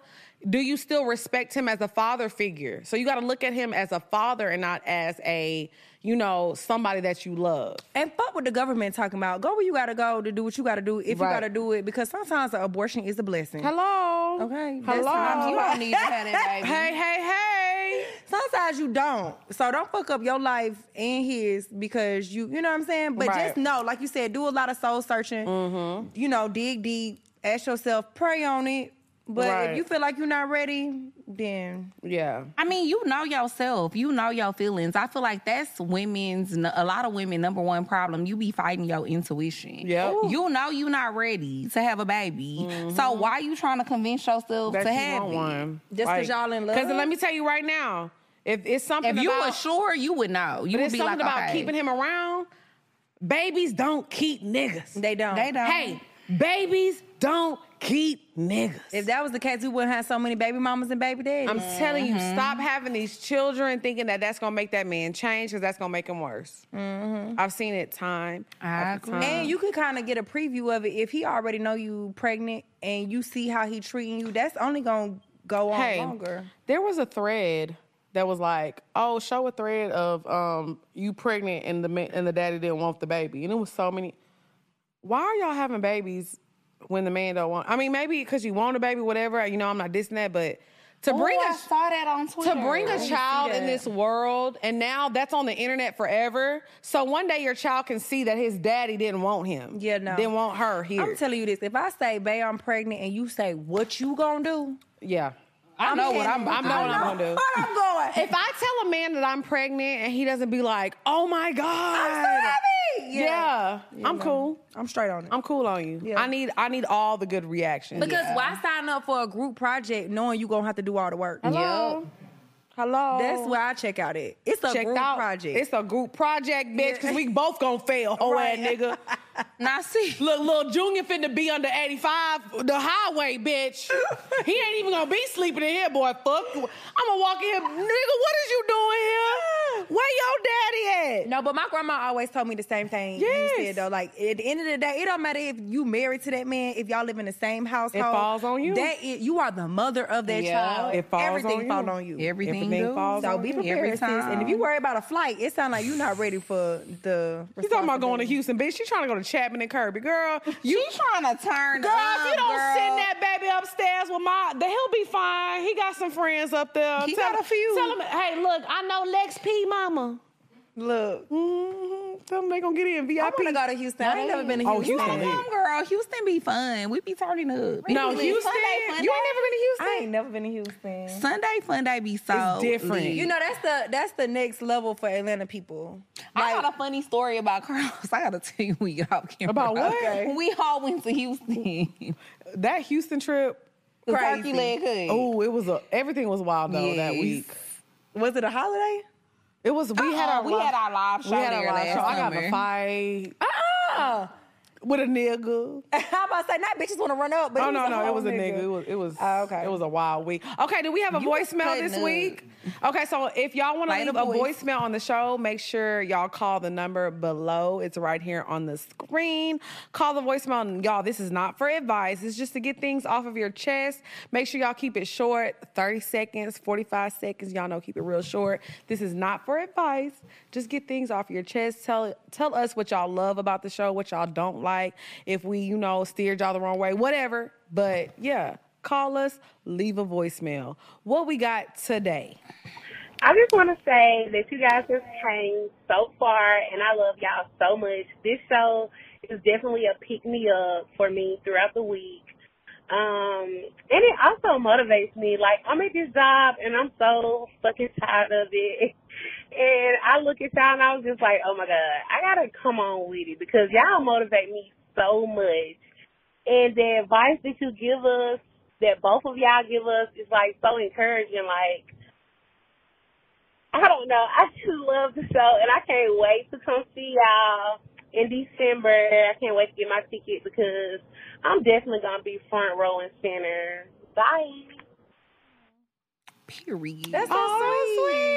A: do you still respect him as a father figure? So you got to look at him as a father and not as a, you know, somebody that you love.
C: And fuck what the government talking about. Go where you gotta go to do what you gotta do if
A: Right.
C: you gotta do it. Because sometimes an abortion is a blessing.
A: Hello.
C: Okay. that's
A: Hello.
C: fine.
B: You don't need to have that baby.
A: Hey, hey, hey.
C: Sometimes you don't. So don't fuck up your life and his because you, you know what I'm saying? But
A: Right.
C: just know, like you said, do a lot of soul searching.
B: Mm-hmm.
C: You know, dig deep, ask yourself, pray on it. But
A: Right.
C: if you feel like you're not ready, then
A: Yeah.
B: I mean, you know yourself. You know your feelings. I feel like that's women's a lot of women number one problem. You be fighting your intuition.
A: Yep. Ooh.
B: You know you not ready to have a baby. So why you trying to convince yourself
A: Mm-hmm. That
B: to
A: you
B: have
A: want
B: it?
A: one.
C: Just 'cause y'all in love?
A: Because let me tell you right now, if it's something
B: If you
A: about,
B: were sure, you would know. You
A: but
B: would
A: it's
B: be
A: something
B: like,
A: about
B: okay.
A: keeping him around, babies don't keep niggas.
C: they don't.
B: They don't.
A: Hey, babies don't keep niggas.
C: If that was the case, we wouldn't have so many baby mamas and baby daddies.
A: I'm telling you, stop having these children thinking that that's gonna make that man change because that's gonna make him worse. I've seen it time.
B: I
A: after
B: agree.
A: time.
C: and you can kind of get a preview of it if he already know you pregnant and you see how he treating you. That's only gonna go on
A: hey,
C: longer.
A: there was a thread that was like, "Oh, show a thread of um you pregnant and the ma- and the daddy didn't want the baby," and it was so many. Why are y'all having babies when the man don't want? I mean, maybe because you want a baby, whatever. You know, I'm not dissing that, but to bring
B: Ooh, I
A: a
B: saw that on Twitter.
A: to bring a child in
C: that.
A: this world and now that's on the internet forever so one day your child can see that his daddy didn't want him
C: Yeah, no.
A: didn't want her here
C: I'm telling you this: if I say, "Babe, I'm pregnant," and you say, "What you gonna do?"
A: yeah i know what i'm i know what i'm gonna do
C: What I'm going?
A: if i tell a man that i'm pregnant and he doesn't be like oh my god
C: I'm so happy.
A: yeah, i'm cool
C: I'm straight on it.
A: i'm cool on you
C: Yeah.
A: i need i need all the good reactions
C: because why sign up for a group project knowing you gonna have to do all the work?
A: Hello? hello
C: That's where I check out it. It's a
A: Check
C: group
A: out.
C: project.
A: It's a group project, bitch, because we both gonna fail, whole
C: Right.
A: ass nigga.
B: Now see,
A: Look, little Junior finna be under 85, the highway, bitch. he ain't even gonna be sleeping in here, boy. Fuck. you. I'ma walk in here. Nigga, what is you doing here? Where your daddy at?
C: No, but my grandma always told me the same thing
A: Yes.
C: you said though. Like at the end of the day, it don't matter if you married to that man, if y'all live in the same household.
A: falls on you.
C: That is, you are the mother of that
B: Yeah.
C: child.
A: It falls
C: Everything
A: on you.
C: falls on you.
B: everything,
A: Everything
B: do.
A: falls
C: so be
A: Every
C: prepared, sis. And if you
B: time.
C: worry about a flight, it sounds like you're not ready for the.
A: You talking about going to Houston, bitch. She trying to go to Chapman and Kirby. Girl, you
B: you trying to turn
A: girl,
B: up,
A: if you don't
B: girl.
A: send that baby upstairs with my then he'll be fine. He got some friends up there.
B: He
A: tell
B: got
A: him-
B: a few.
A: Tell him, hey, look, I know Lex P mama.
C: Look,
A: Mhm. Tell them they gonna get in VIP.
C: I want to go to Houston. I ain't never been to
A: Oh,
C: Houston.
A: Houston
B: Come on, girl. Houston be fun. We be turning up.
A: no,
B: Really?
A: Houston.
B: Sunday,
A: you
B: Funday-
A: ain't never been to Houston.
C: I ain't never been to Houston.
B: Sunday fun day be so
A: different.
B: lit.
C: You know that's the that's the next level for Atlanta people.
B: I got a funny story about Carlos. I gotta tell you when you get off camera.
A: About what?
B: When we all went to Houston.
A: That Houston trip.
B: The
C: Crazy.
B: turkey leg hood.
A: Oh, it was a everything was wild though that
B: Yes.
A: week.
C: Was it a holiday?
A: It was we had
B: Uh-uh,
A: our
B: we
A: live-
B: had our live show
A: we had
B: there
A: our live
B: last
A: show. I got in
B: summer.
A: a fight
C: Uh-uh.
A: with a nigga.
C: How about to say not bitches want to run up? But
A: Oh
C: it was
A: no,
C: a
A: no, it
C: whole
A: was a nigga. It was it was
C: Oh, okay.
A: it was a wild week. Okay, do we have a voicemail
B: cutting
A: this
B: up.
A: week? Okay, so if y'all want to
B: Play
A: leave
B: the
A: a voicemail on the show, make sure y'all call the number below. It's right here on the screen. Call the voicemail, and y'all. This is not for advice. It's just to get things off of your chest. Make sure y'all keep it short, thirty seconds, forty-five seconds. Y'all know, keep it real short. This is not for advice. Just get things off your chest. Tell tell us what y'all love about the show, what y'all don't like. If we, you know, steered y'all the wrong way, whatever. But yeah, call us, leave a voicemail. What we got today?
K: I just want to say that you guys have came so far, and I love y'all so much. This show is definitely a pick me up for me throughout the week. Um, and it also motivates me. Like, I'm at this job and I'm so fucking tired of it. And I look at y'all and I was just like, oh my God, I gotta come on with it because y'all motivate me so much. And the advice that you give us, that both of y'all give us, is like so encouraging. Like, I don't know. I just love the show, and I can't wait to come see y'all in December. I can't wait to get my ticket because I'm definitely gonna be front row and center. Bye.
B: Period.
C: That's so sweet.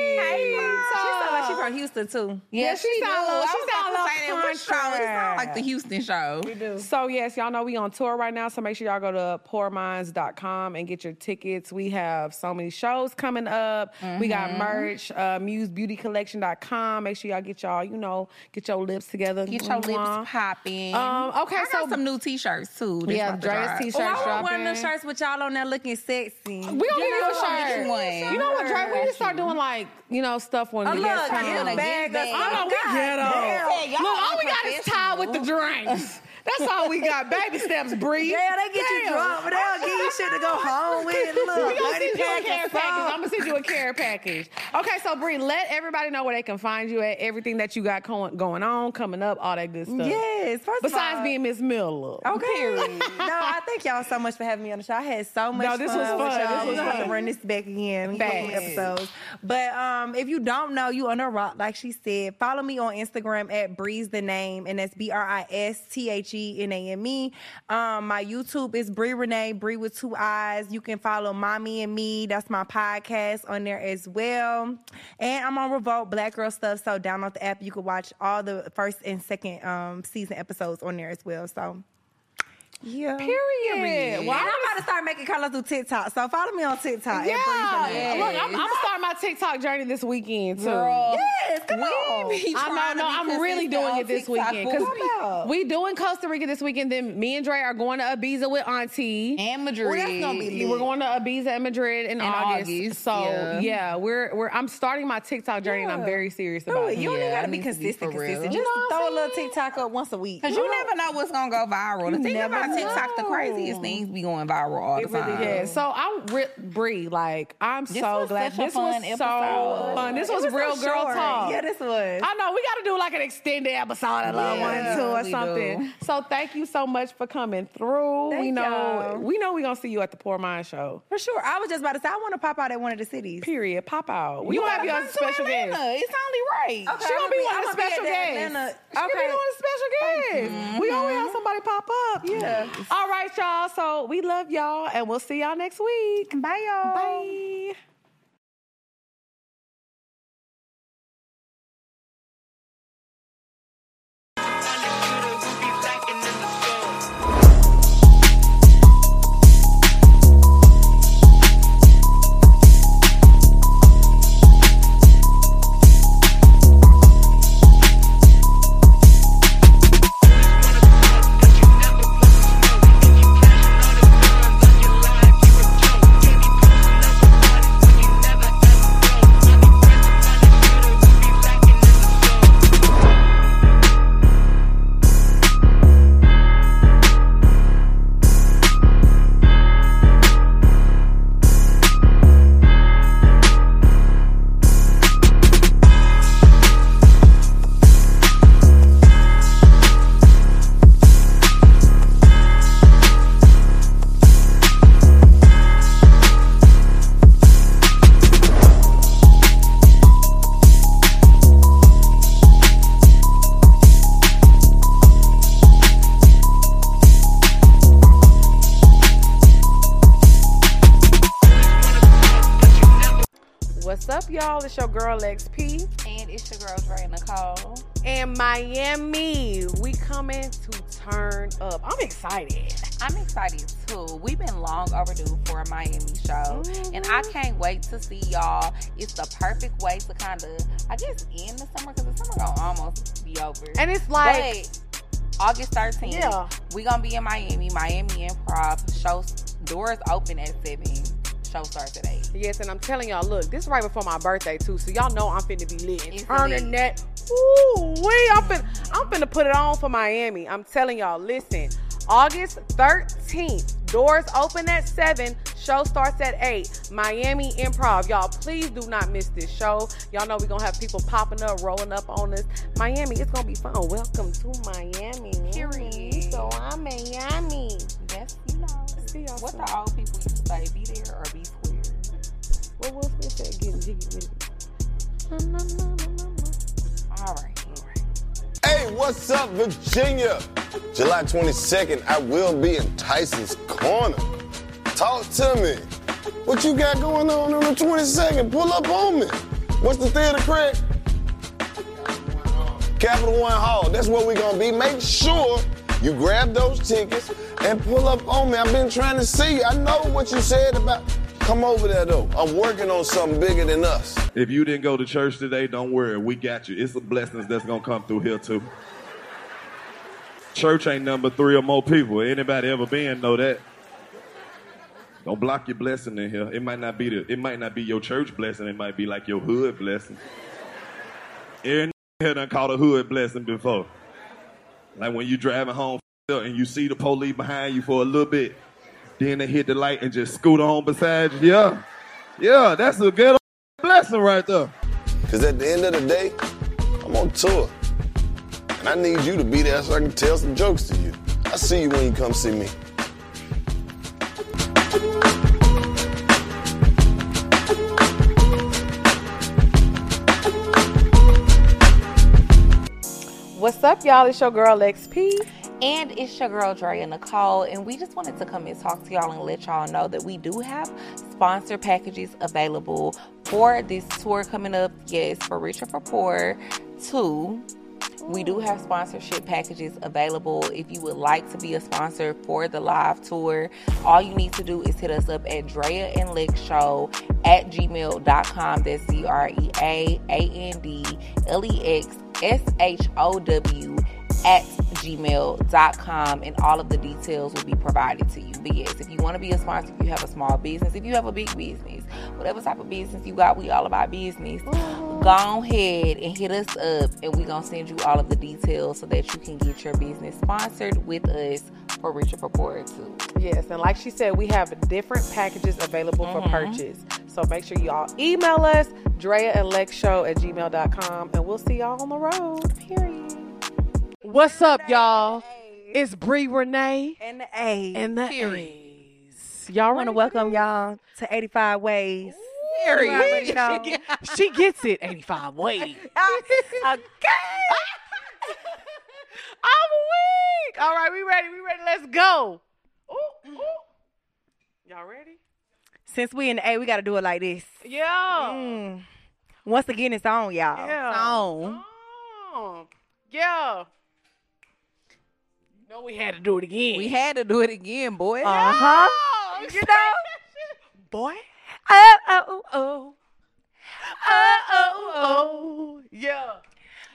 C: She sounds like she's from Houston too.
B: yeah, she,
A: sound
B: do.
A: low-
B: I
A: she
B: was
A: sound low
B: about to say that. What show? It sound like the Houston show.
A: So yes, y'all know we on tour right now, so make sure y'all go to poorminds.com and get your tickets. We have so many shows coming up. We got merch, uh, musebeautycollection.com. Make sure y'all get y'all, you know, get your lips together.
B: Get your
A: Mwah.
B: lips popping.
A: Um, okay,
B: I got
A: so-
B: some new t-shirts too. that's
A: Yeah,
B: about to
A: Dre's
B: drop.
A: t-shirts
C: Oh, I want
A: dropping.
C: one of them shirts with y'all on there looking sexy.
A: We gonna give
B: You know
A: you a
B: what, I'm getting
A: shirt.
B: one. Uh,
A: You know what, Dre? We need to start doing like, you know, stuff when
C: Oh,
A: the
C: look,
A: guests
C: give
A: come.
B: kinda
C: a
B: like
C: bag.
B: this
C: That's
B: bag.
C: all
A: Oh, we
C: God.
A: ghetto.
B: Hey, y'all
A: Look, all we got is tied with the drinks. That's all we got. Baby steps, breathe.
C: Yeah, they get you
A: Damn.
C: drunk, but they'll give you shit to go home with.
A: we
C: Look,
A: gonna
C: lady
A: send you a care
C: pack
A: package. I'm gonna send you a care package. Okay, so Bree, let everybody know where they can find you at. Everything that you got going, going on, coming up, all that good stuff.
C: Yes, first of
A: Besides
C: all,
A: being Miss Miller.
C: Okay. no, I thank y'all so much for having me on the show. I had so much
A: No, this
C: fun
A: was
C: with
A: fun.
C: y'all.
A: This was
C: We're gonna
A: fun.
C: run this back again.
A: Facts.
C: Couple episodes. But um, if you don't know, you on a rock, like she said. Follow me on Instagram at Breeze the Name, and that's B R I S T H E N A M E. Um, my YouTube is Bree Renee Bree with two eyes. You can follow Mommy and Me. That's my podcast on there as well. And I'm on Revolt Black Girl Stuff. So download the app. You can watch all the first and second um season episodes on there as well. So. Yeah.
A: Period. Well,
C: And
A: I'm
C: I'm about to start making Carlos do TikTok. So follow me on TikTok.
A: Yeah.
C: At Breeze and Air.
A: Look, I'm, I'm gonna start my TikTok journey this weekend too.
B: Girl,
C: Yes, come on.
B: we be
A: I know,
B: trying to
A: no,
B: be
A: I'm really
B: consistent
A: doing
B: on
A: it this
B: TikTok,
A: weekend.
B: boo.
A: Because
C: up.
A: we doing Costa Rica this weekend. Then me and Dre are going to Ibiza with Auntie.
B: and Madrid.
C: Well, that's gonna be lit.
A: We're going to Ibiza and Madrid in, August.
B: August,
A: So yeah.
B: yeah.
A: we're we're I'm starting my TikTok journey and I'm
C: Yeah.
A: very serious
C: Do
A: about it.
C: it. You don't even
B: Yeah,
C: gotta
B: it
C: be
B: needs to be
C: consistent,
B: for real.
C: consistent.
B: You
C: Just throw a little TikTok up once a week.
B: Cause you never know what's gonna go viral. The thing
C: never
B: about TikTok, the
C: know.
B: craziest things be going viral all the time.
A: Yeah, so I re- Bree, like I'm
B: This
A: so
B: was
A: glad
B: such a
A: this was
B: fun
A: so
B: episode.
A: fun. This was,
C: It so
A: real girl
C: short.
A: talk.
C: Yeah, this was.
A: I know we got to do like an extended episode of Love
B: Yeah,
A: One Two or
B: we
A: something.
B: do.
A: So thank you so much for coming through. we
C: Thank
A: know
C: y'all.
A: we know we're gonna see you at the Poor Mind Show.
C: For sure. I was just about to say I want to pop out at one of the cities.
A: Period. Pop out. You, have
B: gotta
A: your
B: come to
A: special
B: Atlanta.
A: guest.
B: It's only right.
C: Okay,
A: She gonna
C: I'ma
A: be one of
C: I'ma
A: the special
C: at that
A: guests.
C: Atlanta-
A: She gonna be
C: Okay. Mm-hmm.
A: one of the special guests. We always have somebody pop up.
C: Yeah.
A: All right, y'all. So we love y'all, and we'll see y'all next week.
B: Bye, y'all.
A: Bye.
L: Thank you
A: What's up, y'all? It's your girl XP
B: And it's your girl Dre Nicole.
A: and Miami. We coming to turn up. I'm excited.
B: I'm excited too. We've been long overdue for a Miami show, and
A: Mm-hmm.
B: I can't wait to see y'all. It's the perfect way to kind of, I guess, end the summer because the summer gonna almost be over.
A: And it's like
B: but August 13th,
A: Yeah.
B: we gonna be in Miami, Miami Improv. Show doors open at seven. Show starts at eight.
A: Yes, and I'm telling y'all, look, this is right before my birthday too, so y'all know I'm finna be lit. And
B: It's
A: turning
B: lit.
A: that, ooh wee, I'm finna, I'm finna put it on for Miami. I'm telling y'all, listen, August 13th, doors open at seven, show starts at eight. Miami Improv, y'all, please do not miss this show. Y'all know we gonna have people popping up, rolling up on us. Miami, it's gonna be fun. Welcome to Miami.
B: Period.
A: So I'm Miami.
B: That's you know
A: See y'all
B: what
A: soon.
B: the old people used to say: be there or be square.
A: What Will Smith said, getting jiggy with it. Na, na, na, na, na, na.
B: All right. All right.
G: Hey, what's up, Virginia? July 22nd, I will be in Tyson's Corner. Talk to me. What you got going on on the 22nd? Pull up on me. What's the theater, Craig? Capital One Hall. That's where we're gonna be. Make sure you grab those tickets and pull up on me. I've been trying to see you. I know what you said about. Come over there though. I'm working on something bigger than us.
E: If you didn't go to church today, don't worry. We got you. It's the blessings that's gonna come through here too. Church ain't number three or more people. Anybody ever been know that? Don't block your blessing in here. It might not be the, it might not be your church blessing. It might be like your hood blessing. Every here done called a hood blessing before. Like when you driving home and you see the police behind you for a little bit, then they hit the light and just scoot on beside you. Yeah, yeah, that's a good blessing right there.
G: Because at the end of the day, I'm on tour. And I need you to be there so I can tell some jokes to you. I see you when you come see me.
A: What's up, y'all? It's your girl XP.
B: And it's your girl Dre and Nicole, and we just wanted to come and talk to y'all and let y'all know that we do have sponsor packages available for this tour coming up. Yes, for Richer for Poor 2. We do have sponsorship packages available. If you would like to be a sponsor for the live tour, all you need to do is hit us up at Drea and Lick Show at gmail.com. That's D R E A A N D L E X S H O W at gmail.com and all of the details will be provided to you. But yes, if you want to be a sponsor, if you have a small business, if you have a big business, whatever type of business you got, we all about business go ahead and hit us up and we're gonna send you all of the details so that you can get your business sponsored with us for Richard Report too.
A: Yes, and like she said, we have different packages available
C: Mm-hmm.
A: for purchase. So make sure y'all email us, Drea and Show at gmail.com, and we'll see y'all on the road. Period. What's up, y'all? It's Bree Renee
C: And the A.
A: and the Aries. Y'all
C: I want
A: ready
C: to
A: for
C: welcome y'all to 85 Ways.
A: this? Aries.
C: You already know.
A: she gets it 85 ways.
C: okay.
A: I'm weak. All right, we ready. We ready. Let's go. Ooh, ooh. Y'all ready?
C: Since we in the A, we got to do it like this.
A: Yeah.
C: Mm. Once again, it's on, y'all.
A: Yeah.
C: It's on.
A: Oh, yeah. You know we had to do it again.
B: We had to do it again, boy.
C: Uh huh.
A: Oh,
C: You know?
A: boy.
C: Oh, oh, oh.
A: Oh, oh, oh, yeah.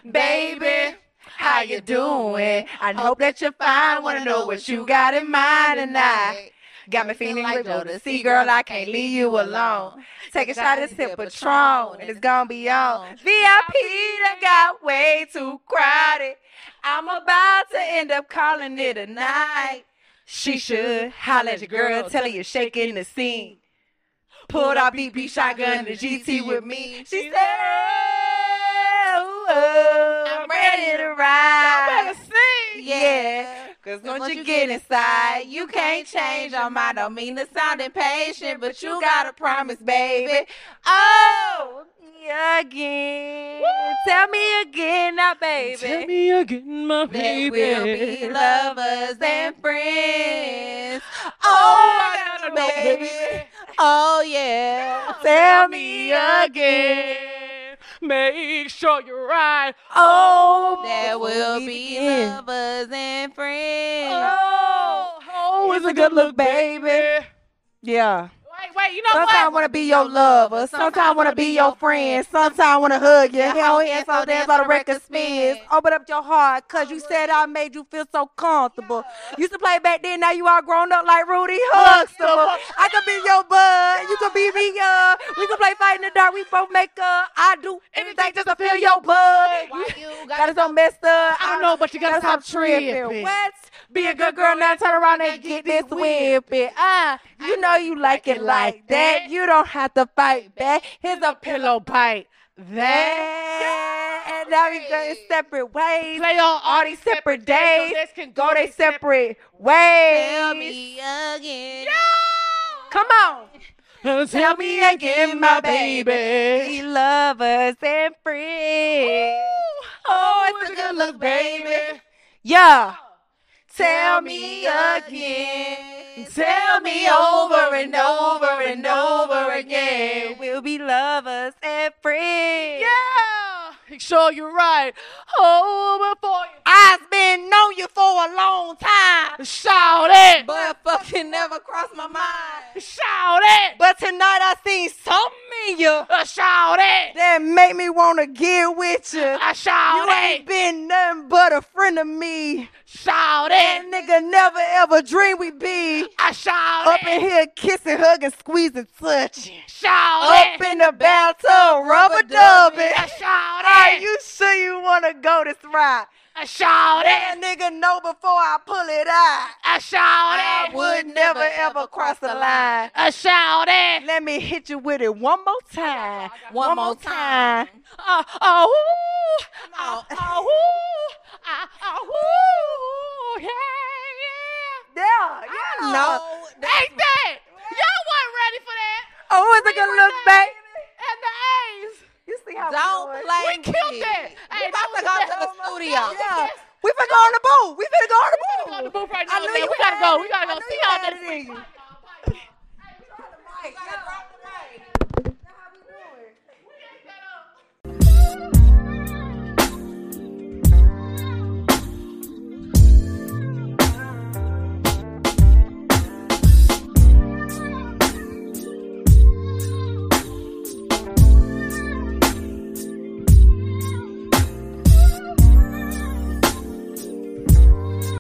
C: Baby, how you doing? I hope that you're fine. Wanna know what you got in mind tonight. Got me feeling like Jodeci, See, girl, I can't leave you alone. Take a shot at sip Patron, and it's gonna be on. VIP that got way too crowded. I'm about to end up calling it a night. She should holler at your girl, tell her you're shaking the scene. Pulled out BB shotgun the GT with me. She said, oh, oh, I'm ready to ride. Yeah. Cause once you get inside, you can't change your mind. Don't mean to sound impatient, but you gotta promise, baby. Oh, again. Tell me again now, baby.
A: Tell me again, my
C: That
A: baby.
C: we'll be Oh, lovers and friends. Oh, my God, baby. Oh yeah. Tell me
E: again. Make sure you're right.
C: Oh,
B: There will be lovers and friends.
C: Oh, oh, it's a good look, baby. Yeah.
E: Wait, wait, you know
C: Sometimes I want to be your lover. Sometimes I want to be your friend. Sometimes I want to hug you. Hell yeah, so dance on the record spins. Open up your heart because you said I made you feel so comfortable. Used to play back then, now you all grown up like Rudy Huxtable. I could be your bud. You could be me. Uh, we could play fight in the dark. We both make up. I do anything just to feel your bud. You got it so messed up. I
E: know, but you gotta
C: stop
E: stop tripping.
C: What? Be a good girl now. Turn around and get this whipping. Ah, you know you like it like that. You don't have to fight back. Here's a pillow
E: pillow bite. That
C: that. And now we go in separate ways.
E: play on
C: All these separate days.
E: This can
C: Go they separate
E: separate.
C: ways.
B: Tell me again.
C: Come on.
E: Tell me again, my baby.
C: We lovers and friends. Oh, it's a good look, baby. Yeah. Tell me again. Tell me over and over and over again. We'll be lovers and friends.
E: Yeah. Make sure you're right. Oh, before you
C: I've been known you for a long time,
E: shout it,
C: but fucking never crossed my mind.
E: shout it,
C: But tonight I seen something in you
E: uh, shout it,
C: that make me wanna get with you.
E: I shout
C: You ain't
E: it,
C: been nothing but a friend of me.
E: shout it,
C: That nigga never ever dreamed we'd be
E: I shout
C: up
E: it,
C: in here kissing, hugging, squeezing, touching.
E: shout
C: Up
E: it,
C: in the bathtub, rubber dubbing.
E: I shout
C: Are
E: it,
C: you sure you wanna go this ride?
E: I shout
C: That
E: it,
C: nigga know before I pull it out.
E: I shout
C: I
E: it,
C: would never ever cross the line.
E: I shout it,
C: Let me hit you with it one more time.
B: One more time.
C: Uh, oh, ooh.
E: uh,
B: Oh,
C: oh, ooh.
E: I, I, woo, uh, yeah, yeah.
C: Yeah, yeah.
B: No.
E: Ain't that? Y'all wasn't ready for that.
C: Oh, it's a good look, baby.
E: And the A's.
C: You see how
B: Don't
C: we doing?
B: play.
E: We killed
B: with
E: that.
B: it. We
E: Hey,
B: about to go
E: that
B: to the
E: was-
B: studio.
C: Yeah. We finna go on the booth. We finna go on the booth.
E: Go on the booth right
C: I
E: now,
C: knew
E: man.
C: you
E: We gotta
C: had
E: go.
C: it.
E: We
C: I
E: gotta go.
C: knew you
E: See y'all
C: had
E: next
C: it in
E: week.
C: you.
E: Bye, bye, bye.
C: Hey, drop the mic. Yeah.